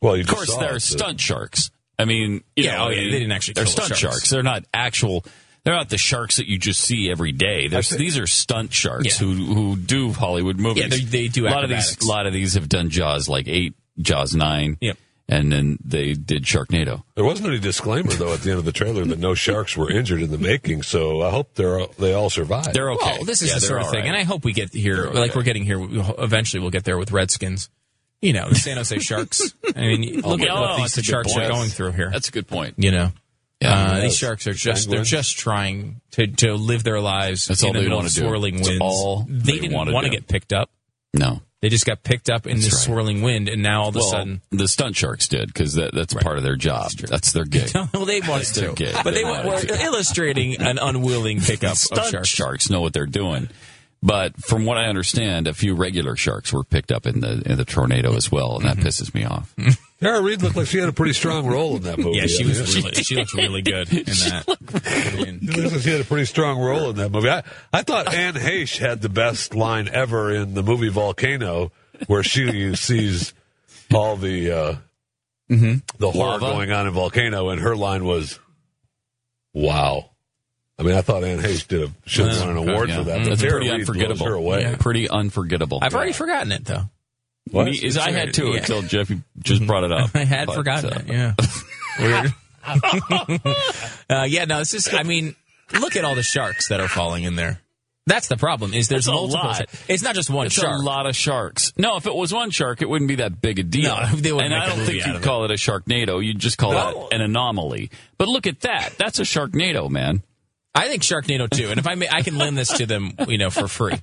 Speaker 9: Well, you
Speaker 3: Of
Speaker 9: just
Speaker 3: course,
Speaker 9: saw
Speaker 3: there are
Speaker 9: it, so-
Speaker 3: stunt sharks. I mean, you
Speaker 8: Yeah,
Speaker 3: know,
Speaker 8: oh, yeah,
Speaker 3: I mean,
Speaker 8: they didn't actually
Speaker 3: They're
Speaker 8: kill the
Speaker 3: stunt
Speaker 8: sharks.
Speaker 3: They're not actual. They're not the sharks that you just see every day. There's,
Speaker 8: think-
Speaker 3: these are stunt sharks
Speaker 8: Yeah.
Speaker 3: who who do Hollywood movies.
Speaker 8: Yeah, they- they do
Speaker 3: A lot of these.
Speaker 8: acrobatics.
Speaker 3: A lot of these have done Jaws like eight, Jaws nine.
Speaker 8: Yep.
Speaker 3: And then they did Sharknado.
Speaker 9: There wasn't any disclaimer though at the end of the trailer that no sharks were injured in the making, so I hope they're all, they all survived.
Speaker 3: They're okay.
Speaker 8: Well, this is
Speaker 3: Yeah,
Speaker 8: the
Speaker 3: they're
Speaker 8: sort of
Speaker 3: all
Speaker 8: thing,
Speaker 3: right.
Speaker 8: and I hope we get here,
Speaker 3: They're
Speaker 8: like
Speaker 3: okay.
Speaker 8: we're getting here. we- Eventually, we'll get there with Redskins. You know, the San Jose Sharks. I mean,
Speaker 3: Oh
Speaker 8: look
Speaker 3: my
Speaker 8: at
Speaker 3: God,
Speaker 8: what
Speaker 3: that's a
Speaker 8: these
Speaker 3: good
Speaker 8: sharks
Speaker 3: point.
Speaker 8: are going through here.
Speaker 3: That's a good point.
Speaker 8: You know,
Speaker 3: Yeah.
Speaker 8: uh, these
Speaker 3: Yes.
Speaker 8: sharks are just—they're
Speaker 3: Penguins.
Speaker 8: just trying to, to live their lives
Speaker 3: That's
Speaker 8: in
Speaker 3: all
Speaker 8: the
Speaker 3: they
Speaker 8: middle
Speaker 3: wanna
Speaker 8: of
Speaker 3: do.
Speaker 8: swirling
Speaker 3: It's
Speaker 8: winds.
Speaker 3: all
Speaker 8: they,
Speaker 3: they
Speaker 8: didn't
Speaker 3: wanna
Speaker 8: wanna
Speaker 3: do.
Speaker 8: get picked up.
Speaker 3: No.
Speaker 8: They just got picked up in
Speaker 3: That's
Speaker 8: this
Speaker 3: right.
Speaker 8: swirling wind, and now all of a
Speaker 3: well,
Speaker 8: sudden,
Speaker 3: the stunt sharks did because that, that's part of their job. That's, their gig.
Speaker 8: well, they wanted
Speaker 3: their
Speaker 8: to,
Speaker 3: gig.
Speaker 8: but they,
Speaker 3: They
Speaker 8: were
Speaker 3: wanted to.
Speaker 8: illustrating an unwilling pickup of
Speaker 3: stunt
Speaker 8: sharks.
Speaker 3: sharks. know what they're doing. But from what I understand, a few regular sharks were picked up in the in the tornado as well, and
Speaker 8: Mm-hmm.
Speaker 3: that pisses me off.
Speaker 9: Tara Reid looked like she had a pretty strong role in that movie.
Speaker 8: Yeah, she
Speaker 9: I
Speaker 8: was
Speaker 9: mean,
Speaker 8: really, she looked really good in that.
Speaker 9: She looked like she had a pretty strong role in that movie. I, I thought Anne Heche had the best line ever in the movie Volcano, where she sees all the uh, the horror
Speaker 3: Lava.
Speaker 9: going on in Volcano, and her line was, "Wow." I mean, I thought Anne Heche did a, should have won an award
Speaker 3: Yeah.
Speaker 9: for
Speaker 8: Mm-hmm.
Speaker 9: that. But
Speaker 3: That's
Speaker 9: Tara
Speaker 3: pretty
Speaker 9: Reid blows
Speaker 3: unforgettable.
Speaker 9: Her away.
Speaker 3: Yeah. Pretty unforgettable.
Speaker 8: I've already forgotten it though.
Speaker 9: What?
Speaker 3: Me- is- I had too
Speaker 8: Yeah.
Speaker 3: until Jeffy just brought it up.
Speaker 8: I had
Speaker 3: But,
Speaker 8: forgotten
Speaker 3: uh,
Speaker 8: it. Yeah. Weird. uh, yeah. No, it's just. I mean, look at all the sharks that are falling in there. That's the problem. Is there's
Speaker 3: That's a
Speaker 8: multiple.
Speaker 3: lot.
Speaker 8: sharks. It's not just one
Speaker 3: It's
Speaker 8: shark.
Speaker 3: a lot of sharks. No, if it was one shark, it wouldn't be that big a deal.
Speaker 8: No, they wouldn't make
Speaker 3: and I
Speaker 8: a
Speaker 3: don't
Speaker 8: movie
Speaker 3: think
Speaker 8: out
Speaker 3: you'd
Speaker 8: of it.
Speaker 3: call it a sharknado. You'd just call
Speaker 8: No.
Speaker 3: that an anomaly. But look at that. That's a sharknado, man.
Speaker 8: I think Sharknado two, and if I may, I can lend this to them, you know, for free.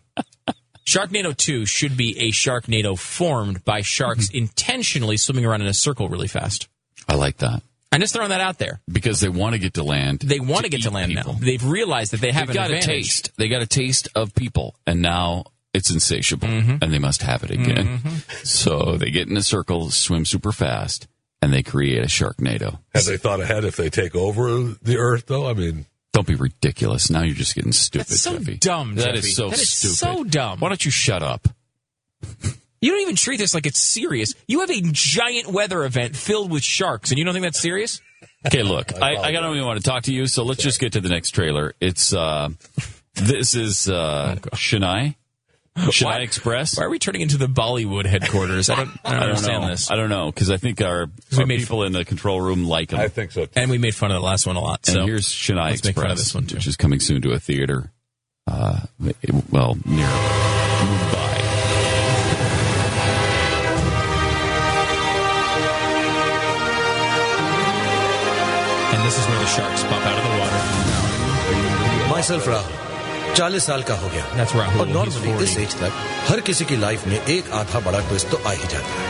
Speaker 8: Sharknado two should be a Sharknado formed by sharks intentionally swimming around in a circle really fast.
Speaker 3: Mm-hmm. I like that
Speaker 8: I'm just throwing that out there.
Speaker 3: because they want to get to land.
Speaker 8: They want to, get to
Speaker 3: eat
Speaker 8: land
Speaker 3: people.
Speaker 8: now. They've realized that they have
Speaker 3: They
Speaker 8: an
Speaker 3: got a
Speaker 8: advantage.
Speaker 3: taste. They got a taste of people, and now it's insatiable,
Speaker 8: Mm-hmm.
Speaker 3: and they must have it again. So they get in a circle, swim super fast, and they create a sharknado.
Speaker 9: Have they thought ahead if they take over the Earth, though? I mean,
Speaker 3: Don't be ridiculous. Now you're just getting stupid,
Speaker 8: That's so
Speaker 3: Jeffy.
Speaker 8: dumb,
Speaker 3: That
Speaker 8: Jeffy.
Speaker 3: is so
Speaker 8: That is
Speaker 3: stupid.
Speaker 8: so dumb.
Speaker 3: Why don't you shut up?
Speaker 8: You don't even treat this like it's serious. You have a giant weather event filled with sharks, and you don't think that's serious?
Speaker 3: Okay, look, I, I don't even want to talk to you, so let's just get to the next trailer. It's uh, this is uh, Chennai, Chennai
Speaker 8: Oh, Why-
Speaker 3: Express.
Speaker 8: Why are we turning into the Bollywood headquarters? I don't, I don't,
Speaker 3: I don't
Speaker 8: understand
Speaker 3: know.
Speaker 8: this.
Speaker 3: I don't know because I think our,
Speaker 8: we
Speaker 3: our
Speaker 8: made-
Speaker 3: people in the control room like them.
Speaker 9: I think so. Too.
Speaker 8: And we made fun of the last one a lot. So
Speaker 3: and here's Chennai
Speaker 8: let's
Speaker 3: Express,
Speaker 8: make fun of this one too.
Speaker 3: which is coming soon to a theater. Uh, it- well, near Mumbai.
Speaker 8: and this is where the sharks pop out of the water.
Speaker 4: myself Rahul 40 साल का हो गया
Speaker 8: That's Rahul.
Speaker 4: और
Speaker 8: He's
Speaker 4: normally
Speaker 8: 40.
Speaker 4: इस age तक हर किसी की लाइफ में एक आधा बड़ा ट्विस्ट तो आ ही जाता है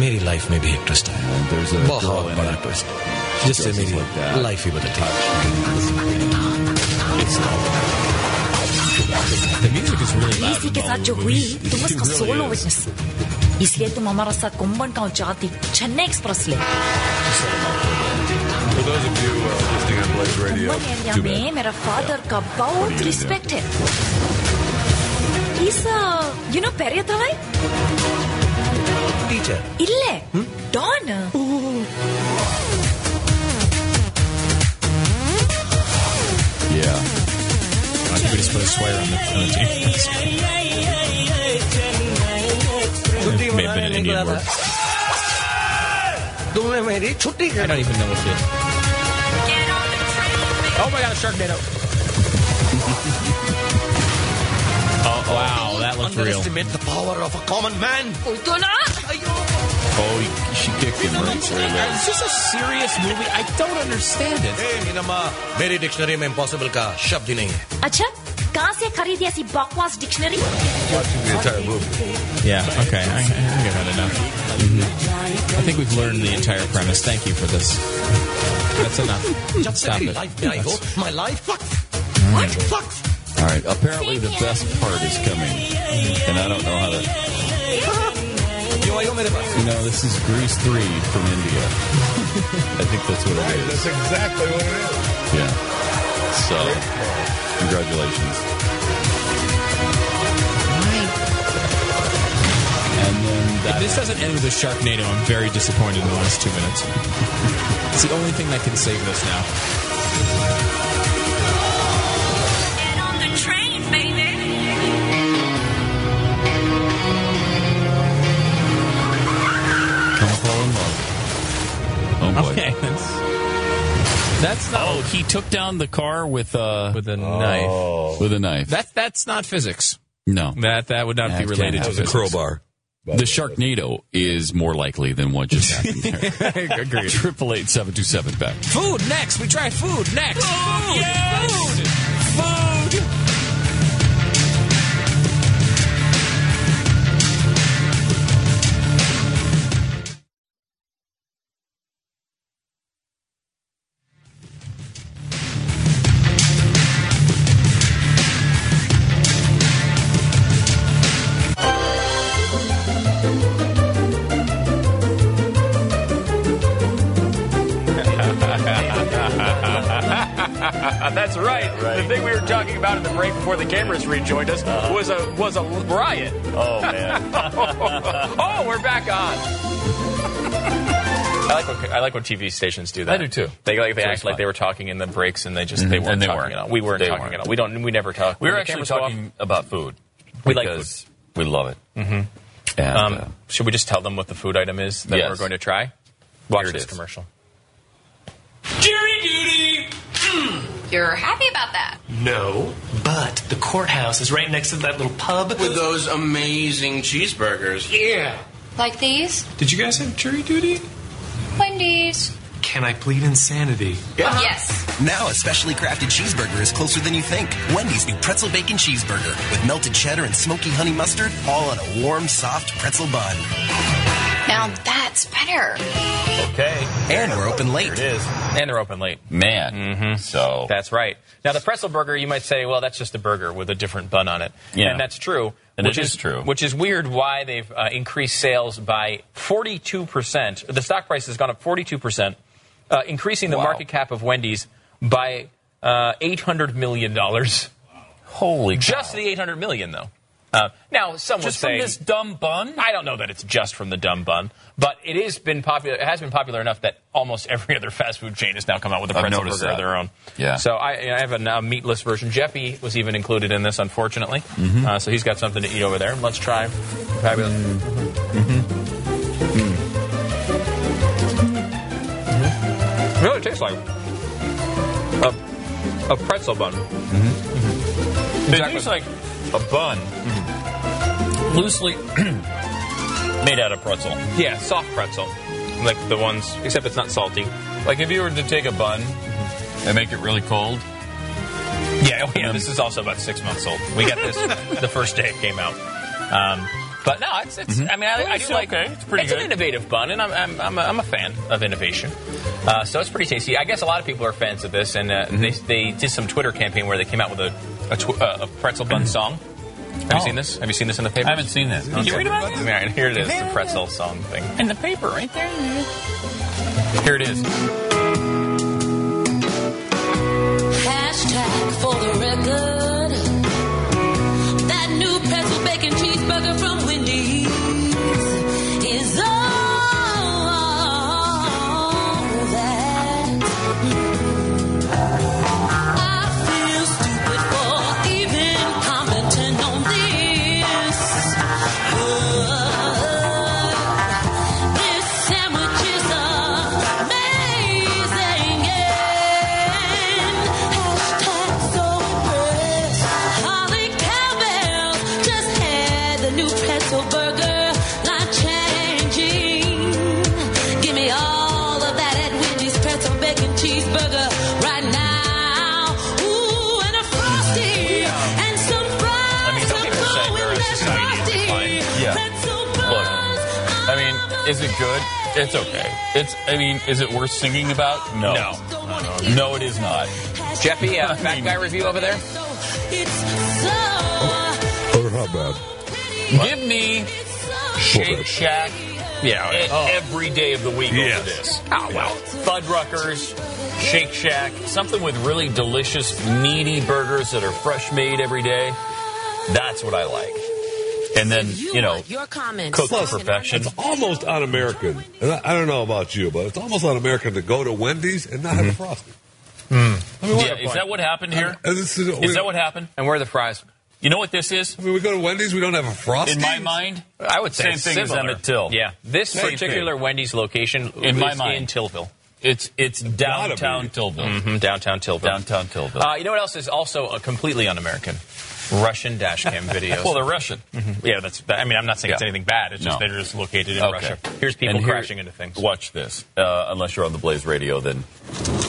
Speaker 4: मेरी लाइफ में भी एक ट्विस्ट आया
Speaker 3: And there's a girl
Speaker 4: बहुत
Speaker 3: in
Speaker 4: बड़ा
Speaker 3: it.
Speaker 4: ट्विस्ट जिससे
Speaker 3: Dresses
Speaker 4: मेरी
Speaker 3: like that.
Speaker 4: लाइफ ही बदल गई
Speaker 8: The music is really loud.
Speaker 10: इसी के साथ जो हुई तुम उसका सोलो विटनेस इसलिए तुम हमारा साथ कुंभन गांव जाती चेन्नई एक्सप्रेस ले
Speaker 9: For those of you uh, listening on Blaze Radio,
Speaker 10: Kumbhan area
Speaker 9: too
Speaker 10: में
Speaker 9: bad.
Speaker 10: मेरा फादर का
Speaker 3: What
Speaker 10: बहुत
Speaker 3: do you
Speaker 10: रिस्पेक्ट है He's a,
Speaker 5: uh,
Speaker 10: you know, Periathalai?
Speaker 4: Teacher
Speaker 10: Ille.
Speaker 3: Hmm?
Speaker 10: Don.
Speaker 29: Oh.
Speaker 3: Yeah.
Speaker 8: I think we just put a swear on the, on the team.
Speaker 4: छुट्टी
Speaker 8: May have been
Speaker 4: मनाने
Speaker 8: an
Speaker 4: निकला
Speaker 8: Indian
Speaker 4: था
Speaker 8: word.
Speaker 30: तुमने मेरी छुट्टी कर
Speaker 2: I don't even know what it is. Oh my god, a Sharknado! oh wow, that looked real.
Speaker 30: Underestimate the power of a common man.
Speaker 3: Oh, he- she kicked him right there.
Speaker 2: Is this a serious movie? I don't understand it.
Speaker 30: Hey, Minamma, मेरी dictionary में impossible का शब्द ही नहीं है
Speaker 31: अच्छा कहाँ से खरीदी ऐसी बकवास dictionary
Speaker 9: Watching the entire movie.
Speaker 2: Yeah, okay. I, I think I've had enough.
Speaker 3: Mm-hmm.
Speaker 2: I think we've learned the entire premise. Thank you for this. That's enough. Stop it. That's-
Speaker 30: my life.
Speaker 3: All right. Apparently, the best part is coming, and I don't know how to.
Speaker 30: क्यों आई हो मेरे पास
Speaker 3: You know, this is Grease Three from India. I think that's what it is.
Speaker 9: That's exactly what it is.
Speaker 3: Yeah. So, congratulations. And then
Speaker 2: If
Speaker 3: that
Speaker 2: this doesn't end with a Sharknado, I'm very disappointed in the last two minutes. It's the only thing that can save this now.
Speaker 3: don't fall in love. Oh boy.
Speaker 2: Okay, that's, that's not.
Speaker 3: Oh, he took down the car with a
Speaker 2: With a knife.
Speaker 3: Oh. With a knife.
Speaker 2: That that's not physics.
Speaker 3: no.
Speaker 2: That that would not
Speaker 3: That
Speaker 2: be
Speaker 3: can't
Speaker 2: related
Speaker 9: It
Speaker 2: to
Speaker 9: was a
Speaker 2: physics.
Speaker 9: crowbar.
Speaker 3: The Sharknado is more likely than what just happened there.
Speaker 2: Agreed.
Speaker 3: Triple eight seven two seven back.
Speaker 2: Food next. We try food next. Food. Food.
Speaker 32: That's right. The thing we were talking about in the break before the cameras rejoined us was a was a riot.
Speaker 8: Uh-huh. Oh man,
Speaker 32: oh, we're back on.
Speaker 8: I like what I like when TV stations do that.
Speaker 32: I do, too.
Speaker 8: They like they
Speaker 32: It's
Speaker 8: act
Speaker 32: fun. Mm-hmm.
Speaker 8: like they were talking in the breaks and they just they weren't
Speaker 32: And they
Speaker 8: talking
Speaker 32: weren't.
Speaker 8: at all. We weren't
Speaker 32: They
Speaker 8: talking
Speaker 32: weren't.
Speaker 8: at all. We don't we never talk.
Speaker 32: We were
Speaker 8: when the
Speaker 32: actually
Speaker 8: cameras go off,
Speaker 32: talking about food.
Speaker 8: We like
Speaker 32: because We love it.
Speaker 3: And,
Speaker 8: Um,
Speaker 3: uh,
Speaker 8: should we just tell them what the food item is that
Speaker 32: Yes.
Speaker 8: we're going to try? Watch
Speaker 32: Here it
Speaker 8: this
Speaker 32: is.
Speaker 8: commercial.
Speaker 29: Jury duty. Hmm.
Speaker 33: You're happy about that.
Speaker 34: No, but the courthouse is right next to that little pub.
Speaker 35: with those amazing cheeseburgers.
Speaker 34: Yeah.
Speaker 33: Like these?
Speaker 34: Did you guys have jury duty?
Speaker 33: Wendy's.
Speaker 34: Can I plead insanity?
Speaker 33: Yes.
Speaker 4: Now, a specially crafted cheeseburger is closer than you think. Wendy's new pretzel bacon cheeseburger with melted cheddar and smoky honey mustard, all on a warm, soft pretzel bun.
Speaker 33: Now that's better.
Speaker 8: Okay.
Speaker 4: And we're open late.
Speaker 8: And they're open late.
Speaker 32: Man. So
Speaker 8: That's right. Now, the pretzel burger, you might say, well, that's just a burger with a different bun on it.
Speaker 32: Yeah.
Speaker 8: And that's true.
Speaker 32: And it
Speaker 8: which
Speaker 32: is true.
Speaker 8: Which is weird why they've uh, increased sales by 42%. The stock price has gone up 42%, uh, increasing the
Speaker 32: Wow.
Speaker 8: market cap of Wendy's by uh, $800 million.
Speaker 32: holy
Speaker 8: Just the $800 million, though. Uh, now, some would
Speaker 32: Just from
Speaker 8: say
Speaker 32: this dumb bun?
Speaker 8: I don't know that it's just from the dumb bun, but it is been popular. It has been popular enough that almost every other fast food chain has now come out with a
Speaker 32: I've
Speaker 8: pretzel burger
Speaker 32: noticed
Speaker 8: of
Speaker 32: that.
Speaker 8: their own.
Speaker 32: Yeah.
Speaker 8: So I, I have a now meatless version. Jeffy was even included in this, unfortunately. Uh, so he's got something to eat over there. Let's try. Fabulous. It really tastes like a, a pretzel bun.
Speaker 32: It tastes like a bun, loosely made out of pretzel.
Speaker 8: Yeah, soft pretzel, like the ones except it's not salty.
Speaker 32: Like if you were to take a bun and make it really cold,
Speaker 8: Yeah, oh yeah. this is also about six months old. We got this the first day it came out. Um, but no, it's. it's I mean,
Speaker 32: Uh,
Speaker 8: I, I
Speaker 32: Mm-hmm. It's
Speaker 8: do like
Speaker 32: okay. It's pretty
Speaker 8: an
Speaker 32: good.
Speaker 8: innovative bun, and I'm I'm, I'm, a, I'm a fan of innovation. Uh, so it's pretty tasty. I guess a lot of people are fans of this, and uh, they they did some Twitter campaign where they came out with a a, tw- uh, a pretzel bun song. Have
Speaker 32: Oh.
Speaker 8: you seen this? Have you seen this in the paper?
Speaker 32: I haven't seen this.
Speaker 8: Did you read about it? All right, here it is, the pretzel song thing.
Speaker 32: in the paper right there.
Speaker 8: Here it is.
Speaker 5: Hashtag for the record. That new pretzel bacon cheeseburger from Wendy's is all that I feel stupid for even commenting on this. Uh, this sandwich is a
Speaker 8: Is it good? It's okay. It's. I mean, is it worth singing about? No. No, it is not. Jeffy, uh, fat guy review over there.
Speaker 9: Or how bad?
Speaker 8: Give me Shake Shack. Yeah, oh. every day of the week over this. Oh well, Fuddruckers, Shake Shack, something with really delicious, meaty burgers that are fresh made every day. That's what I like. And then you know, cook for perfection.
Speaker 9: It's almost un-American. And I, I don't know about you, but it's almost un-American to go to Wendy's and not have a frosty.
Speaker 8: yeah, is that what happened here? Is that what happened? And where are the fries? You know what this is?
Speaker 9: I mean, we go to Wendy's, we don't have a frosty.
Speaker 8: In my mind, I would
Speaker 9: say
Speaker 8: same thing
Speaker 9: similar.
Speaker 8: as Emmett Till. Yeah, this
Speaker 9: Same
Speaker 8: particular
Speaker 9: thing.
Speaker 8: Wendy's location in my
Speaker 9: is
Speaker 8: mind
Speaker 9: in
Speaker 8: Tillville. It's it's
Speaker 9: gotta
Speaker 8: downtown
Speaker 9: be.
Speaker 8: Tillville. downtown Tillville. Downtown Tillville. Uh, you know what else is also uh, completely un-American? Russian dash cam videos.
Speaker 3: Well,
Speaker 8: they're Russian. Yeah, that's. that- I mean, I'm not saying it's
Speaker 3: Yeah.
Speaker 8: anything bad. It's just
Speaker 3: No.
Speaker 8: they're just located in
Speaker 3: Okay.
Speaker 8: Russia. Here's people
Speaker 3: And here-
Speaker 8: crashing into things.
Speaker 3: Watch this. Uh, unless you're on the Blaze Radio, then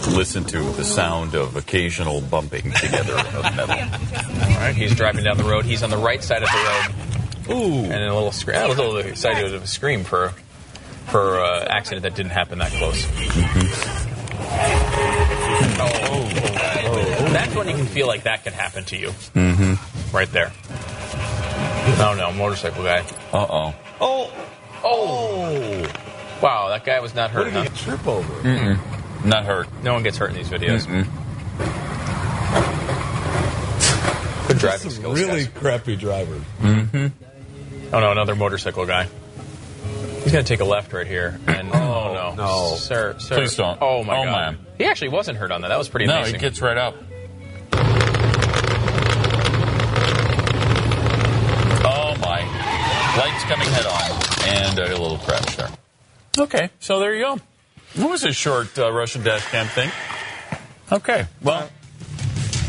Speaker 3: listen to the sound of occasional bumping together of metal.
Speaker 8: All right, he's driving down the road. He's on the right side of the road. Ooh! And a little scream. I was a little excited of a scream for for uh, accident that didn't happen that close. Oh, that's when you can feel like that could happen to you,
Speaker 3: Mm-hmm.
Speaker 8: right there. Oh no, motorcycle guy.
Speaker 3: Uh oh.
Speaker 8: Oh, oh! Wow, that guy was not hurt. What did he trip over?
Speaker 3: Mm-mm. Not hurt.
Speaker 8: No one gets hurt in these videos.
Speaker 3: Mm-mm.
Speaker 8: Good driving skills.
Speaker 9: Really
Speaker 8: guys.
Speaker 9: crappy driver.
Speaker 3: Mm-hmm.
Speaker 8: Oh no, another motorcycle guy. He's gonna take a left right here. And oh, no,
Speaker 3: no.
Speaker 8: sir, sir,
Speaker 3: Please don't.
Speaker 8: Oh my
Speaker 3: Oh,
Speaker 8: god,
Speaker 3: ma'am.
Speaker 8: he actually wasn't hurt on that. That was pretty
Speaker 3: No,
Speaker 8: amazing.
Speaker 3: he
Speaker 8: gets right up.
Speaker 3: Oh my. Lights coming head on. And a little crash there. Okay, so there you go. What was a short uh, Russian dash cam thing? Okay, well.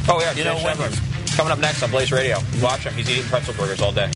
Speaker 8: Oh yeah,
Speaker 3: You know,
Speaker 8: James Shepard. coming up next on Blaze Radio. Watch him. He's eating pretzel burgers all day.